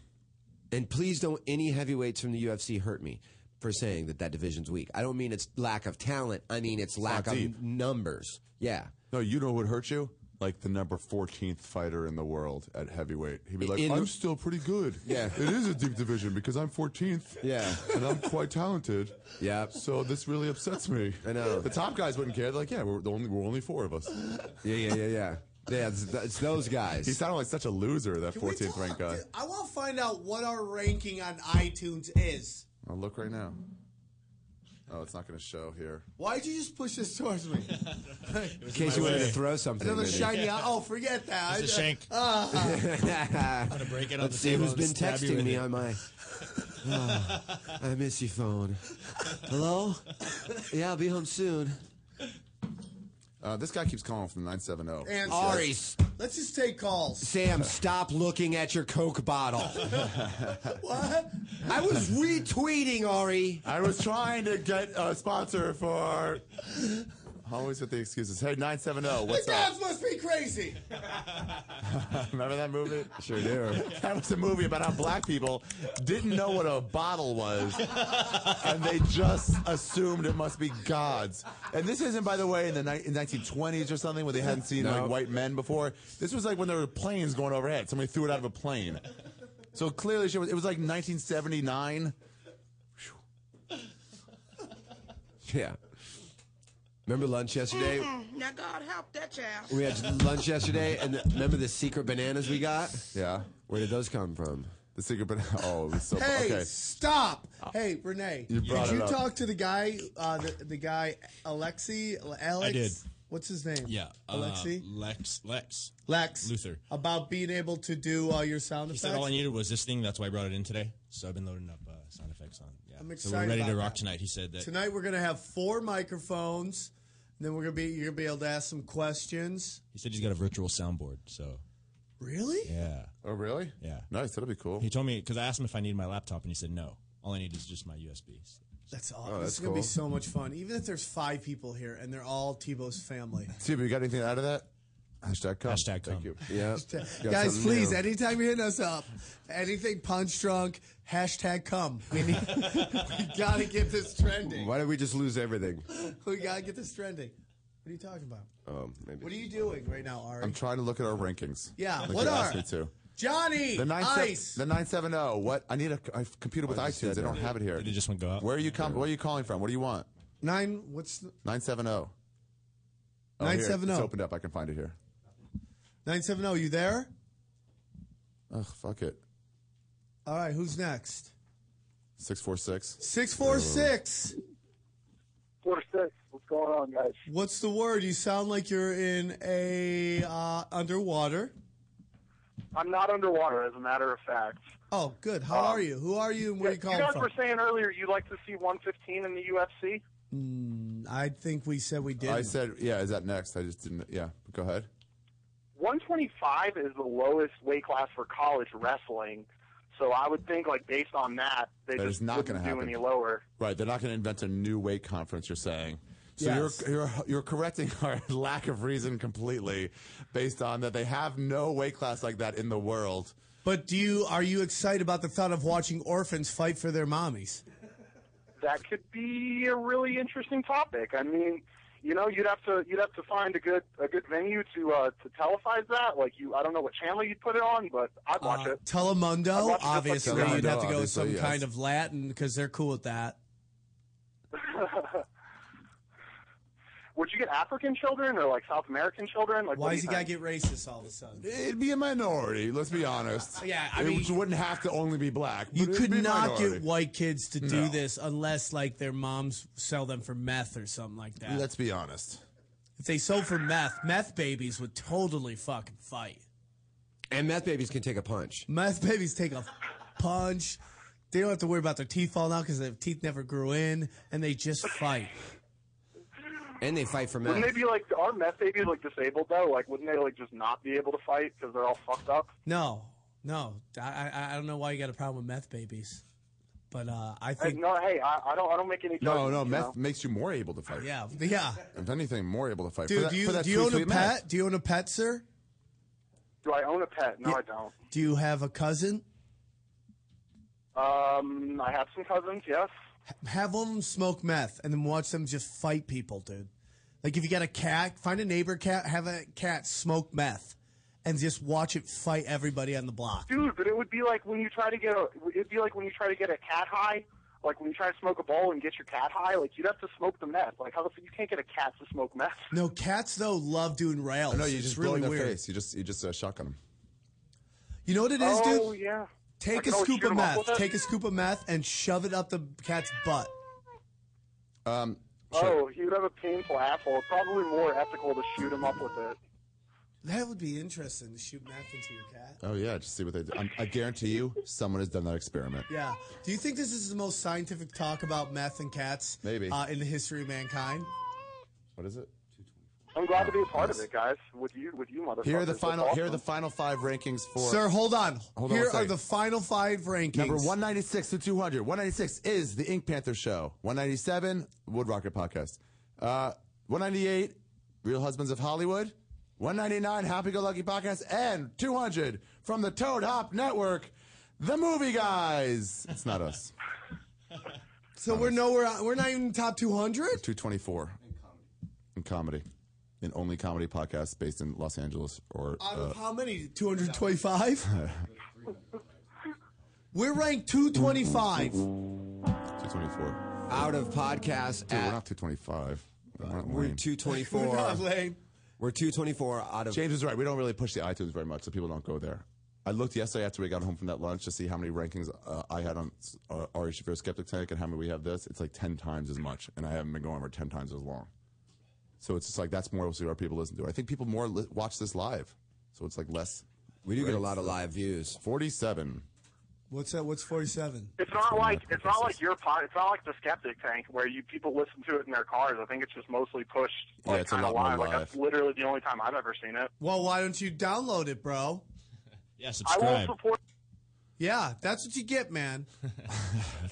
B: And please don't any heavyweights from the UFC hurt me for saying that that division's weak. I don't mean it's lack of talent. I mean it's lack
I: not
B: of
I: deep.
B: numbers. Yeah.
I: No, you know what would hurt you? Like the number 14th fighter in the world at heavyweight. He'd be like,
B: In-
I: I'm still pretty good.
B: Yeah.
I: It is a deep division because I'm 14th.
B: Yeah.
I: And I'm quite talented.
B: Yeah.
I: So this really upsets me.
B: I know.
I: The top guys wouldn't care. They're like, yeah, we're, the only, we're only four of us.
B: Yeah, yeah, yeah, yeah. Yeah, it's, it's those guys.
I: He sounded like such a loser, that 14th ranked guy.
C: I want to find out what our ranking on iTunes is.
I: I'll look right now. Oh, it's not going to show here.
C: Why'd you just push this towards me?
B: In case you wanted to throw something.
C: Another
B: maybe.
C: shiny. eye. Oh, forget that.
D: It's a
C: I-
D: shank.
C: Ah.
B: I'm
D: gonna break it on
B: Let's
D: the
B: see
D: table
B: who's
D: and
B: been
D: stab you
B: texting
D: with
B: me
D: it.
B: on my. Ah, I miss you, phone. Hello? Yeah, I'll be home soon.
I: Uh, this guy keeps calling from oh. 970.
C: Answer.
B: Ari,
C: Let's just take calls.
B: Sam, stop looking at your Coke bottle.
C: What?
B: I was retweeting Ari.
I: I was trying to get a sponsor for Always with the excuses. Hey, 970, what's
C: the
I: up?
C: Dodds must be crazy.
I: Remember that movie? Sure do. That was a movie about how black people didn't know what a bottle was, and they just assumed it must be God's. And this isn't, by the way, in the ni- in 1920s or something where they hadn't seen
B: No.
I: like white men before. This was like when there were planes going overhead. Somebody threw it out of a plane. So clearly, she was, it was like 1979.
B: Yeah. Remember lunch yesterday?
G: Now God help that child.
B: We had lunch yesterday, and the, remember the secret bananas we got?
I: Yeah.
B: Where did those come from?
I: The secret banana. Oh, it was so
C: Hey, stop!
I: Uh,
C: Hey, Renee,
B: You brought
C: did you
B: it up.
C: talk to the guy? Uh, the, the guy Alexi, Alex.
D: I did.
C: What's his name?
D: Yeah. uh,
C: Alexi.
D: Lex. Lex.
C: Lex.
D: Luther.
C: About being able to do all your sound
D: He
C: effects.
D: said all I needed was this thing. That's why I brought it in today. So I've been loading up uh, sound effects on. Yeah.
C: I'm
D: So
C: excited
D: we're ready to
C: about
D: rock
C: that.
D: tonight. He said that.
C: Tonight we're gonna have four microphones. And then we're gonna be you're gonna be able to ask some questions.
D: He said he's got a virtual soundboard. So
C: Really?
D: yeah.
I: Oh really?
D: Yeah.
I: Nice. That'll be cool.
D: He told me because I asked him if I needed my laptop, and he said no. All I need is just my USB.
C: That's
I: Oh,
C: awesome. this
I: that's
C: is gonna be
I: cool.
C: so much fun. Even if there's five people here and they're all Tebow's family.
I: Steve, you got anything out of that? Hashtag come. Hashtag come. Thank you.
B: Yeah.
C: Guys, please, anytime you're hitting us up, anything punch drunk, hashtag come. We need we gotta get this trending.
B: Why did we just lose everything?
C: We gotta get this trending. What are you talking about?
B: Um, maybe.
C: What are you doing right now, Ari?
I: I'm trying to look at our rankings.
C: Yeah,
I: Like
C: what
I: you
C: are-
I: asked me to.
C: Johnny
I: The nine se-
C: Ice.
I: the nine seven zero. What? I need a, a computer with
B: I just
I: iTunes.
B: said
I: I don't
B: that.
I: have it here.
D: Did it just want to go out?
I: Where are you com- Where are you calling from? What do you want?
C: Nine what's the
I: Nine seven zero.
C: 970. oh.
I: It's opened up. I can find it here.
C: 970, oh, you there?
I: Ugh, fuck it.
C: All right, who's next?
I: Six four six.
C: 646.
J: Four six. What's going on, guys?
C: What's the word? You sound like you're in a uh, underwater.
J: I'm not underwater, as a matter of fact.
C: Oh, good. How
J: Um,
C: are you? Who are you and where
J: Yeah,
C: you calling
J: guys
C: from?
J: were saying earlier you like to see 115 in the UFC.
C: Mm, I think we said we did.
I: I said, yeah. Is that next? I just didn't. Yeah. Go ahead.
J: 125 is the lowest weight class for college wrestling. So I would think, like based on that, they
I: That
J: just
I: is not
J: wouldn't
I: gonna
J: do
I: happen.
J: any lower.
I: Right. They're not going to invent a new weight conference. You're saying. So
J: Yes.
I: you're, you're you're correcting our lack of reason completely, based on that they have no weight class like that in the world.
C: But do you are you excited about the thought of watching orphans fight for their mommies?
J: That could be a really interesting topic. I mean, you know, you'd have to you'd have to find a good a good venue to uh, to televise that. Like you, I don't know what channel you'd put it on, but
C: Uh,
J: I'd watch it. I'd
C: Telemundo,
J: watch it just like
C: obviously,
J: Telemundo,
C: you'd have to go with
J: obviously,
C: some
J: yes.
C: kind of Latin because they're cool with that.
J: Would you get African children or like South American children? Like, what
C: Why
J: do
C: does he
J: you
C: gotta
J: think?
C: get racist all of a sudden?
I: It'd be a minority. Let's be honest.
C: Yeah, I
I: it
C: mean-
I: which wouldn't have to only be black.
O: You
I: but it'd
O: could
I: be a
O: not
I: minority.
O: get white kids to do
I: No.
O: this unless like their moms sell them for meth or something like that.
I: Let's be honest.
O: if they sold for meth, meth babies would totally fucking fight.
B: And meth babies can take a punch.
C: Meth babies take a punch. They don't have to worry about their teeth falling out because their teeth never grew in, and they just fight.
B: And they fight for meth.
J: Wouldn't they be like, are meth babies like disabled though? Like, wouldn't they like just not be able to fight because they're all fucked up?
O: No, no, I I, I don't know why you got a problem with meth babies, but uh, I
J: Hey,
O: think
J: no, hey, I, I don't, I don't make any.
I: No,
J: judgments,
I: no,
J: you
I: meth
J: know?
I: makes you more able to fight.
O: Yeah,
C: yeah.
I: If anything, more able to fight.
C: Dude,
I: for that,
C: do you
I: for that
C: do you
I: sweet,
C: own a
I: sweet
C: pet?
I: meth.
C: Do you own a pet, sir?
J: Do I own a pet? No, I don't.
C: Do you have a cousin?
J: Um, I have some cousins. Yes.
C: Have one of them smoke meth and then watch them just fight people, dude. Like if you got a cat, find a neighbor cat, have a cat smoke meth, and just watch it fight everybody on the block.
J: Dude, but it would be like when you try to get a, it'd be like when you try to get a cat high, like when you try to smoke a bowl and get your cat high, like you'd have to smoke the meth. Like how the fuck you can't get a cat to smoke meth?
C: No, cats though love doing rails.
I: No, you
C: it's
I: just blow
C: really
I: in their
C: weird.
I: face. You just you just uh, shotgun them.
C: You know what it is,
J: oh,
C: dude?
J: yeah. I
C: Take
J: could
C: a
J: always
C: scoop
J: shoot
C: of
J: 'em up
C: meth.
J: with it.
C: Take a scoop of meth and shove it up the cat's butt.
I: Um,
J: Oh, he would have a painful asshole. It's Probably more ethical to shoot him up with it.
C: That would be interesting to shoot meth into your cat.
I: oh yeah, just see what they do. I'm, I guarantee you, someone has done that experiment.
C: Yeah. Do you think this is the most scientific talk about meth and cats?
I: Maybe.
C: Uh, in the history of mankind.
I: What is it?
J: I'm glad to be a part
I: nice.
J: of it, guys. With you, with you, motherfuckers.
I: Here are the
J: That's
I: final. Here are the
J: awesome.
I: final five rankings for.
C: Sir, hold on.
I: Hold on
C: Here
I: one
C: are
I: second.
C: the final five rankings.
I: Number 196 to 200. 196 is the Ink Panther Show. 197, Wood Rocket Podcast. Uh, 198, Real Husbands of Hollywood. 199, Happy Go Lucky Podcast. And 200 from the Toad Hop Network, The Movie Guys. It's not us.
C: So we're nowhere. We're not even top 200.
I: 224. In comedy. In only comedy podcast based in Los Angeles or.
C: Out of
I: uh,
C: how many? 225. we're ranked 225.
I: 224.
B: Out of podcasts
I: Dude, we're
B: at
I: not 225. We're, not
B: we're
I: lame.
B: 224. We're not lame. We're 224 out of
I: James was right. We don't really push the iTunes very much, so people don't go there. I looked yesterday after we got home from that lunch to see how many rankings uh, I had on uh, Ari Shaffir's Skeptic Tank and how many we have this. It's like 10 times as much, and I haven't been going for 10 times as long. So it's just like that's more what our people listen to. I think people more li- watch this live, so it's like less.
B: We do get a lot of live views.
I: 47.
C: What's that? What's 47?
P: It's not like it's not like your pod. It's not like the skeptic tank where you people listen to it in their cars. I think it's just mostly pushed
I: Yeah,
P: like
I: it's a
P: kind of
I: lot more
P: live. Like
I: live.
P: that's literally the only time I've ever seen it.
C: Well, why don't you download it, bro?
D: yeah,
P: I won't support.
C: Yeah, that's what you get, man.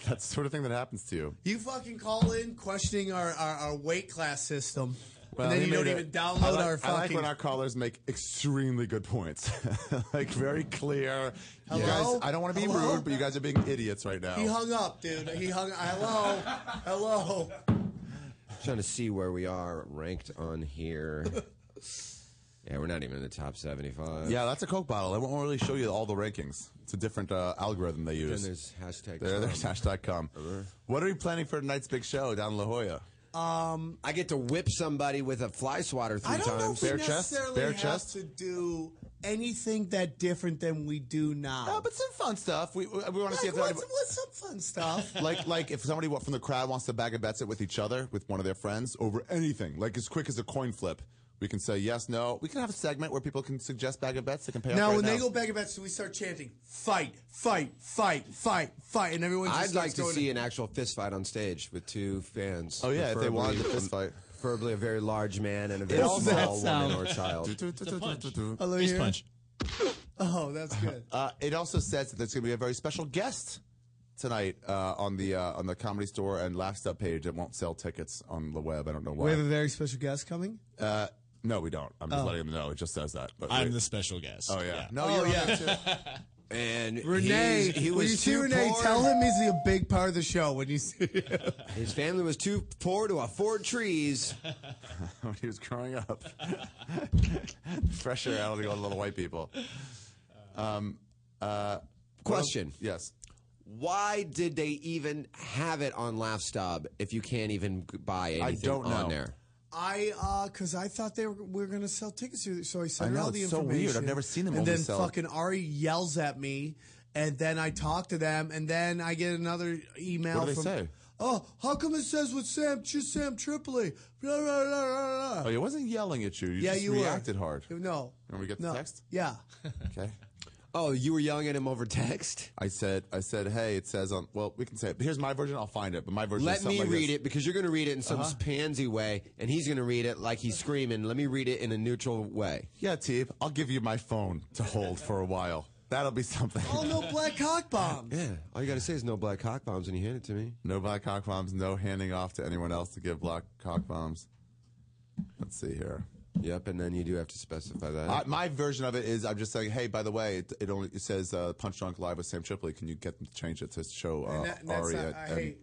I: That's the sort of thing that happens to you.
C: You fucking call in questioning our, our, our weight class system. and
I: he
C: then you don't
I: made
C: even
I: it-
C: download
I: I like-
C: our
I: I like
C: fucking.
I: when our callers make extremely good points, like very clear. You
C: Hello?
I: guys, I don't want to be
C: Hello?
I: rude, but you guys are being idiots right now.
C: he hung up, dude. He hung Hello. Hello.
B: trying to see where we are ranked on here. yeah, we're not even in the top 75.
I: Yeah, that's a Coke bottle. I won't really show you all the rankings. It's a different uh, algorithm they use.
B: there's hashtag
I: There,
B: com.
I: there's hashtag com. What are we planning for tonight's big show down in La Jolla?
C: Um,
B: I get to whip somebody with a fly swatter three
C: I don't know
B: times.
C: if we necessarily have to do anything that different than we do now. No,
I: but some fun stuff. We we want
C: like,
I: to see if
C: what's,
I: anybody-
C: what's some fun stuff?
I: like like if somebody wa- from the crowd wants to bag and bets it with each other with one of their friends over anything, like as quick as a coin flip. We can say yes, no. We can have a segment where people can suggest bag of bets. They can pay off
C: now
I: right
C: when
I: now.
C: they go back and back, so we start chanting, fight, fight, fight, fight, fight, and everyone. Just
B: I'd
C: starts
B: like to
C: going
B: see an actual fist fight on stage with two fans.
I: Oh, yeah, if they wanted
B: Preferably-
I: a fist fight.
B: Preferably a very large man and a very
I: also-
B: small
I: That
B: woman or
I: sound.
B: child.
C: Hello,
I: Fist
C: here.
I: punch.
C: Oh, that's good.
I: Uh, it also says that there's going to be a very special guest tonight uh, on the uh, on the Comedy Store and Laugh Stop page. It won't sell tickets on the web. I don't know
C: We have
I: why.
C: a very special guest coming.
I: Uh, no, we don't. I'm just
C: Oh.
I: letting them know. It just says that. But
D: I'm
I: we-
D: the special guest.
I: Oh yeah. No,
C: Oh,
I: you're on
C: yeah.
I: there, too.
B: And
C: Renee,
B: he's- he
C: when
B: was
C: you see
B: too
C: Renee,
B: poor.
C: tell him he's a big part of the show. When you see him.
B: His family was too poor to afford trees.
I: when he was growing up. Fresh air out of all the little white people. Um, uh,
B: Question.
I: Yes.
B: Why did they even have it on Laughstub if you can't even g- buy anything
I: I don't know.
B: on there?
C: I uh, because I thought they were we were gonna sell tickets to, so I
I: I
C: sent her
I: know,
C: all the
I: it's so
C: information.
I: weird. I've never seen them
C: And
I: only
C: then
I: sell-
C: fucking Ari yells at me, and then I talk to them, and then I get another email.
I: What do they
C: from,
I: say?
C: Oh, how come it says with Sam just Sam Tripoli? Blah, blah, blah, blah,
I: Oh,
C: blah.
I: he wasn't yelling at you. You
C: Yeah,
I: just
C: you were.
I: reacted hard.
C: No,
I: And we get the
C: no,
I: Oh. text.
C: yeah.
I: Okay.
B: Oh, you were yelling at him over text.
I: I said, I said, hey, it says on. Well, we can say it. Here's my version. I'll find it. But my version.
B: Let
I: is something
B: me
I: like
B: read
I: this.
B: it because you're going to read it in some
I: Uh-huh.
B: pansy way, and he's going to read it like he's screaming. Let me read it in a neutral way.
I: Yeah, Teeb, I'll give you my phone to hold for a while. That'll be something.
C: Oh no, black cock bomb.
B: Yeah, all you got to say is no black cock bombs, and you hand it to me.
I: No black cock bombs. No handing off to anyone else to give black cock bombs. Let's see here.
B: Yep, and then you do have to specify that.
C: Uh,
I: I, my version of it is I'm just saying, hey, by the way, it, it only it says uh, Punch Drunk Live with Sam Tripoli. Can you get them to change it to show uh,
C: And that- and that's
I: Ari?
C: not-
I: and-
C: I hate.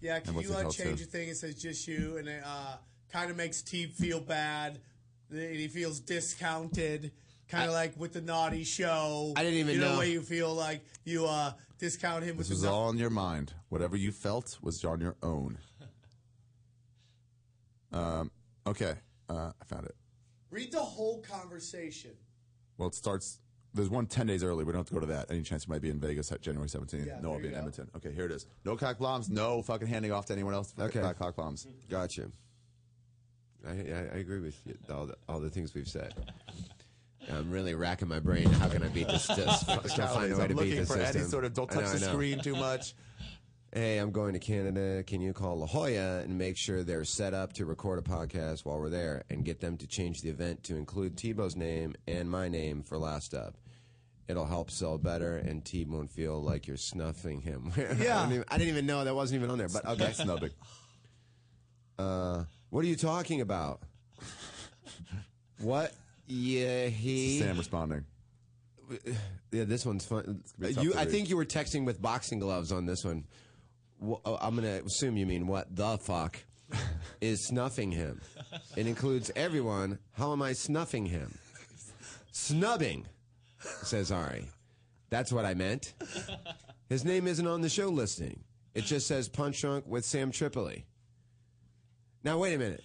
C: Yeah, can
I: and what's
C: you
I: it
C: uh,
I: called,
C: change
I: too?
C: a thing? It says just you, and it uh, kind of makes Teeb feel bad. And he feels discounted, kind of like with the naughty show.
B: I didn't even
C: you know,
B: know.
C: the way you feel like you uh, discount him
I: This
C: with
I: was
C: the
I: all on your mind. Whatever you felt was on your own. Um, okay, uh, I found it.
C: Read the whole conversation.
I: Well, it starts. There's one 10 days early. We don't have to go to that. Any chance you might be in Vegas at January 17th?
C: Yeah,
I: no,
C: there
I: I'll be
C: you
I: in
C: go.
I: Edmonton. Okay, here it is. No cock bombs. No fucking handing off to anyone else.
B: Okay.
I: Black cock bombs.
C: Mm-hmm.
B: Gotcha. I, I, I agree with you, all, the, all the things we've said. I'm really racking my brain. How can I beat this? Just still find a
I: Calories.
B: way to
I: I'm
B: beat
I: looking
B: this
I: for any
B: system.
I: sort of- don't
B: I
I: touch
B: know,
I: the
B: I know.
I: screen too much.
B: Hey, I'm going to Canada. Can you call La Jolla and make sure they're set up to record a podcast while we're there and get them to change the event to include Tebow's name and my name for last up? It'll help sell better, and Tebow won't feel like you're snuffing him. I,
C: Yeah.
B: didn't even, I didn't even know that wasn't even on there, but okay.
I: That's snubbing.
B: Uh, What are you talking about? what? Yeah, he.
I: Sam responding.
B: Yeah, this one's fun.
I: be tough
B: Uh, You,
I: to
B: I
I: read.
B: think you were texting with boxing gloves on this one. Wha- oh, I'm going to assume you mean what the fuck is snuffing him. It includes everyone. How am I snuffing him? Snubbing, says Ari. That's what I meant. His name isn't on the show listing. It just says Punch Drunk with Sam Tripoli. Now wait a minute.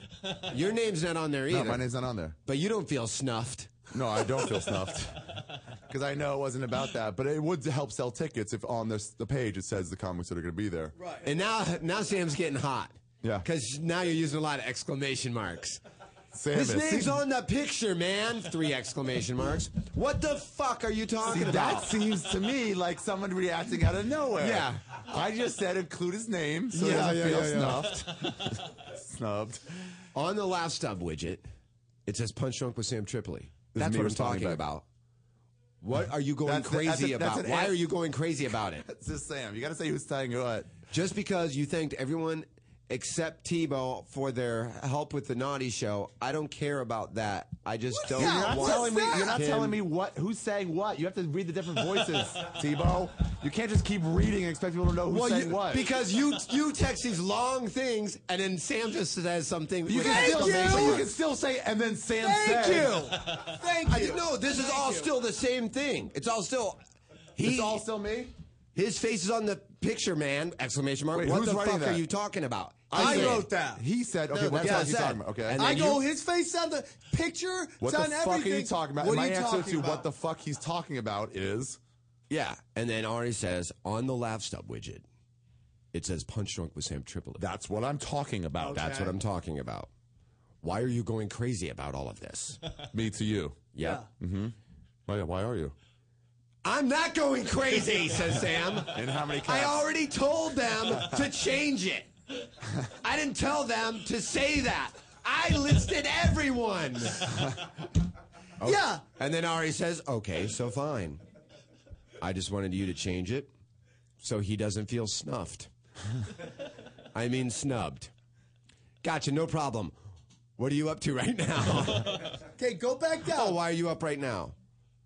B: Your name's not on there either.
I: No, my name's not on there.
B: But you don't feel snuffed.
I: No, I don't feel snuffed. Because I know it wasn't about that, but it would help sell tickets if on this, the page it says the comics that are going to be there.
B: Right. And now, now Sam's getting hot.
I: Yeah.
B: Because now you're using a lot of exclamation marks.
I: Sam
B: His
I: is-
B: name's on the picture, man. Three exclamation marks. What the fuck are you talking
I: See,
B: about?
I: that seems to me like someone reacting out of nowhere.
B: Yeah.
I: I just said include his name so he
B: Yeah,
I: doesn't
B: yeah,
I: feel
B: yeah, yeah.
I: snuffed. Snubbed.
B: On the laugh stub widget, it says Punch Drunk with Sam Tripoli.
I: This is
B: That's
I: me
B: what I'm
I: responding
B: talking
I: back.
B: about. What are you going
I: That's- that's
B: crazy
I: a- that's
B: about?
I: an
B: Why
I: an-
B: are you going crazy about it?
I: That's just Sam. You got to say who's telling you what.
B: Just because you thanked everyone except Tebow for their help with the naughty show, I don't care about that. I just don't
I: Oh, you're not
B: want
I: telling me. You're not
B: him-
I: telling me what. Who's saying what? You have to read the different voices, Tebow. You can't just keep reading and expect people to know who's
B: Well,
I: saying
B: you,
I: what.
B: because you you text these long things and then Sam just says something.
I: you
B: with
I: can still
B: exclamation
I: say. You
B: marks.
I: can still say, and then Sam
B: Thank
I: said.
B: you. Thank I, no, this is all still the same thing. It's all still. He,
I: It's all still me.
B: His face is on the picture, man! Exclamation mark.
I: Wait,
B: what
I: who's
B: the
I: writing
B: fuck
I: that?
B: are you talking about?
I: I
B: said-
I: wrote that. He said- okay, what the fuck
B: that's
I: are you
B: I said.
I: talking about? Okay.
B: And
C: I
B: then
C: go,
B: you-
C: his face on the picture.
I: What
C: it's
I: the
C: on
I: fuck
C: everything.
I: are you talking about?
C: What
I: and
C: are
I: my
C: you
I: answer
C: talking
I: to
C: about?
I: what the fuck he's talking about is
B: Yeah, and then Ari says on the laugh stub widget, it says punch drunk with Sam Tripoli.
I: That's what I'm talking about.
B: That's
I: Okay.
B: what I'm talking about. Why are you going crazy about all of this?
I: me to you.
B: Yeah.
I: Mm-hmm. Why, why are you?
B: I'm not going crazy, says Sam.
I: And how many
B: I
I: caps?
B: already told them to change it. I didn't tell them to say that. I listed everyone. Yeah. Oh. And then Ari says, okay, so fine. I just wanted you to change it so he doesn't feel snuffed. I mean, snubbed. Gotcha, no problem. What are you up to right now?
C: Okay, go back down.
B: oh, why are you up right now?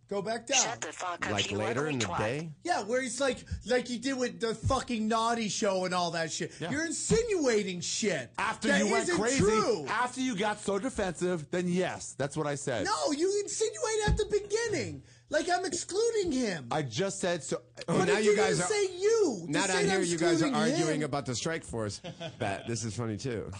C: Go back down. Shut the fuck
B: Like later in the day?
C: Yeah, where he's like, like you did with the fucking naughty show and all that shit. You're insinuating shit
I: After
C: that
I: you went
C: isn't
I: crazy,
C: True.
I: after you got so defensive, then yes, that's what I said.
C: No, you insinuate at the beginning, like I'm excluding him.
I: I just said so.
C: but
B: now
C: it
B: you
C: didn't
B: guys are-
C: say you.
B: Now
C: Just
B: down
C: said
B: here,
C: I'm
B: you guys are
C: excluding
B: arguing
C: him.
B: about the strike force. That this is funny too.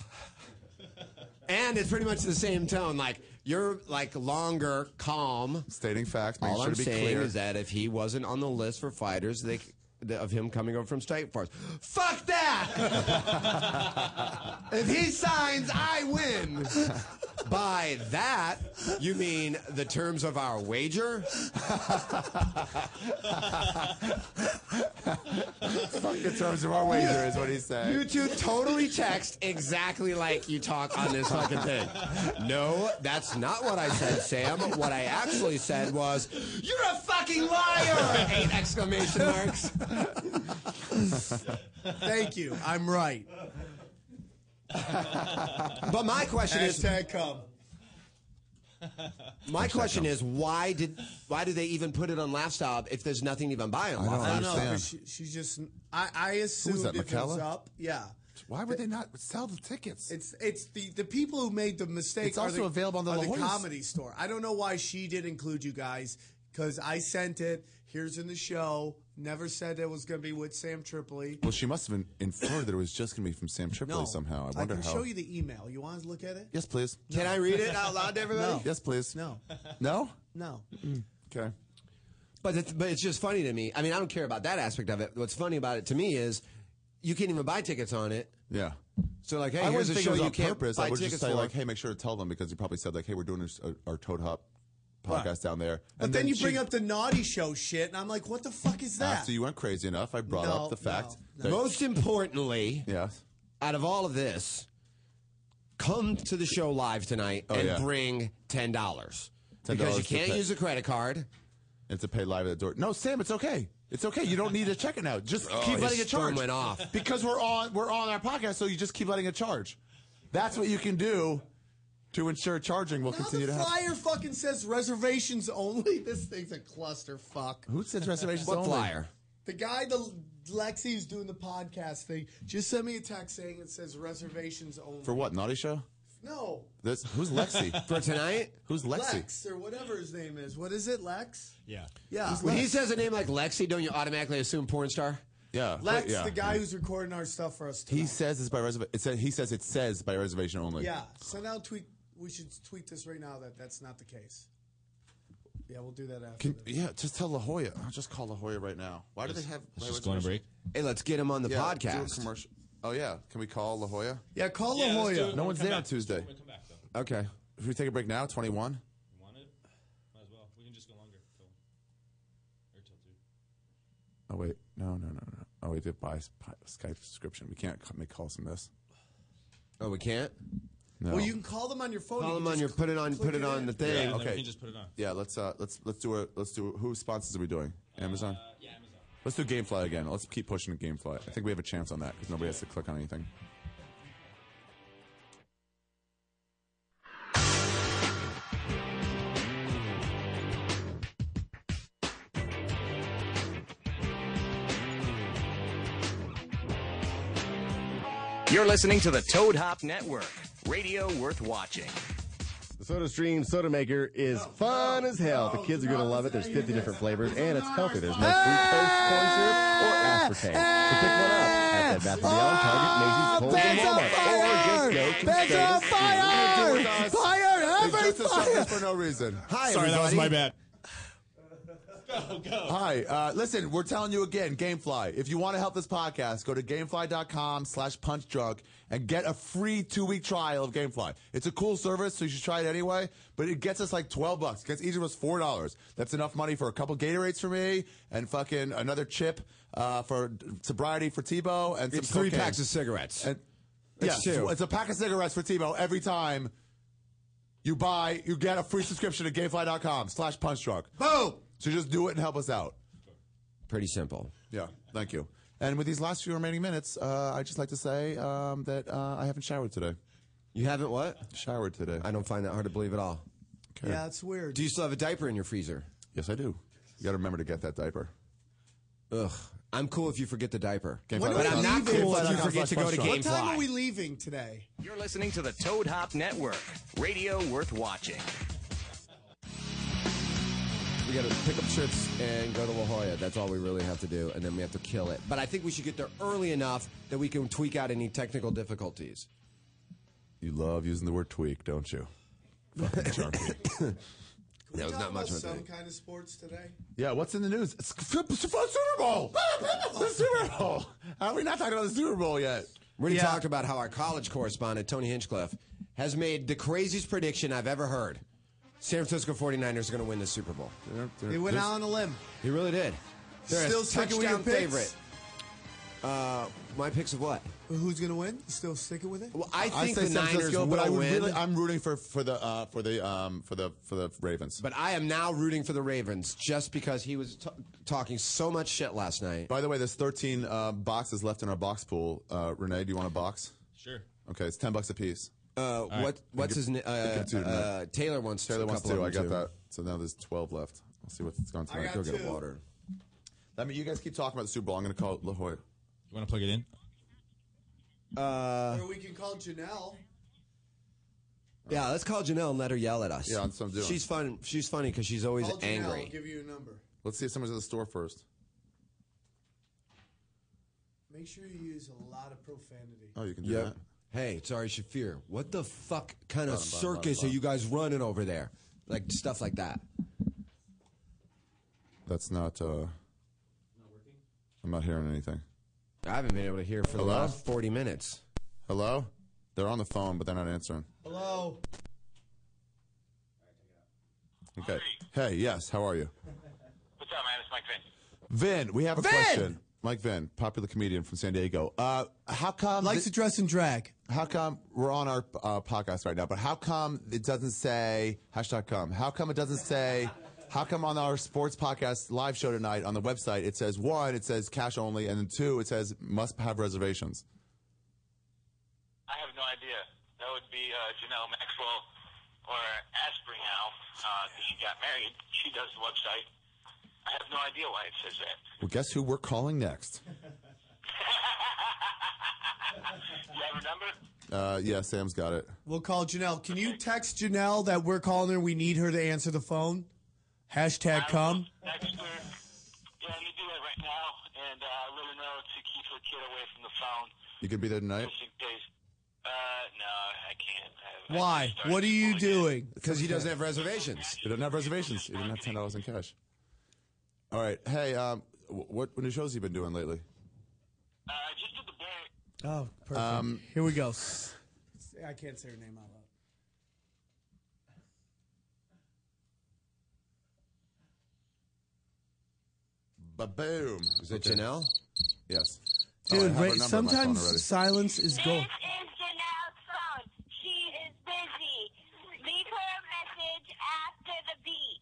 B: And it's pretty much the same tone. Like you're like longer, calm.
I: Stating facts. Make
B: All
I: sure
B: I'm
I: to be
B: saying
I: clear.
B: is that if he wasn't on the list for fighters, they. the- Of him coming over from Strike Force. Fuck that! if he signs, I win! By that, you mean the terms of our wager?
I: Fuck the terms of our wager is what he's saying.
B: You two totally text exactly like you talk on this fucking thing. No, that's not what I said, Sam. What I actually said was, "You're a fucking liar!" Eight exclamation marks.
C: Thank you. I'm right.
B: But my question is,
C: Hashtag come.
B: my question is, why did why do they even put it on Laughstop if there's nothing to even buy on Laugh
C: I don't
B: Stop?
C: know. 'cause She, she's just. I, I assumed
I: that,
C: if it was
I: McKella?
C: up. Yeah.
I: Why would they not sell the tickets?
C: It's it's the, the people who made the mistake.
I: It's
C: are
I: also
C: the,
I: available on the
C: are
I: La Jolla's.
C: comedy store. I don't know why she did include you guys because I sent it. Here's in the show. Never said it was going to be with Sam Tripoli.
I: Well, she must have in- inferred that it was just going to be from Sam Tripoli
C: No.
I: somehow. I wonder
C: can
I: how.
C: show you the email. You want to look at it?
I: Yes, please.
B: Can I read it out loud to everybody?
I: Yes, please.
C: No.
I: No?
C: No.
I: Okay.
B: But it's, but it's just funny to me. I mean, I don't care about that aspect of it. What's funny about it to me is, you can't even buy tickets on it.
I: Yeah.
B: So like, hey,
I: I
B: here's
I: wouldn't
B: a
I: think
B: show
I: it was
B: you
I: on
B: can't
I: purpose.
B: buy
I: I would
B: tickets
I: just say
B: for.
I: like, hey, make sure to tell them because you probably said like, hey, we're doing our, our Toad Hop podcast down there.
C: But then, you
I: she-
C: bring up the naughty show shit, and I'm like, what the fuck is that?
I: after you went crazy enough, I brought
C: No,
I: up the fact
B: The Most importantly,
I: that yes,
B: out of all of this, come to the show live tonight
I: Oh,
B: and
I: yeah.
B: bring ten dollars because
I: $10
B: you
I: to
B: can't
I: pay.
B: use a credit card.
I: and to pay live at the door. No, Sam, it's okay. It's okay. You don't need to check it now. Just
B: Oh,
I: keep
B: his
I: letting it
B: phone
I: charge.
B: went off.
I: because we're on we're on our podcast, so you just keep letting it charge. That's what you can do to ensure charging will
C: Now
I: continue
C: the
I: to happen.
C: flyer fucking says reservations only. This thing's a clusterfuck.
I: Who says reservations
C: What
I: only?
C: flyer? The guy, the Lexi who's doing the podcast thing, just sent me a text saying it says reservations only.
I: For what? Naughty show?
C: No.
I: This, who's Lexi?
B: For tonight?
I: Who's Lexi?
C: Lex or whatever his name is. What is it, Lex?
D: Yeah.
C: Yeah.
B: When he says a name like Lexi, don't you automatically assume porn star?
I: Yeah.
C: Lex,
I: yeah.
C: the guy who's recording our stuff for us.
I: He says it's by reservation. Says, he says it says by reservation only.
C: yeah. So now tweet. We should tweet this right now that that's not the case. Yeah, we'll do that after.
I: Can, yeah, just tell La Jolla. I'll just call La Jolla right now. Why do they have?
B: let's
I: by
B: just go on a
I: reservation?
B: Hey, let's get him on the
I: Yeah, do a
B: podcast.
I: commercial. Oh yeah, can we call La Jolla?
C: Yeah, call La Yeah, let's Jolla. do it when
I: No
C: we
I: one's
C: come
I: there on
C: back.
I: Tuesday. Okay, should we take a break now? Twenty-one.
D: Might as well. We can just go longer. Till, or till two.
I: Oh wait, no, no, no, no. Oh, we have to buy Sp- Skype subscription. We can't c- make calls from this.
B: Oh, we can't.
I: No.
C: Well, you can call them on your phone.
B: Call
C: You
B: them
C: can
B: on your
C: just
B: put it
C: cl-
B: on
C: click
B: put it on
C: in.
B: the thing.
I: Yeah,
D: then we
I: okay.
D: can just put it on.
I: Yeah, let's uh, let's let's do a let's do who sponsors are we doing? Amazon.
D: Uh, yeah, Amazon.
I: Let's do GameFly again. Let's keep pushing GameFly. I think we have a chance on that because nobody has to click on anything.
M: You're listening to the Toad Hop Network, radio worth watching.
Q: The Soda Stream Soda Maker is fun as hell. the kids are going to love it. There's 50 different flavors, and it's healthy. There's no fructose, corn syrup, or aspartame. So pick one up at that Bath and Beyond, Target, Macy's,
B: Ah,
Q: Kohl's, and
C: Ben's on
Q: Walmart. Or just go to
C: Ben's
Q: Soda
C: on fire!
Q: Stream.
C: Fire!
I: They
C: Every
I: just assault
C: fire!
I: us for no reason.
D: Hi, Sorry, that was my bad.
I: Hi. Uh, listen, we're telling you again, GameFly. If you want to help this podcast, go to gamefly.com slash punchdrunk and get a free two-week trial of GameFly. It's a cool service, so you should try it anyway, but it gets us like 12 bucks. It gets each of us $4. That's enough money for a couple Gatorades for me and fucking another chip uh, for sobriety for Tebow and some
B: It's three
I: cocaine.
B: packs of cigarettes.
I: And,
B: It's
I: yeah,
B: two.
I: it's a pack of cigarettes for Tebow every time you buy, you get a free subscription to gamefly.com slash punchdrunk. Boom! So just do it and help us out.
B: Pretty simple.
I: Yeah, thank you. And with these last few remaining minutes, uh, I'd just like to say um, that uh, I haven't showered today.
B: You haven't what?
I: Showered today.
B: I don't find that hard to believe at all.
C: Yeah, it's weird.
B: Do you still have a diaper in your freezer?
I: Yes, I do. You got to remember to get that diaper.
B: Ugh. I'm cool if you forget the diaper.
I: Game
B: but
I: Fly.
B: I'm not
I: Game
B: cool
I: Fly.
B: if you
I: Game
B: forget
I: Fly.
B: to go to
I: Game Fly.
B: Game
I: What time
B: Fly.
C: are we leaving today?
M: You're listening to the Toad Hop Network, radio worth watching.
B: We got to pick up trips and go to La Jolla. That's all we really have to do, and then we have to kill it. But I think we should get there early enough that we can tweak out any technical difficulties.
I: You love using the word tweak, don't you? Fucking Sharpie.
B: That was
C: Talk
B: not much of
C: about
B: a
C: some
B: thing.
C: kind of sports today.
I: Yeah, what's in the news? It's the Super Bowl! the Super Bowl! How are we not talking about the Super Bowl yet?
B: We already talked about how our college correspondent, Tony Hinchcliffe, has made the craziest prediction I've ever heard. San Francisco 49ers are going to win the Super Bowl.
C: They went out on a limb.
B: He really did. They're
C: Still
B: a
C: sticking with your
B: touchdown
C: picks?
B: favorite. Uh, my picks of what?
C: Who's gonna win? You still sticking with it?
B: Well, I think
I: say
B: the
I: San
B: Niners
I: Francisco,
B: will
I: but I would
B: win.
I: really, I'm rooting for for the uh, for the um, for the for the Ravens.
B: But I am now rooting for the Ravens just because he was t- talking so much shit last night.
I: By the way, there's 13 uh, boxes left in our box pool. Uh, Renee, do you want a box?
D: Sure.
I: Okay, it's 10 bucks a piece.
B: Uh,
I: right.
B: what what's his name? Uh,
I: I'll get two tonight.
B: uh, Taylor wants
I: Taylor
B: a
I: wants
B: couple
I: two. I
B: of them
I: got
B: too.
I: that. So now there's 12 left. I'll see what's gone
B: I
I: tonight.
B: got Go get two. water.
I: I mean, you guys keep talking about the Super Bowl. I'm going to call it La Jolla.
D: You want to plug it in?
B: Uh,
C: or we can call Janelle.
B: yeah, let's call Janelle and let her yell at us.
I: Yeah, that's what I'm doing.
B: She's fun. She's funny because she's always
C: Call Janelle. I'll
B: angry.
C: give you a number.
I: Let's see if someone's at the store first.
C: Make sure you use a lot of profanity.
I: Oh, you can do
B: Yep.
I: that.
B: Hey, it's Ari Shafir. What the fuck kind of
I: Bottom, bottom,
B: circus
I: bottom,
B: are you guys running over there? Like stuff like that.
I: That's not. Uh, not working? I'm not hearing anything.
B: I haven't been able to hear for the
I: Hello?
B: last forty minutes.
I: Hello? They're on the phone, but they're not answering.
C: Hello.
I: Okay. Hey, yes. How are you?
A: What's up, man? It's Mike Vin.
I: Vin, we have a
A: Vin!
I: question. Mike Vin, popular comedian from San Diego. Uh, how come likes to
C: dress in drag?
I: How come we're on our uh, podcast right now? But how come it doesn't say hashtag come? How come it doesn't say? How come on our sports podcast live show tonight on the website it says one, it says cash only, and then two, it says must have reservations.
A: I have no idea. That be uh, Janelle Maxwell or Asprey now, because she got married. She does the website. I have no idea why it says that.
I: Well, guess who we're calling next?
A: you have a number?
I: Uh, yeah, Sam's got it.
C: We'll call Janelle. Can you text Janelle that we're calling her? We need her to answer the phone. Hashtag come.
A: Next her. Yeah, you do that right now, and uh, let her know to keep her kid away from the phone.
I: You could be there tonight.
A: Just in case. Uh, no, I can't. I, I
C: Why? What are you doing?
I: Because he doesn't have reservations. He doesn't have reservations. He doesn't have ten dollars in cash. All right. Hey, um, wh- what what new shows have you been doing lately?
R: Oh, perfect.
I: Um,
R: Here we go.
C: I can't say her name out loud.
I: Ba boom. Is
B: it Janelle?
I: Yes. Oh, I
R: Dude,
I: have her
R: wait,
I: number on my phone already.
R: sometimes silence is gold.
S: is Janelle's phone. She is busy. Leave her a message after the beep.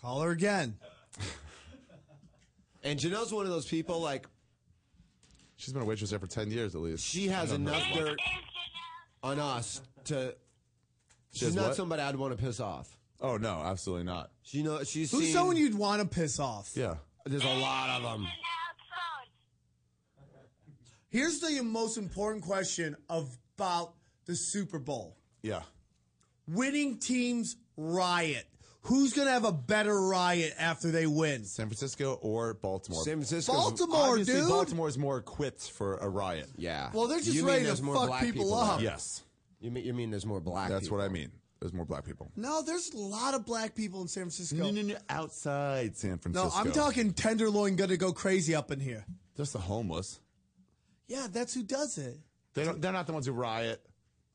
C: Call her again.
B: And Janelle's one of those people like
I: She's been a waitress there for ten years at least.
B: she has
I: I don't know
B: enough
I: why.
B: dirt on us to.
I: She
B: she's
I: has
B: not
I: what?
B: somebody I'd want to piss off.
I: Oh no, absolutely not.
B: She know she's
C: Who's
B: seen,
C: someone you'd want to piss off?
I: Yeah.
B: There's a lot of them.
C: Here's the most important question about the Super Bowl.
I: Yeah.
C: Winning teams riot. Who's going to have a better riot after they win?
I: San Francisco or Baltimore?
B: San Francisco's-
C: Baltimore,
I: Obviously,
C: dude.
I: Baltimore's more equipped for a riot.
B: Yeah.
C: Well, they're just
B: You mean
C: ready to
B: there's more
C: fuck
B: black
C: people
B: there.
C: up.
I: Yes.
B: You mean you mean there's more black?
I: That's
B: people.
I: what I mean. There's more black people.
C: No, there's a lot of black people in San Francisco.
I: No, no, no. Outside San Francisco.
C: No, I'm talking tenderloin gonna go crazy up in here.
I: Just the homeless.
C: Yeah, that's who does it.
I: They don't. They're not the ones who riot.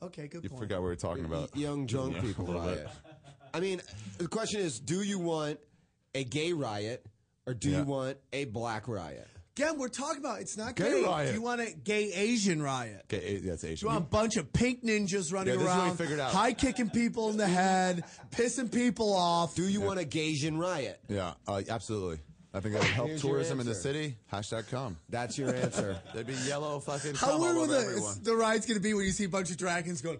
C: Okay, good
I: You
C: point.
I: forgot what we were talking about.
B: Young drunk
I: Yeah,
B: people
I: a little
B: riot.
I: bit.
B: I mean, the question is, do you want a gay riot or do
I: Yeah.
B: you want a black riot?
C: Again, we're talking about it's not
I: Gay
C: gay.
I: riot.
C: Do you want a gay Asian riot?
I: Okay, that's
C: Do
I: Asian.
C: you want a bunch of pink ninjas running
I: Yeah, this is what we
C: around,
I: figured out.
C: high kicking people in the head, pissing people off?
B: Do you want a Gaysian riot?
I: Yeah, uh, absolutely. I think that would help
B: Here's your
I: tourism in the
B: answer.
I: city. Hashtag come.
B: That's your answer.
I: There'd be yellow fucking
C: How
I: cum all
C: weird will
I: over
C: the,
I: everyone.
C: the ride's gonna be when you see a bunch of dragons going?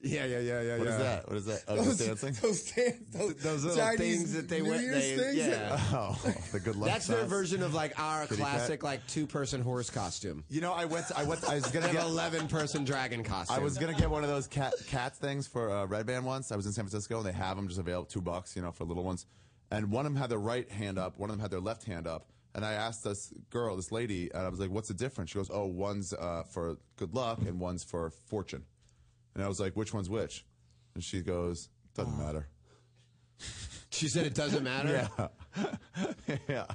B: yeah, yeah, yeah, yeah.
I: What
B: yeah.
I: is that? What is that? Oh,
C: Those
I: just dancing?
C: those, dan- those,
B: Those little
C: Chinese
B: things that they
C: New
B: went-
C: Year's
B: they-
C: things
B: yeah.
C: that-
I: Oh, the good luck.
B: That's their
I: sauce.
B: version of like our
I: Kitty cat.
B: classic like two person horse costume.
I: You know, I went. I went. I was
B: They
I: gonna
B: have
I: get.
B: an eleven person dragon costume.
I: I was gonna get one of those cat cats things for uh, Red Band once. I was in San Francisco and they have them just available two bucks, you know, for little ones. And one of them had their right hand up, one of them had their left hand up. And I asked this girl, this lady, and I was like, "What's the difference?" She goes, "Oh, one's uh, for good luck and one's for fortune." And I was like, "Which one's which?" And she goes, "Doesn't matter."
B: She said it doesn't matter.
I: yeah.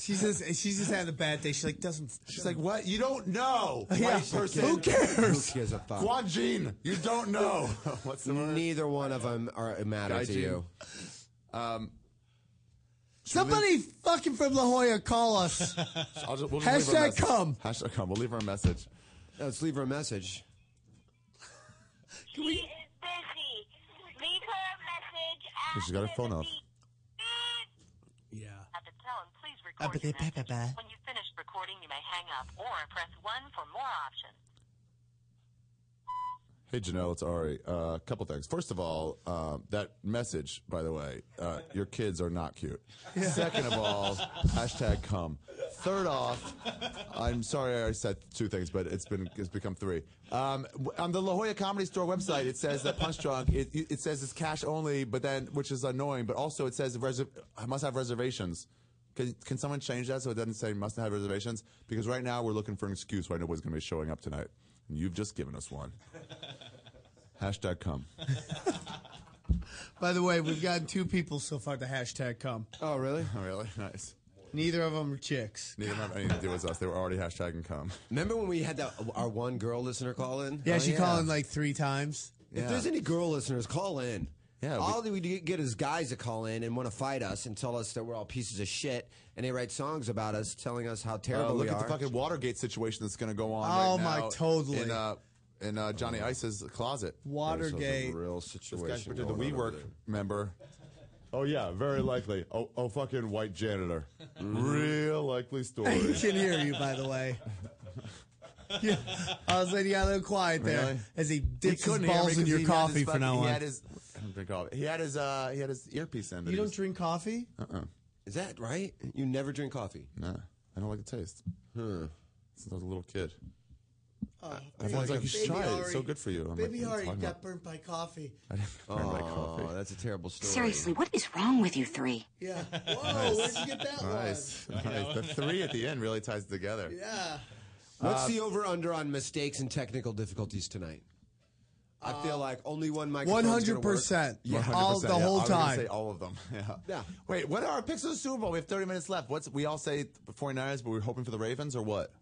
C: She says she's just had a bad day. She's like doesn't.
I: She's like, "What? You don't know, white
C: Yeah.
I: person?
C: Who cares?
B: Who gives a fuck?
I: Guan Jin, you don't know." What's the word?
B: Neither one of them are matter to
I: Gaijin.
B: you.
C: Somebody fucking from La Jolla call us.
I: I'll just, we'll just leave her
C: Hashtag
I: a message.
C: come.
I: Hashtag come. We'll leave her a message.
B: Let's leave her a message.
S: She is busy. Leave her a message after
I: She's got her phone
S: the
I: off.
S: beep.
R: Yeah.
N: At the tone, please record your message. When you've finished recording, you may hang up or press 1 for more options.
I: Hey Janelle, it's Ari. A uh, couple things. First of all, um, that message, by the way, uh, your kids are not cute. Second of all, hashtag come. Third off, I'm sorry I already said two things, but it's been it's become three. Um, w- on the La Jolla Comedy Store website, it says that Punch Drunk. It, it says it's cash only, but then which is annoying. But also it says reser- I must have reservations. Can, can someone change that so it doesn't say must have reservations? Because right now we're looking for an excuse why nobody's going to be showing up tonight, and you've just given us one. Hashtag come.
C: By the way, we've gotten two people so far to hashtag come.
B: Oh really?
I: Oh, really? Nice.
C: Neither of them are chicks.
I: Neither of them have anything to do with us. They were already hashtagging come.
B: Remember when we had that our one girl listener call in?
C: Yeah,
B: Oh,
C: she called in like three times.
B: If there's any girl listeners, call in.
I: Yeah, we-
B: all that we get is guys to call in and want to fight us and tell us that we're all pieces of shit, and they write songs about us, telling us how
I: Uh,
B: terrible
I: look
B: we
I: at
B: are.
I: the fucking Watergate situation that's going to go on.
C: Oh,
I: right
C: my,
I: now
C: totally. Oh.
I: In, uh, in uh, Johnny Ice's closet.
C: Watergate.
B: real
I: This guy
B: situation.
I: did the
B: going on over
I: WeWork
B: there.
I: member. Oh yeah, very likely. Oh, oh fucking white Mm-hmm. janitor. Real likely story.
C: He can hear you, by the way. yeah. I was like, you got a little quiet there
I: Really?
C: as he dips his
I: couldn't hear me
C: balls in
I: 'cause
C: your
I: he had
C: coffee
I: his
C: for
I: fucking-
C: now on.
I: He had his, I don't drink coffee. He had his, uh, he had his earpiece in.
C: you don't drink coffee?
I: Uh uh
B: Is that right? You never drink coffee.
I: Nah, I don't like the taste. Hmm. Since I was a little kid.
T: Oh,
I: Uh, Everyone's like, you should
T: Baby
I: try it. It's
T: Ari-
I: so good for you. I'm
T: Baby Ari
I: like, "What are you
T: got
I: talking about?"
T: burnt by coffee.
I: I didn't burn my coffee.
B: that's a terrible story.
N: Seriously, what is wrong with you three?
T: Yeah. Whoa, where'd you get that
I: Nice.
T: one?
I: nice. The three at the end really ties it together.
T: Yeah.
B: What's
I: Uh,
B: the over under on mistakes and technical difficulties tonight? I feel like only one microphone.
C: 100%.
I: Yeah,
C: All- the
I: 100%, yeah.
C: whole
I: I was gonna
C: time.
I: Say all of them. Yeah. Wait, what are our picks of the Super Bowl? We have 30 minutes left. What's we all say 49ers, but we're hoping for the Ravens or what?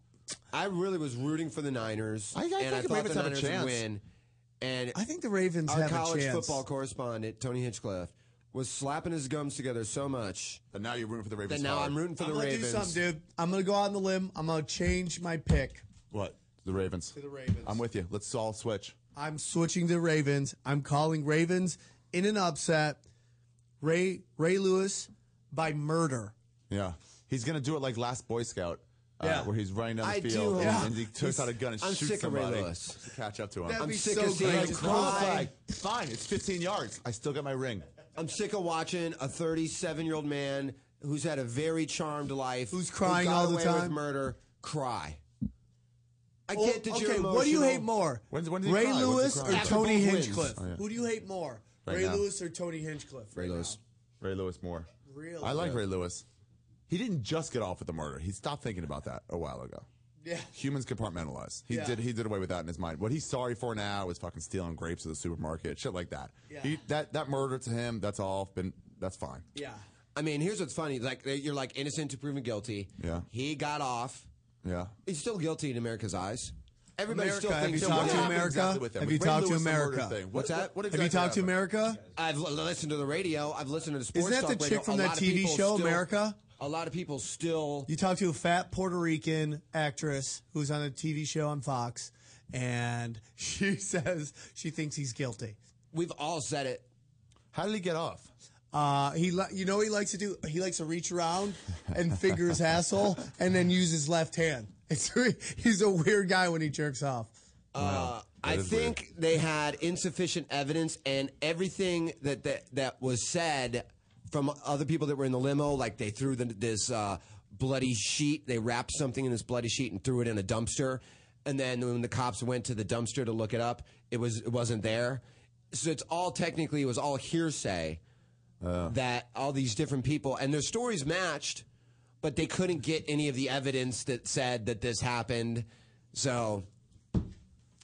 B: I really was rooting for the Niners.
I: I- I
B: and
I: think
B: I
I: the
B: thought
I: Ravens
B: the
I: have a
B: Niners
I: chance.
B: would win. And
C: I think the Ravens
B: our
C: have a
B: college
C: chance.
B: football correspondent Tony Hinchcliffe was slapping his gums together so much.
I: But now you're rooting for the Ravens.
B: That now
I: hard.
B: I'm rooting for
C: I'm
B: the
C: gonna
B: Ravens.
C: do something, dude. I'm gonna go out on the limb. I'm gonna change my pick.
I: What? The Ravens. To
C: the Ravens.
I: I'm with you. Let's all switch.
C: I'm switching to Ravens. I'm calling Ravens in an upset. Ray Ray Lewis by murder.
I: Yeah. He's going to do it like last Boy Scout. Uh,
C: Yeah.
I: where he's running down the
C: I do
I: field and,
C: hope-
I: and he takes
C: He's-
I: out a gun and
B: I'm
I: shoots
B: sick of Ray
I: somebody
B: Lewis.
I: to catch up to him.
B: That'd I'm be sick so of seeing great. him
I: Cross
B: cry.
I: flag. Fine, it's 15 yards. I still got my ring.
B: I'm sick of watching a 37 year old man who's had a very charmed life, who's
C: crying
B: who got
C: all the
B: away
C: time.
B: with murder, cry. I
C: Oh,
B: get that you're
C: okay, what do you hate
B: emotional.
C: more?
I: When's- when did he
C: Ray
I: cry? When's he
C: Lewis
I: cry?
C: or
I: After
C: Tony
I: both wins.
C: Hinchcliffe?
I: Oh, yeah.
C: Who do you hate more?
I: Right
C: Ray
I: now.
C: Lewis or Tony Hinchcliffe?
I: Ray Lewis. Ray Lewis more.
C: Really?
I: I like
C: Yeah.
I: Ray Lewis. He didn't just get off with the murder. He stopped thinking about that a while ago.
C: Yeah.
I: Humans compartmentalize. He
C: Yeah.
I: did. He did away with that in his mind. What he's sorry for now is fucking stealing grapes at the supermarket, shit like that.
C: Yeah.
I: He, that that murder to him, that's all been. That's fine.
C: Yeah.
B: I mean, here's what's funny: like you're like innocent to proven guilty.
I: Yeah.
B: He got off.
I: Yeah.
B: He's still guilty in America's eyes. Everybody
C: America,
B: still
C: have
B: thinks
C: you
B: so.
C: talked
B: What
C: to
B: happened
C: America?
B: exactly with him?
C: Have you
B: With Ray
C: talked to
B: Lewis, the murder
C: America?
B: thing. What's that? What
C: Have you
B: exactly
C: talked to
B: happened?
C: America?
B: I've l- listened to the radio. I've listened to the sports.
C: Isn't that
B: talk
C: the
B: radio.
C: chick from
B: A
C: that
B: lot of
C: TV
B: people
C: show,
B: still-
C: America?
B: A lot of people still.
C: You talk to a fat Puerto Rican actress who's on a TV show on Fox, and she says she thinks he's guilty.
B: We've all said it.
I: How did he get off?
C: Uh, he, li- you know, what he likes to do. He likes to reach around and finger his asshole, and then use his left hand. It's he's a weird guy when he jerks off.
B: Uh, I think they had insufficient evidence, and everything that, that that was said from other people that were in the limo, like they threw the, this uh, bloody sheet, they wrapped something in this bloody sheet and threw it in a dumpster, and then when the cops went to the dumpster to look it up, it was it wasn't there. So it's all technically it was all hearsay that all these different people and their stories matched, but they couldn't get any of the evidence that said that this happened. So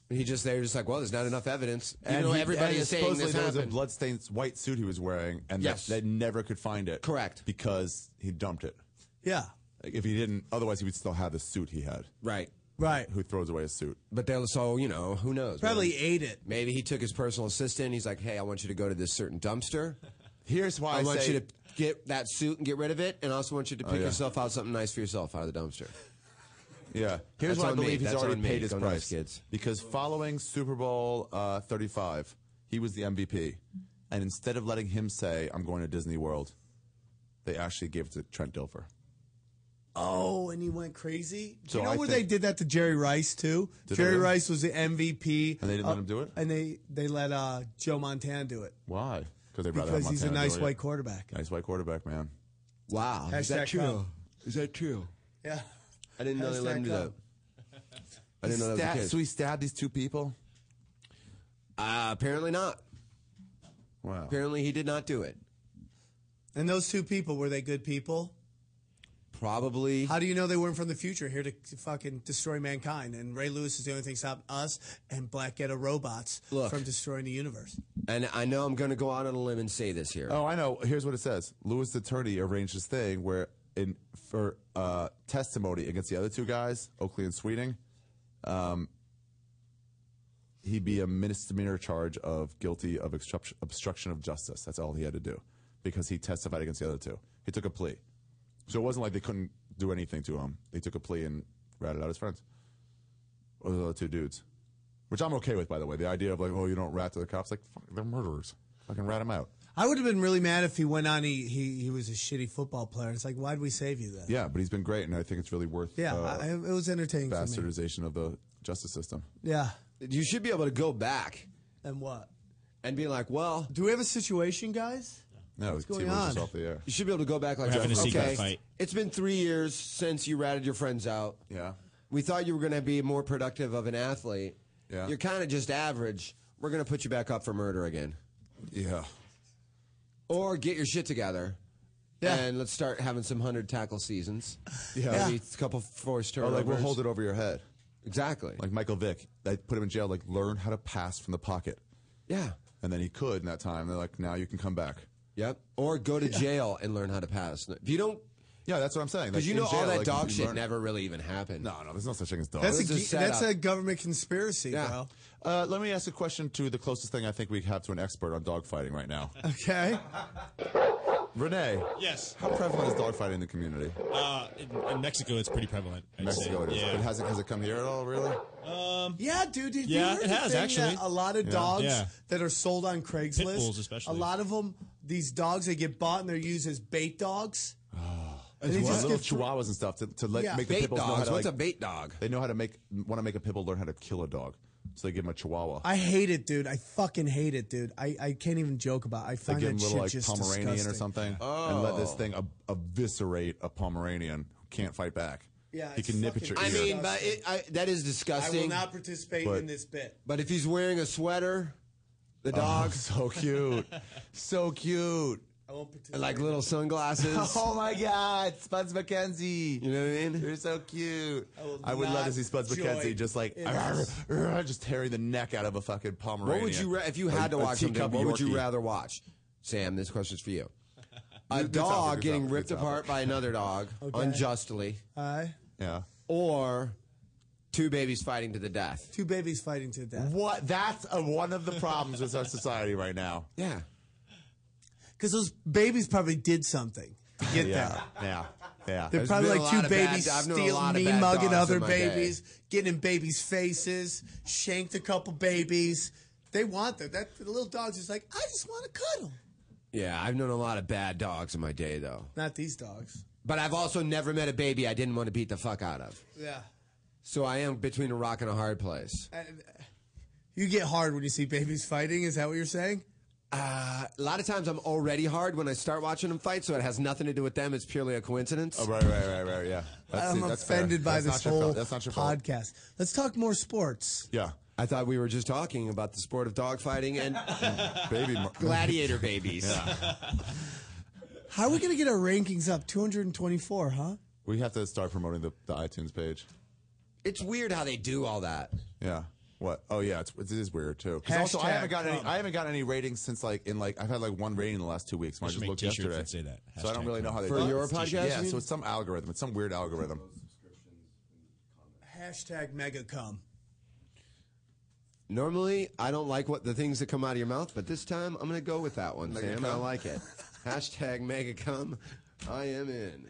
B: he just they're just like, well, there's not enough evidence. Even though
I: he-
B: everybody
I: and
B: is saying
I: supposedly
B: this
I: there was a
B: happened.
I: bloodstained white suit he was wearing, and
B: Yes.
I: that they never could find it. Correct. Because he dumped it.
C: Yeah.
I: Like, If he didn't, otherwise he would still have the suit he had.
B: Right.
C: Right.
I: Who throws away a suit?
B: But they're so you know who knows.
I: Probably
C: ate it.
B: Maybe he took his personal assistant. He's like, hey, I want you to go to this certain dumpster.
I: Here's why
B: I,
I: I
B: want
I: say-
B: you to get that suit and get rid of it, and I also want you to pick
I: Oh, yeah.
B: yourself out something nice for yourself out of the dumpster.
I: Yeah. Here's
B: That's
I: why I
B: on me.
I: believe he's
B: That's
I: already
B: on me.
I: paid his
B: Go
I: price.
B: Nuts, kids.
I: Because following Super Bowl uh, 35, he was the MVP. And instead of letting him say, I'm going to Disney World, they actually gave it to Trent Dilfer.
C: Oh, and he went crazy. Do
I: So
C: you know
I: I
C: where
I: think-
C: they did that to Jerry Rice too?
I: Did they
C: Jerry
I: really?
C: Rice was the MVP,
I: And they didn't
C: uh,
I: let him do it?
C: And they they let uh, Joe Montana do it.
I: Why? Because they rather have
C: Because he's a
I: Montana
C: nice
I: do it.
C: white quarterback.
I: Nice white quarterback, man.
B: Wow.
C: is that Hashtag true? come.
B: Is that true?
C: Yeah,
B: I didn't know they let him do that. I didn't know that was the
I: Stab-
B: case.
I: So he stabbed these two people?
B: Uh, apparently not.
I: Wow.
B: Apparently he did not do it.
C: And those two people were they good people?
B: Probably.
C: How do you know they weren't from the future here to fucking destroy mankind? And Ray Lewis is the only thing stopping us and Black Ghetto robots
B: Look.
C: from destroying the universe.
B: And I know I'm going to go out on a limb and say this here.
I: Oh, I know. Here's what it says. Lewis' attorney arranged this thing where, in for uh, testimony against the other two guys, Oakley and Sweeting, um, he'd be a misdemeanor charge of guilty of obstruction, obstruction of justice. That's all he had to do because he testified against the other two. He took a plea, so it wasn't like they couldn't do anything to him. They took a plea and ratted out his friends, or the other two dudes, which I'm okay with, by the way. The idea of like, oh, you don't rat to the cops, like fuck, they're murderers. Fucking rat them out.
C: I
R: would
C: have been really mad if he went on. He he, he was a shitty football player. It's like, why'd we save you then?
I: Yeah, but he's been great, and I think it's really worth.
C: Yeah,
I: uh,
C: I, it was entertaining for me.
I: bastardization of the justice system.
C: Yeah.
B: You should be able to go back
C: And what?
B: and be like, well,
C: Do we have a situation, guys?
I: No,
C: What's
I: T-Bone's
C: going on?
I: just off the air.
B: You should be able to go back like
I: We're having
B: that.
I: a secret
B: okay.
I: fight.
B: It's been three years since you ratted your friends out.
I: Yeah.
B: We thought you were going to be more productive of an athlete.
I: Yeah.
B: You're kind of just average. We're going to put you back up for murder again.
I: Yeah.
B: Or get your shit together. And let's start having some hundred tackle seasons.
I: Yeah.
B: Maybe a couple forced
I: Or
B: turnovers.
I: like we'll hold it over your head.
B: Exactly.
I: Like Michael Vick, they put him in jail. Like learn how to pass from the pocket.
B: Yeah.
I: And then he could in that time. They're like, now you can come back.
B: Yep. Or go to jail and learn how to pass. If you don't.
I: Yeah, that's what I'm saying.
B: Because
I: Like,
B: you
I: in
B: know all
I: jail,
B: that
I: like,
B: dog
I: you
B: shit
I: learn-
B: never really even happened.
I: No, no, there's no such thing as dog.
C: That's a,
B: This is
C: ge- that's
B: setup.
C: a government conspiracy, bro.
I: Uh, let me ask a question to the closest thing I think we have to an expert on dogfighting right now.
C: Okay.
I: Renee.
D: Yes.
I: How prevalent is dogfighting in the community?
D: Uh, in, in Mexico, it's pretty prevalent. I'd
I: Mexico
D: say.
I: it is.
D: Yeah.
I: But has it, has it come here at all, really?
D: Um,
C: yeah, dude. Did
D: yeah,
C: you heard
D: it
C: the
D: has,
C: thing
D: actually.
C: That a lot of
D: Yeah.
C: dogs
D: Yeah.
C: that are sold on Craigslist,
D: bulls especially.
C: A lot of them, these dogs, they get bought and they're used as bait dogs. And they
I: Well,
C: just
I: little
C: get
I: chihuahuas and stuff to, to let,
C: Yeah.
I: make the
C: Bait
I: pitbulls know how
C: dogs.
I: to,
B: What's
I: like-
B: a bait dog?
I: They know how to make want to make a pit bull learn how to kill a dog, so they give him a chihuahua.
C: I hate it, dude. I fucking hate it, dude. I, I can't even joke about. It. I
I: they
C: find
I: give him
C: that
I: a
C: shit
I: little like
C: just
I: Pomeranian
C: disgusting.
I: or something, and let
B: Oh.
I: this thing ob- eviscerate a Pomeranian who can't fight back.
C: Yeah,
I: he
C: it's
I: can nip at
C: fucking-
I: your
B: I
I: ear.
B: mean, but it, I, that is
C: I will
B: disgusting.
C: not participate
I: But-
C: in this bit.
B: But if he's wearing a sweater, the
I: Uh-huh.
B: dog.
I: Oh, so cute. so cute.
C: I won't participate.
B: And like little sunglasses.
I: Oh my God, Spuds McKenzie! You
B: know what I mean?
I: You're so cute. I,
B: will
I: would love
B: not
I: to see Spuds
B: join
I: McKenzie just like
B: in this.
I: just tearing the neck out of a fucking Pomeranian.
B: What would you, ra- if you
I: A-
B: had to
I: a
B: watch something,
I: teacup
B: what would you
I: Yorkie.
B: rather watch? Sam, this question's for you. A
I: Good- good
B: dog
I: topic, good
B: getting
I: topic,
B: ripped
I: good
B: apart
I: topic.
B: by another dog
C: Okay.
B: unjustly,
C: Aye.
I: Yeah.
B: or two babies fighting to the death.
C: Two babies fighting to the death.
I: What? That's a, one of the problems with our society right now.
B: Yeah.
C: Because those babies probably did something to get
I: yeah,
C: there.
I: yeah, yeah.
C: They're
B: There's
C: probably
B: been a
C: like
B: lot
C: two
B: of bad-
C: babies
B: I've known a
C: stealing,
B: lot of
C: me
B: bad
C: mugging
B: dogs
C: other
B: in my day.
C: babies, getting in babies' faces, shanked a couple babies. They want that. That the little dog's just like, I just want to cuddle.
B: Yeah, I've known a lot of bad dogs in my day, though.
C: Not these dogs.
B: But I've also never met a baby I didn't want to beat the fuck out of.
C: Yeah.
B: So I am between a rock and a hard place.
C: And, uh, You get hard when you see babies fighting. Is that what you're saying?
B: Uh, a lot of times I'm already hard when I start watching them fight, so it has nothing to do with them. It's purely a coincidence.
I: Oh, right, right, right, right. Yeah. That's,
C: I'm
I: that's fair.
C: offended by
I: That's
C: this
I: not your
C: whole
I: fault. That's not your fault.
C: podcast. Let's talk more sports.
I: Yeah.
B: I thought we were just talking about the sport of dogfighting and
I: Baby. mar-
B: gladiator babies.
C: How are we going to get our rankings up? 224, huh?
I: We have to start promoting the, the iTunes page.
B: It's weird how they do all that.
I: Yeah. What? Oh yeah, it's, it is weird too. 'Cause also, I
C: Hashtag
I: haven't gotten any,
C: club.
I: I haven't gotten any ratings since like in like I've had like one rating in the last two weeks. When I
D: They should make
I: just looked
D: t-shirts
I: yesterday.
D: that say that.
I: So I don't
D: Hashtag
I: really know how they
B: For
I: do it.
B: your podcast, you
I: Yeah.
B: mean?
I: So it's some algorithm. It's some weird algorithm.
C: Hashtag megacom.
B: Normally, I don't like what the things that come out of your mouth, but this time I'm going to go with that one,
I: Mega
B: Sam.
I: cum.
B: I like it. Hashtag megacum. I am in.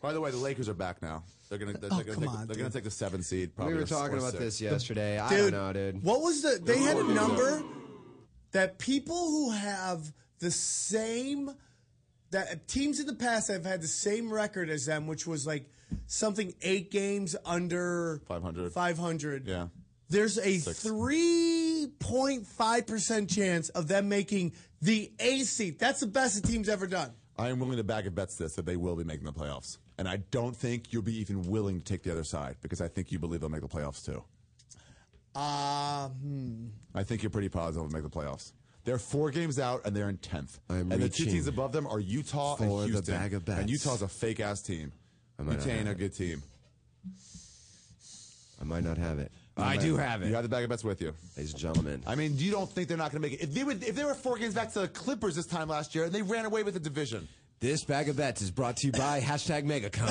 I: By the way, the Lakers are back now. They're gonna they're,
B: Oh,
I: they're gonna
C: come
I: take,
C: on,
I: they're gonna
C: dude.
I: take the seventh seed. Probably
B: we
I: or
B: were
I: s- or
B: talking about
I: sixth.
B: this yesterday. I
C: Dude,
B: don't know, dude.
C: What was the? They had a
I: Dude.
C: number that people who have the same that teams in the past have had the same record as them, which was like something eight games under
I: 500.
C: 500.
I: Yeah.
C: There's a
I: Six.
C: 3.5% chance of them making the A seat. That's the best the team's ever done.
I: I am willing to bag a bets this that they will be making the playoffs. And I don't think you'll be even willing to take the other side because I think you believe they'll make the playoffs too.
C: Uh, hmm.
I: I think you're pretty positive they'll make the playoffs. They're four games out and they're in tenth.
B: I'm
I: And the two
B: reaching
I: teams above them are Utah
B: for the
I: and Houston.
B: bag of bets.
I: And Utah's a fake ass team.
B: might
I: Utah
B: not
I: ain't a
B: have
I: good team.
B: I might not have it.
I: I'm
B: I
I: at-
B: do have
I: You
B: it.
I: have the bag of bets with you.
B: Ladies and gentlemen.
I: I mean, you don't think they're not going to make it? If they would, if they were four games back to the Clippers this time last year and they ran away with the division.
B: This bag of bets is brought to you by hashtag megacom.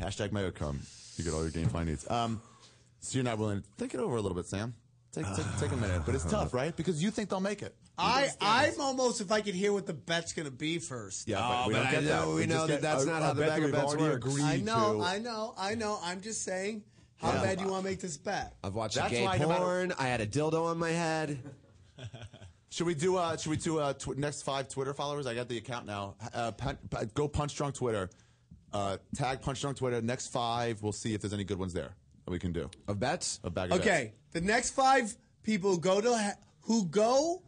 I: Hashtag MegaCom. You get all your game find needs. Um, so you're not willing to think it over a little bit, Sam. Take, take, take a minute, but it's tough, right? Because you think they'll make it.
C: I, I'm almost if I could hear what the bet's going to be first.
I: Yeah, but
B: Oh,
I: we
B: but
I: don't
B: I
I: get that.
B: know- we
I: just
B: know that
I: get
B: that's
I: a-
B: not
I: a
B: how the
I: bet
B: bag
I: that
B: of
I: we've
B: bets
I: already
B: works.
I: agreed
C: I know,
I: to.
C: I know, I know. I'm just saying How
B: Yeah.
C: bad do you want to make this bet?
B: I've watched
I: That's
B: gay
I: why no matter-
B: porn. I had a dildo on my head.
I: Should we do? Uh, should we do uh, tw- next five Twitter followers? I got the account now. Uh, pun- pu- go punch drunk Twitter. Uh, tag punch drunk Twitter. Next five, we'll see if there's any good ones there that we can do
B: of bets.
I: Of bag of
C: Okay, the next five people who go to ha- who go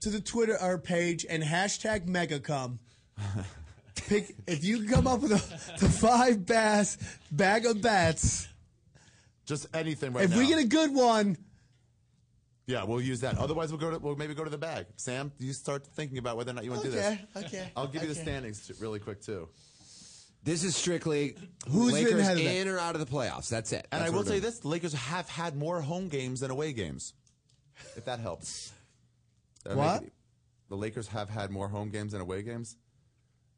C: to the Twitter our page and hashtag megacum. Pick if you come up with a, the five bass bag of bets.
I: Just anything right
C: if
I: now.
C: we get a good one,
I: yeah, we'll use that. Otherwise, we'll go to we'll maybe go to the bag. Sam, you start thinking about whether or not you want to
C: Okay,
I: do this. Uh,
C: okay,
I: I'll give you the
C: okay.
I: standings t- really quick too.
B: This is strictly
I: Who's been
B: Lakers
I: ahead of
B: in
I: it?
B: or out of the playoffs. That's it.
I: And
B: That's
I: I
B: what
I: will
B: we're
I: tell you
B: doing.
I: this: the Lakers have had more home games than away games. If that helps. Did I make
C: What?
I: it- The Lakers have had more home games than away games.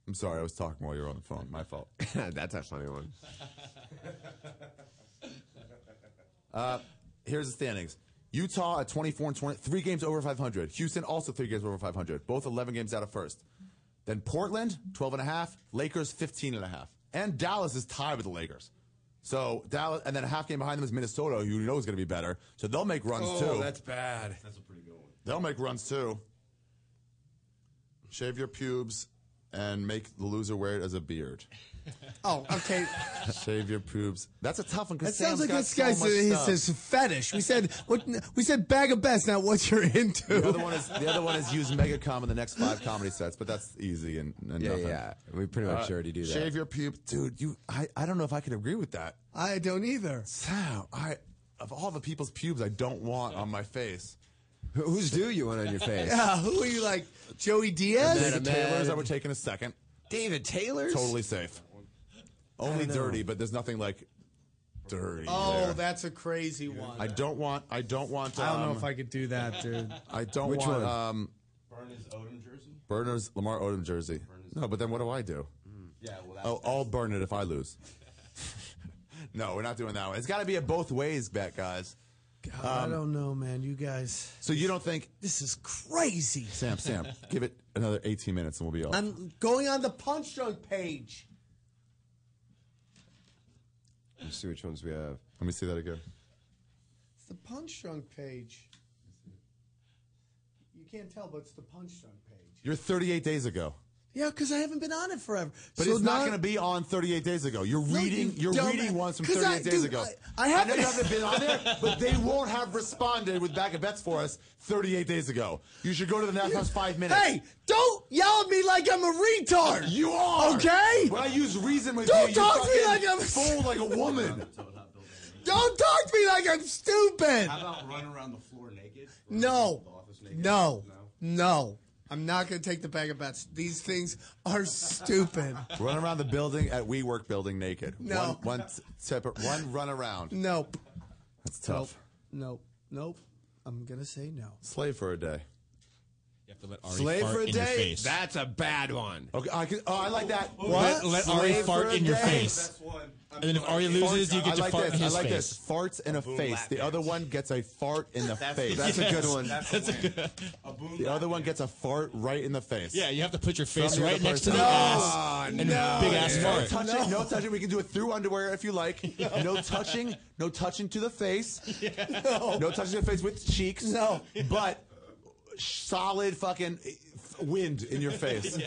I: I'm sorry, I was talking while you were on the phone. My fault.
B: That's a funny one.
I: Uh, here's the standings. Utah at 24 and 20, three games over 500. Houston also three games over 500. Both 11 games out of first. Then Portland, 12 and a half. Lakers, 15 and a half. And Dallas is tied with the Lakers. So Dallas, and then a half game behind them is Minnesota, who you know is going to be better. So they'll make runs
C: Oh,
I: too.
B: bad.
U: That's a pretty good one.
I: They'll make runs too. Shave your pubes and make the loser wear it as a beard.
C: oh, okay.
I: Shave your pubes. That's a tough one. 'cause
C: That sounds
I: Sam's
C: like
I: got
C: this
I: so
C: guy's
I: much
C: his,
I: stuff.
C: his fetish. We said what we said bag of bets, not what you're into.
I: The other one is the other one is use megacom in the next five comedy sets, but that's easy and, and
B: Yeah,
I: nothing.
B: yeah. We pretty much already do that.
I: Uh, Shave your pubes, dude. You, I, I don't know if I could agree with that.
C: I don't either.
I: So I, of all the people's pubes, I don't want on my face.
B: Whose do you want on your face?
C: Yeah, who are you like? Joey Diaz?
I: David Taylor's. I would take in a second.
B: David Taylor's.
I: Totally safe. Only dirty, but there's nothing like dirty.
C: Oh,
I: there.
C: that's a crazy one.
I: I don't want. I don't want. Um,
C: I don't know if I could do that, dude.
I: I don't
C: Which one?
I: want. Um,
U: Burn his Odom jersey?
I: Burners Lamar Odom jersey. No, but then what do I do?
U: Yeah, well, that's
I: Oh, I'll burn it if I lose. no, we're not doing that one. It's got to be a both ways bet, guys.
T: I
I: Um,
T: don't know, man. You guys.
I: so you don't think
T: This is crazy.
I: Sam? Sam, give it another 18 minutes and we'll be off.
T: I'm going on the punch drunk page.
B: Let's see which ones we have.
I: Let me see that again.
T: It's the punch drunk page. You can't tell, but it's the punch drunk page.
I: You're 38 days ago,
T: Yeah, because I haven't been on it forever.
I: but
T: So
I: it's not,
T: now-
I: going to be on 38 days ago. You're
T: No,
I: reading.
T: you
I: You are
T: dumb-
I: reading ones from
T: 'Cause
I: 38
T: I-
I: days
T: dude,
I: ago.
T: I- I
I: know you
T: haven't-
I: haven't been on there, but they won't have responded with back of bets for us 38 days ago. You should go to the next house five minutes.
T: Hey, don't yell at me like I'm a retard.
I: You are
T: okay.
I: When I use reason with
T: Don't
I: you,
T: talk
I: you
T: to me
I: fucking
T: like I'm-
I: fool like a woman.
D: Oh.
T: Don't talk to me like I'm stupid.
U: How about run around the floor naked?
C: No.
U: No.
C: No. No. I'm not going to take the bag of bets. These things are stupid.
I: Run around the building at WeWork building naked.
C: No.
I: One, one, t- separate- one run around.
C: Nope.
I: That's tough.
T: Nope. Nope. I'm gonna say no.
I: Slave for a day.
D: You have to let Ari
I: Slave
D: fart
I: for a
D: in your
I: day?
D: face.
B: That's a bad one.
I: Okay, I can, oh, I like that.
D: Let, let Ari
I: Slave for
D: fart
I: a
D: in your
I: day.
D: face. And then if Ari loses, you
I: I
D: get to
I: like
D: fart
I: this.
D: in his
I: I like
D: face.
I: this. Farts in a,
U: boom
I: face.
U: lap
I: The
U: dance.
I: other one gets a fart in the face.
B: That's a good
D: Yes.
B: one.
U: That's, a, win. a boom.
I: The other one gets a fart right in the face.
D: Yeah, you have to put your face
I: From the
D: right
I: other
D: next to the
I: person.
D: ass and big ass
I: No
D: fart.
I: touching, no touching. We can do it through underwear if you like. No touching, no touching to the face. No. touching to the face with cheeks. No, but solid fucking eh, wind in your face.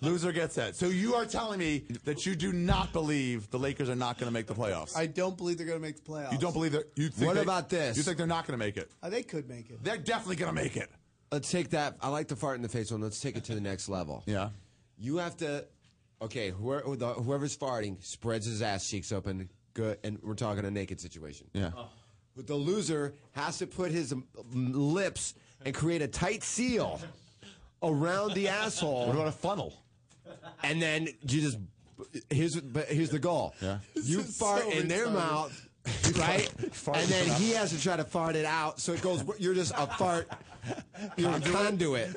I: Loser gets that. So you are telling me that you do not believe the Lakers are not going to make the playoffs.
C: I don't believe they're going to make the playoffs.
I: you don't believe that. You think
B: What
I: they-
B: about this?
I: You think they're not going to make it?
C: Oh, they could make it.
I: They're definitely going to make it.
B: Let's take that. I like the fart in the face one. Let's take it to the next level.
I: Yeah.
B: You have to. Okay, whoever, whoever's farting spreads his ass cheeks open. Good, and we're talking a naked situation.
I: Yeah.
B: But the loser has to put his um, lips and create a tight seal around the asshole.
I: What about a funnel?
B: and then you just here's but here's the goal.
I: Yeah.
B: You
C: is
B: fart
C: so
B: in their
C: retarded.
B: mouth, right?
I: Fart
B: and then
I: it up.
B: he has to try to fart it out, so it goes. You're just a fart. You're a conduit.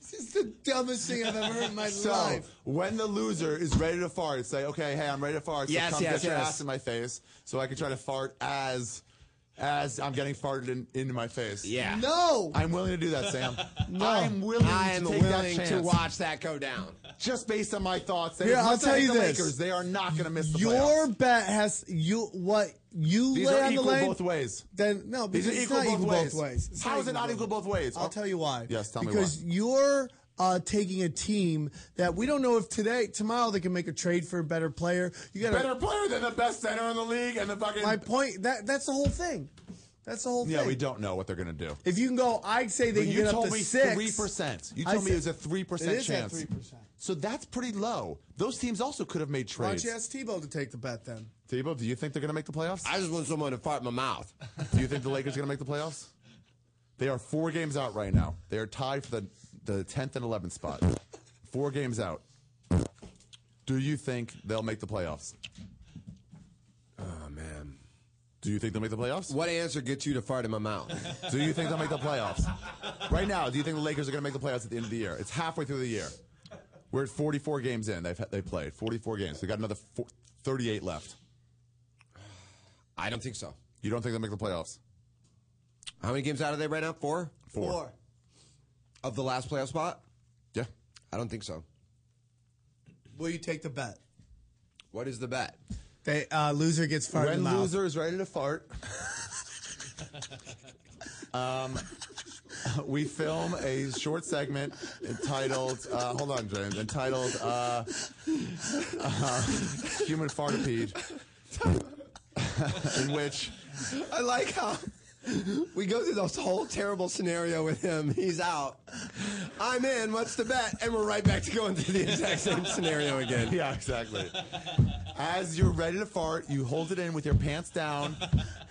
C: This is the dumbest thing I've ever heard in my
I: So
C: life.
I: when the loser is ready to fart, say, "Okay, hey, I'm ready to fart. So
B: Yes,
I: come
B: yes,
I: get your
B: yes.
I: ass in my face, so I can try to fart as as I'm getting farted in, into my face.
B: Yeah.
I: No. I'm willing to do that, Sam.
B: No.
I: I'm willing
B: I am
I: to take
B: willing
I: that
B: to
I: chance.
B: watch that go down.
I: Just based on my thoughts. They,
C: Here,
I: as
C: I'll
I: much as I
C: tell
I: hate
C: you
I: the
C: this.
I: Lakers, they are not going to miss the playoffs.
C: Your bet has you what you
I: These
C: lay
I: are
C: on
I: equal
C: the lane
I: both ways.
C: Then no,
I: These
C: because
I: are
C: it's
I: equal
C: not
I: both
C: equal
I: ways.
C: both ways. It's
I: How is it not equal both ways?
C: I'll tell you why.
I: Yes, tell me why.
C: because you're uh, taking a team that we don't know if today, tomorrow they can make a trade for a better player. You got a
I: Better player than the best center in the league and the fucking.
C: My point that that's the whole thing. That's the whole
I: yeah,
C: thing.
I: we don't know what they're going to do.
C: If you can go, I'd say they
I: But
C: can
I: you
C: get
I: told
C: up to
I: me
C: six.
I: 3%. You
C: I
I: told me
C: said-
I: it was a 3%
C: It is at
I: chance.
C: 3%.
I: So that's pretty low. Those teams also could have made
C: Why
I: trades.
C: don't you ask Tebow to take the bet then?
I: Thibault, do you think they're going to make the playoffs?
B: I just want someone to fart in my mouth.
I: Do you think the Lakers are going to make the playoffs? They are four games out right now. They are tied for the the tenth and eleventh spot. Four games out. Do you think they'll make the playoffs?
B: Oh man.
I: Do you think they'll make the playoffs?
B: What answer gets you to fart in my mouth?
I: Do you think they'll make the playoffs? Right now, do you think the Lakers are going to make the playoffs at the end of the year? It's halfway through the year. We're at 44 games in. They've they played 44 games. They got another four, 38 left.
B: I don't think so.
I: You don't think they'll make the playoffs?
B: How many games out are they right now? Four?
I: Four.
B: Of the last playoff spot?
I: Yeah.
B: I don't think so.
C: Will you take the bet?
B: What is the bet?
C: They uh, loser gets fired. in the mouth.
I: is ready to fart, um, we film a short segment entitled, uh, hold on, James, entitled uh, uh, Human Fartipede, in which
B: I like how we go through this whole terrible scenario with him. He's out. I'm in. What's the bet? And we're right back to going through the exact same scenario again.
I: Yeah, exactly. As you're ready to fart, you hold it in with your pants down,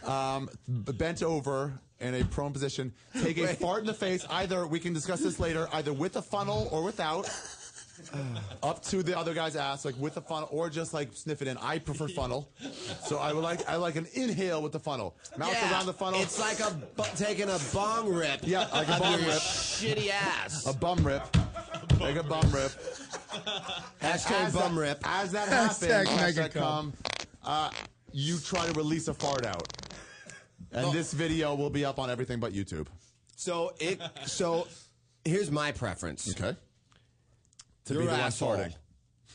I: um, b- bent over in a prone position. Take a fart in the face. Either we can discuss this later. Either with a funnel or without. Up to the other guy's ass, like with the funnel, or just like sniff it in. I prefer funnel, so I would like I like an inhale with the funnel, mouth
B: Yeah,
I: around the funnel.
B: It's like a bu- taking a bong rip.
I: Yeah, like a
B: of
I: bong
B: your
I: rip.
B: Shitty ass.
I: a bum rip, like a bum rip.
B: Hashtag
I: as
B: bum
I: that,
B: rip.
I: As that happens,
B: Hashtag
I: as
B: mega
I: that come, uh, you try to release a fart out. And this video will be up on everything but YouTube.
B: So it. So here's my preference.
I: Okay. To
B: Your
I: be the
B: asshole.
I: one farting.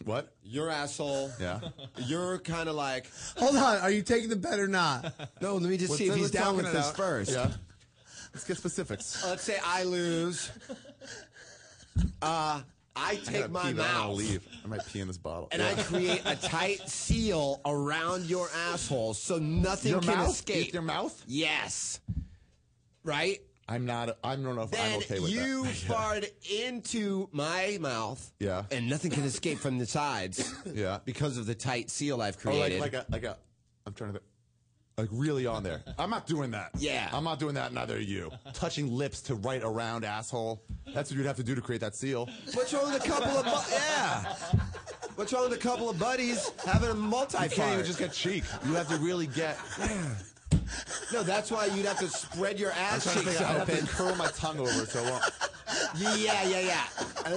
I: What?
B: Your asshole.
I: Yeah.
B: You're kind of like.
C: Hold on. Are you taking the bet or not?
B: No, let me just see if he's down with this first.
I: Yeah. Let's get specifics.
B: Let's say I lose. Uh, I
I: I
B: take
I: gotta
B: my
I: pee, but I'm gonna
B: mouth.
I: leave. I might pee in this bottle.
B: and
I: Yeah.
B: I create a tight seal around your asshole so nothing
I: Your
B: can
I: mouth?
B: escape.
I: With your mouth?
B: Yes. Right?
I: I'm not. I don't know if
B: Then
I: I'm okay with
B: you
I: that.
B: fart into my mouth.
I: Yeah.
B: And nothing can escape from the sides.
I: Yeah.
B: Because of the tight seal I've
I: Or Oh, like
B: created.
I: like a like a. I'm trying to. think. Like really on there. I'm not doing that.
B: Yeah.
I: I'm not doing that. Neither are you. Touching lips to right around asshole. That's what you'd have to do to create that seal.
B: What's wrong with a couple of bu- yeah? What's wrong with a couple of buddies having a multi?
I: You can't even just get cheek. You have to really get.
B: No, that's why you'd have to spread your
I: I'm
B: ass
I: trying to
B: cheeks
I: think. I have to
B: open.
I: curl my tongue over so it won't.
B: Yeah, yeah, yeah. Uh,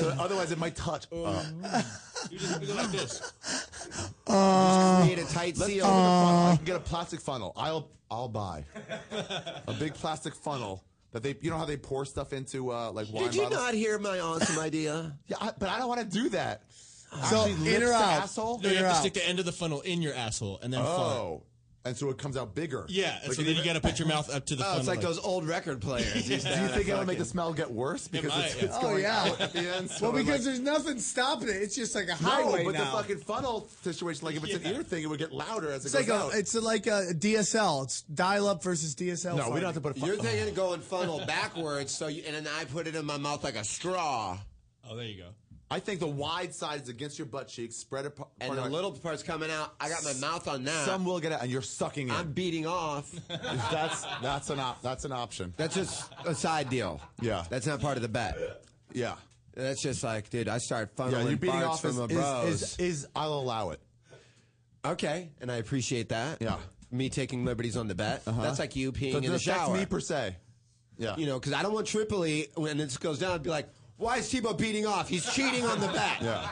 I: so otherwise, it might touch. Uh,
B: Um,
D: You just you go like this.
B: create a tight
I: let's
B: seal.
I: get a funnel. Uh, I can get a plastic funnel. I'll I'll buy a big plastic funnel that they. You know how they pour stuff into uh, like wine
B: Did you
I: bottles.
B: not hear my awesome idea?
I: Yeah, I, but I don't want to do that.
C: So,
I: Actually, lips
C: in or
I: to
C: out?
I: asshole.
D: No, you have
C: You're
D: to
C: out.
D: stick the end of the funnel in your asshole and then fart.
I: Oh, and so it comes out bigger.
D: Yeah, and
I: Like
D: so
I: it
D: then you
I: even-
D: got to put your mouth up to the
B: Oh,
D: funnel.
B: it's like those old record players. used to
I: Do you
B: have
I: think
B: a
I: it'll make
B: fucking-
I: the smell get worse because
D: might,
I: it's,
D: yeah.
I: it's
C: Oh,
I: going
C: yeah.
I: out at the end? So
C: Well,
I: like-
C: because there's nothing stopping it. It's just like a highway
I: no, but
C: now.
I: the fucking funnel situation, like if it's an ear thing, it would get louder as it
C: it's like
I: goes
C: a,
I: out.
C: it's like a DSL. It's dial up versus DSL.
I: no, we
C: fighting.
I: don't have to put a
B: You're
I: funnel.
B: thinking of going funnel backwards, so you, and then I put it in my mouth like a straw,
D: Oh, there you go.
I: I think the wide side is against your butt cheek, spread apart.
B: and the little part's coming out. I got my mouth on that.
I: Some will get out, and you're sucking it.
B: I'm beating off.
I: that's that's an op- that's an option.
B: That's just a side deal.
I: Yeah.
B: That's not part of the bet.
I: Yeah,
B: That's just like, dude, I start
I: yeah.
B: funneling
I: You're beating
B: farts
I: off
B: from
I: is,
B: a bros.
I: is, is is I'll allow it.
B: okay, and I appreciate that.
I: Yeah.
B: Me taking liberties on the bet. That's like you peeing
I: So it
B: in the
I: affects
B: shower.
I: me per se. Yeah,
B: you know, because I don't want Tripoli when this goes down to be like, Why is Tebow beating off? He's cheating on the bat.
I: Yeah.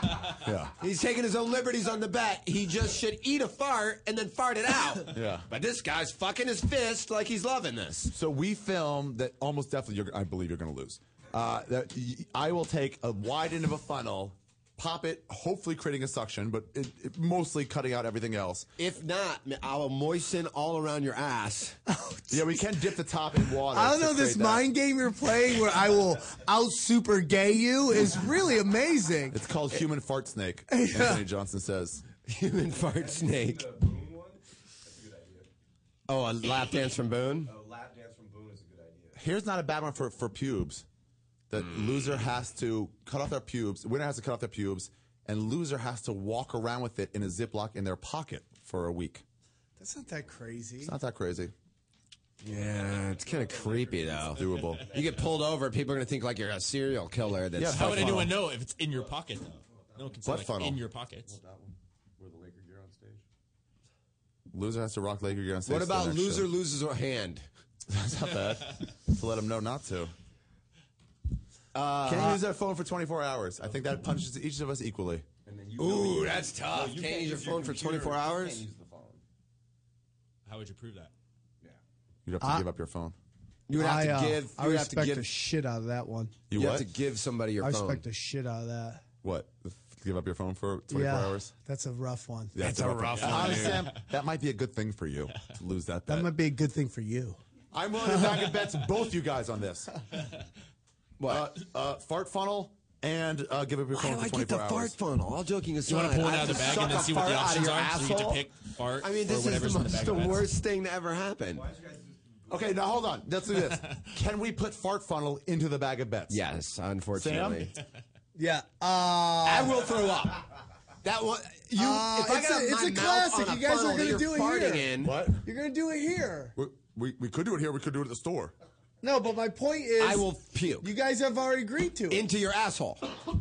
I: Yeah.
B: He's taking his own liberties on the bat. He just should eat a fart and then fart it out.
I: Yeah.
B: But this guy's fucking his fist like he's loving this.
I: So we film that almost definitely. You're, I believe you're going to lose. Uh, that y- I will take a wide end of a funnel, pop it, hopefully creating a suction, but it, it mostly cutting out everything else.
B: If not, I'll moisten all around your ass.
I: yeah, we can dip the top in water.
C: Oh, I don't
I: to
C: know this
I: create that.
C: mind game you're playing where I will out super gay you is really amazing.
I: It's called human fart snake. Anthony Johnson says
B: human fart snake. Oh, a lap dance from Boone.
I: Here's not a bad one for, for pubes. The loser has to cut off their pubes. Winner has to cut off their pubes, and loser has to walk around with it in a ziploc in their pocket for a week.
C: That's not that crazy.
I: It's not that crazy.
B: Yeah, it's kind of creepy though.
I: Doable.
B: You get pulled over, people are gonna think like you're a serial killer. That's
D: How would anyone know if it's in your pocket though? No one can say
B: Butt
D: like,
B: funnel.
D: in your pockets.
U: Where the Laker gear on stage.
I: Loser has to rock Laker gear on stage.
B: What
I: for the
B: about
I: next
B: loser
I: show.
B: loses a hand?
I: That's not bad. to let them know not to.
B: Uh,
I: Can't use their phone for 24 hours. I think that punches each of us equally.
B: Ooh, that's tough.
D: No,
B: can't,
D: can't
B: use your
D: use
B: phone
D: your
B: for
D: computer.
B: 24
D: You can't
B: hours.
D: use How would you prove that?
I: You'd have to
C: I-
I: give up your phone.
B: You would have
C: I,
B: to
C: uh,
B: give.
C: I
B: you would have
C: respect
B: to give.
C: the shit out of that one.
I: You
B: you have
I: what?
B: to give somebody your
C: I
B: phone.
C: respect the shit out of that.
I: What? Give up your phone for 24
C: yeah,
I: hours?
C: That's a rough one.
I: Yeah, it's Honestly, Sam, that might be a good thing for you to lose that
C: That
I: bet.
C: might be a good thing for you.
I: I'm willing to back and bets both you guys on this.
B: What?
I: Uh, uh, fart funnel and uh, give up your
B: Why
I: phone
B: do
I: for
B: I get
I: 24
B: the
I: hours.
B: fart funnel? All joking aside,
D: You want to pull
B: I
D: it out
B: have
D: of the bag
B: suck
D: and then
B: a
D: see what the
B: fart out of
D: options
B: your
D: are? So you get to
B: asshole?
D: pick fart.
B: I mean, this
D: or
B: is
D: whatever's
B: the
D: in the
B: most
D: bag
B: the
D: of bets.
B: worst thing to ever happen.
I: Okay, now hold on. Let's do this. Can we put fart funnel into the bag of bets?
B: Yes, unfortunately.
C: Yeah. Uh, I
B: will throw up. That one, you.
C: Uh,
B: if I got
C: it's
B: my
C: a- it's a
B: mouth
C: classic.
B: on a
C: You guys are
B: funnel that
C: gonna
B: you're
C: do it
B: farting
C: here.
B: In,
I: What?
C: You're gonna do it here.
I: We, we, we could do it here. We could do it at the store.
C: No, but my point is,
B: I will puke
C: You guys have already agreed to it.
B: into your asshole.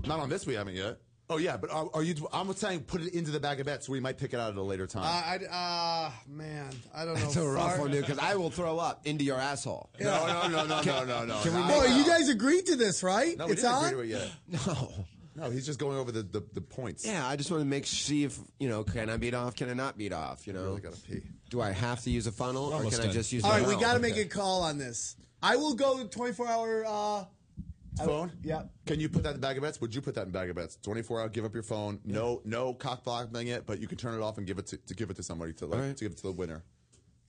I: Not on this. We haven't yet. Oh yeah, but are, are you? I'm saying put it into the bag of bets. So we might pick it out at a later time.
C: uh, I, uh, man, I don't know.
B: That's a rough
C: Fart-
B: one, dude, because I will throw up into your asshole.
I: no, Uh, no, no, no, no, no, no.
B: can we
I: no.
B: make-
C: Oh, you guys agreed to this, right?
I: No, we
C: it's
I: didn't
C: on.
I: agree to it yet.
B: No.
I: No, he's just going over the the, the points.
B: Yeah, I just want to make see if you know, can I beat off? Can I not beat off? You know,
I: Really Oh, gotta pee.
B: do I have to use a funnel or
D: almost
B: can I
D: done.
B: just use?
C: All
B: the
C: right, we
B: funnel?
C: got to make
B: Okay.
C: a call on this. I will go 24 hour. Uh, I-
I: Phone?
C: Yeah.
I: Can you put that in bag of bets? Would you put that in bag of bets? 24 hour, give up your phone. No, no cock blocking it, but you can turn it off and give it to, to give it to somebody to, like,
B: All right.
I: to give it to the winner.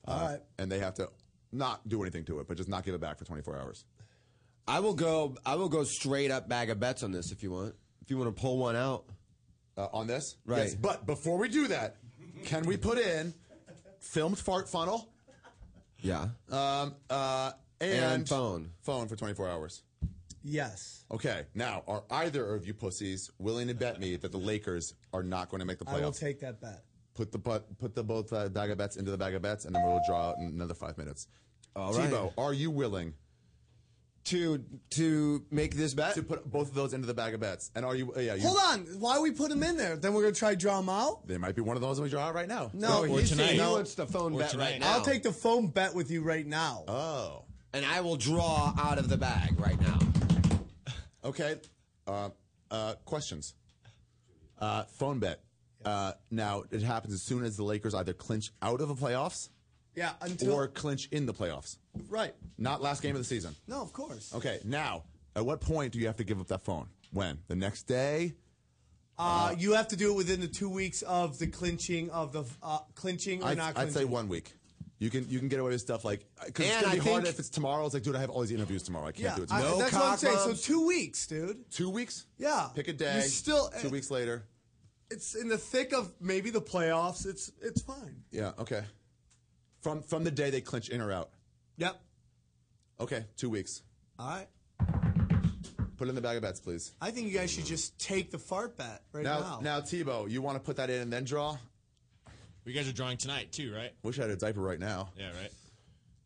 C: All right.
I: And they have to not do anything to it, but just not give it back for 24 hours.
B: I will go. I will go straight up bag of bets on this if you want. If you want to pull one out,
I: Uh, on this?
B: Right.
I: Yes, but before we do that, can we put in filmed fart funnel
B: yeah,
I: um, uh, and,
B: And phone.
I: Phone for 24 hours.
C: Yes.
I: Okay, now, are either of you pussies willing to bet me that the Lakers are not going to make the
C: I will
I: playoffs?
C: take that bet.
I: put the butt, put the both uh, bag of bets into the bag of bets, and then we'll draw out in another five minutes.
B: All right.
I: Tebow, are you willing
B: to to make this bet.
I: to put both of those into the bag of bets? And are you? Uh, yeah, you,
C: Hold on. Why we put him in there? Then we're gonna try to draw him out.
I: There might be one of those that we draw out right now.
C: No,
D: Or
C: he's-
D: tonight.
B: He
D: No.
B: wants the phone
D: Or
B: bet
D: tonight.
B: right now.
C: I'll take the phone bet with you right now.
I: Oh,
B: and I will draw out of the bag right now.
I: okay. Uh, uh, questions. Uh, phone bet. Uh, now it happens as soon as the Lakers either clinch out of the playoffs
C: yeah. Until
I: or clinch in the playoffs.
C: right.
I: Not last game of the season.
C: No, of course.
I: Okay, now at what point do you have to give up that phone? When the next day?
C: Uh, you have to do it within the two weeks of the clinching of the uh, clinching or
I: I'd,
C: not
I: I'd
C: clinching.
I: say one week. You can you can get away with stuff like because it's
B: And
I: gonna be
B: I
I: hard
B: think-
I: if it's tomorrow. It's like, dude, I have all these interviews tomorrow. I can't
C: Yeah,
I: do it.
C: I-
I: Tomorrow.
C: that's what I'm
B: cock
C: saying. So
B: bumps.
C: two weeks, dude.
I: two weeks.
C: Yeah,
I: Pick a day.
C: You still
I: two weeks later.
C: It's in the thick of maybe the playoffs. It's it's fine.
I: Yeah. Okay. From from the day they clinch in or out.
C: Yep.
I: Okay. Two weeks.
C: All right.
I: Put it in the bag of bets, please.
C: I think you guys should just take the fart bet right
I: Now
C: now.
I: now Tebow, you want to put that in and then draw?
D: You guys are drawing tonight too, right?
I: Wish I had a diaper right now.
D: Yeah, right.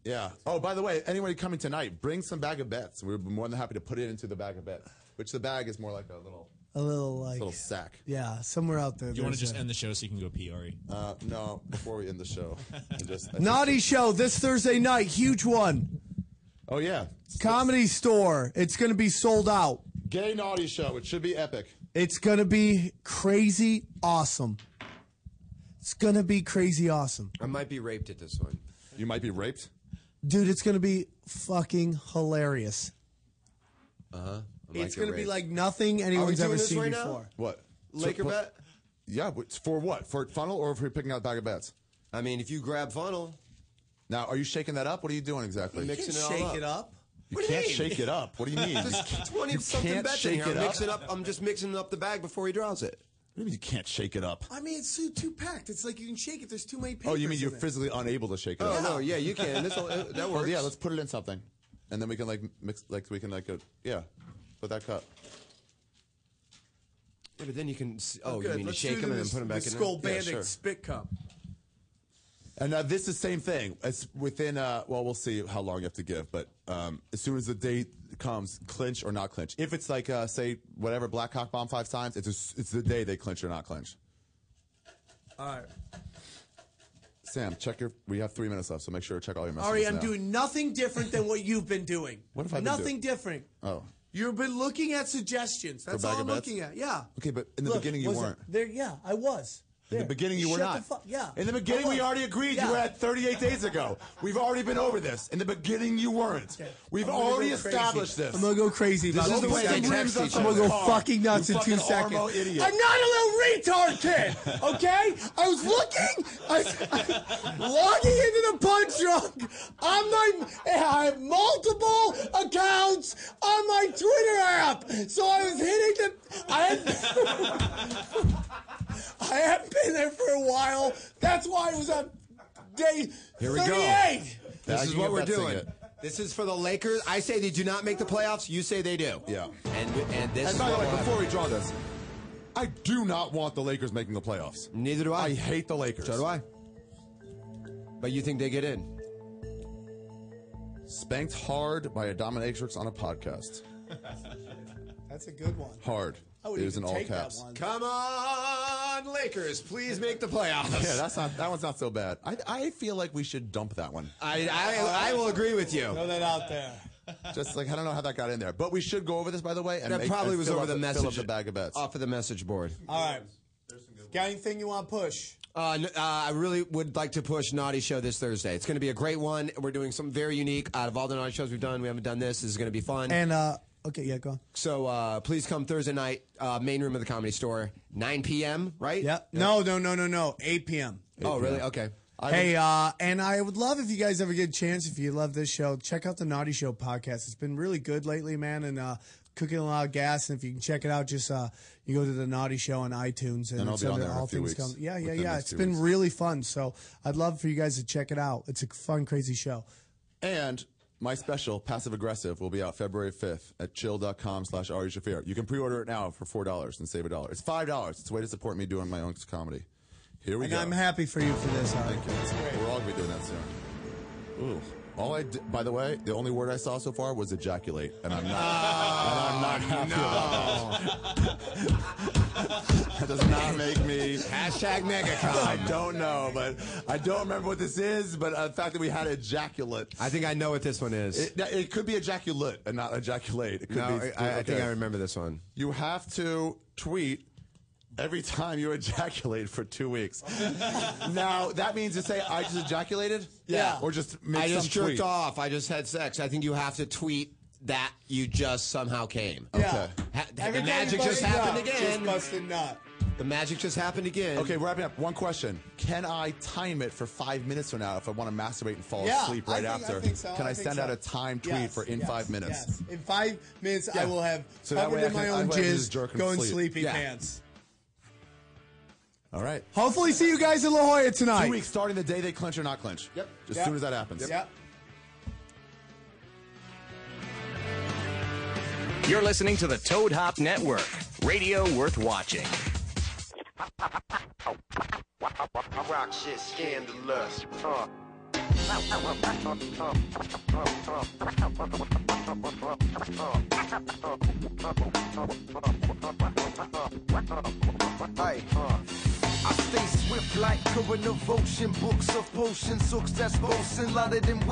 I: Yeah. Oh, by the way, anybody coming tonight, bring some bag of bets. We're more than happy to put it into the bag of bets, which the bag is more like a little
C: a little like
I: little sack.
C: yeah, somewhere out there.
D: You want to
C: there's
D: just
C: a-
D: end the show so you can go pee, Ari?
I: Uh, no, before we end the show, I just, I
C: Naughty show this Thursday night, huge one.
I: Oh yeah,
C: Comedy store. It's going to be sold out.
V: Gay Naughty Show. It should be epic.
C: It's going to be crazy awesome. It's going to be crazy awesome.
B: I might be raped at this one.
I: You might be raped.
C: Dude, it's going to be fucking hilarious.
B: Uh huh.
C: It's gonna be like nothing anyone's
I: Are we
C: ever
I: doing this
C: seen
I: right now?
C: before.
I: What?
B: Laker
I: pl-
B: bet?
I: Yeah, but it's for what? For funnel or for picking out a bag of bets?
B: I mean, if you grab funnel.
I: Now, are you shaking that up? What are you doing exactly?
B: You Mixing can't it all shake up. it
C: up.
I: You
B: What do you
I: can't
B: mean?
I: shake it up. What do you mean?
B: There's
I: You can't-
B: 20
I: you
B: something
I: can't
B: bets in
I: shake
B: here. I'm
I: it up.
B: mixing up. I'm just mixing up the bag before he draws it.
I: What do you mean you can't shake it up?
C: I mean, it's too, too packed. It's like you can shake it. There's too many papers.
I: Oh, you mean you're
C: in it.
I: physically unable to shake it
C: Oh,
I: up?
C: no, yeah,
B: you can. This'll- uh, that
I: Well, yeah,
B: works.
I: let's put it in something, and then we can like mix, like we can like uh, yeah, put that cup.
B: Yeah, but then you can. s- Oh,
I: Okay,
B: you mean you
I: let's
B: shake
I: do
B: him and then
I: this-
B: put him back
I: this
B: in?
I: skull
B: there?
I: banding
C: spit cup.
I: And now this is the same thing. It's within, uh, well, we'll see how long you have to give, but um, as soon as the date comes, clinch or not clinch. If it's like, uh, say, whatever, Black Hawk Bomb five times, it's, a, it's the day they clinch or not clinch.
C: All right.
I: Sam, check your, we have three minutes left, so make sure to check all your messages.
C: Ari, I'm
I: now.
C: doing nothing different than what you've been doing.
I: What have I been
C: Nothing
I: doing?
C: different.
I: Oh.
C: You've been looking at suggestions.
I: For
C: That's
I: bag
C: all
I: of
C: I'm
I: bets?
C: looking at. Yeah.
I: Okay, but in the
C: Look,
I: beginning you
C: was it-
I: weren't.
C: There, yeah, I was.
I: In the
C: There.
I: beginning you were
C: Shut
I: not.
C: The fuck- yeah.
I: In the beginning
C: I
I: we
C: was.
I: already agreed
C: Yeah.
I: you were at 38 days ago. We've already been over this. In the beginning you weren't. We've
C: I'm gonna
I: already
C: go crazy.
I: established this.
C: I'm gonna go crazy.
I: This
C: about
I: is the way they
C: Open
I: text
C: rims up
I: each
C: I'm gonna
I: other.
C: go fucking nuts
I: You
C: in two
I: fucking
C: seconds.
I: Armo idiot.
C: I'm not a little retard kid, okay? I was looking, I was logging into the punch drunk. On my, I have multiple accounts on my Twitter app, so I was hitting the. I had, I had been there for a while. That's why it was on day
B: Here we
C: 38.
B: go. This
I: Bagging
B: is what
I: and
B: we're
I: betsing
B: doing. This is for the Lakers. I say they do not make the playoffs. You say they do.
I: Yeah.
B: And and this.
I: And
B: is
I: by the
B: what
I: way,
B: will
I: before
B: happen.
I: we draw this, I do not want the Lakers making the playoffs.
B: Neither do I.
I: I hate the Lakers.
B: So do I. But you think they get in?
I: Spanked hard by a dominatrix on a podcast.
C: That's a good one.
I: Hard.
C: I would
I: it is in
C: even
I: all
C: take that
I: caps.
C: one.
B: Come on, Lakers! Please make the playoffs.
I: Yeah, that's not that one's not so bad. I, I feel like we should dump that one.
B: I, I I will agree with you.
C: Throw that out there.
I: Just like I don't know how that got in there, but we should go over this by the way. And
B: That
I: make-
B: probably
I: and
B: was
I: fill
B: over
I: up
B: the
I: fill up
B: message
I: the bag of bets.
B: Off of the message board.
C: All right. Got anything you want to push?
B: Uh, n- uh, I really would like to push Naughty Show this Thursday. It's going to be a great one. We're doing something very unique. Out of all the Naughty Shows we've done, we haven't done this. This is going to be fun.
C: And uh, okay, yeah, go on.
B: so uh, please come Thursday night, uh, main room of the Comedy Store, 9 p.m., right? Yeah.
C: No, no, no, no, no. 8 p.m.
B: Oh, really? Okay.
C: hey, uh, and I would love if you guys ever get a chance, if you love this show, check out the Naughty Show podcast. It's been really good lately, man, and uh, cooking a lot of gas. And if you can check it out, just uh, you go to the Naughty Show on iTunes, and,
I: And I'll
C: it's
I: be on
C: under
I: there in a
C: all
I: few
C: things
I: weeks.
C: come. Yeah, yeah,
I: Within
C: yeah.
I: these
C: It's
I: two
C: been
I: weeks.
C: really fun. So I'd love for you guys to check it out. It's a fun, crazy show.
I: And my special, Passive Aggressive, will be out February 5th at chill.com slash Ari Shafir. You can pre-order it now for $4 and save a dollar. It's $5. It's a way to support me doing my own comedy. Here we
C: And
I: go.
C: I'm happy for you for this. Ari.
I: Thank you. We're all going to be doing that soon. Ooh. All I did, by the way, the only word I saw so far was ejaculate, and I'm not, and I'm not happy about that. that does not make me
B: hashtag megacon.
I: I don't know, but I don't remember what this is. But uh, the fact that we had ejaculate
B: I think I know what this one is.
I: uh, it, that- it could be ejaculate and not ejaculate. It could
B: no,
I: be,
B: I, I think
I: okay.
B: I remember this one.
I: You have to tweet every time you ejaculate for two weeks. now that means to say I just ejaculated.
B: Yeah.
I: Or just make
B: I just
I: some
B: jerked
I: tweet.
B: off. I just had sex. I think you have to tweet that you just somehow came.
I: Okay.
B: Ha- the magic just happened again.
C: busted nut.
B: the magic just happened again.
I: Okay, wrapping up. One question: Can I time it for five minutes from now if I want to masturbate and fall
C: Yeah,
I: asleep
C: I
I: right
C: think- I
I: after?
C: think so,
I: Can I,
C: I think
I: send
C: so.
I: out a time tweet
C: Yes,
I: for in
C: yes,
I: five minutes?
C: yes. In five minutes, I
I: Yeah.
C: will have
I: So that
C: covered
I: way I
C: in my
I: can-
C: own
I: I can just jerk
C: jizz,
I: and
C: going
I: sleep.
C: sleepy
I: Yeah.
C: pants.
I: All right.
C: Hopefully, see you guys in La Jolla tonight.
I: Two weeks starting the day they clinch or not clinch. Yep. As
C: Yep.
I: soon as that happens.
C: Yep.
W: You're listening to the Toad Hop Network, radio worth watching.
X: I rock shit scandalous. Uh.
A: Hey, uh, I stay swift like current of ocean, books of potions, success boasting, lot of them wait.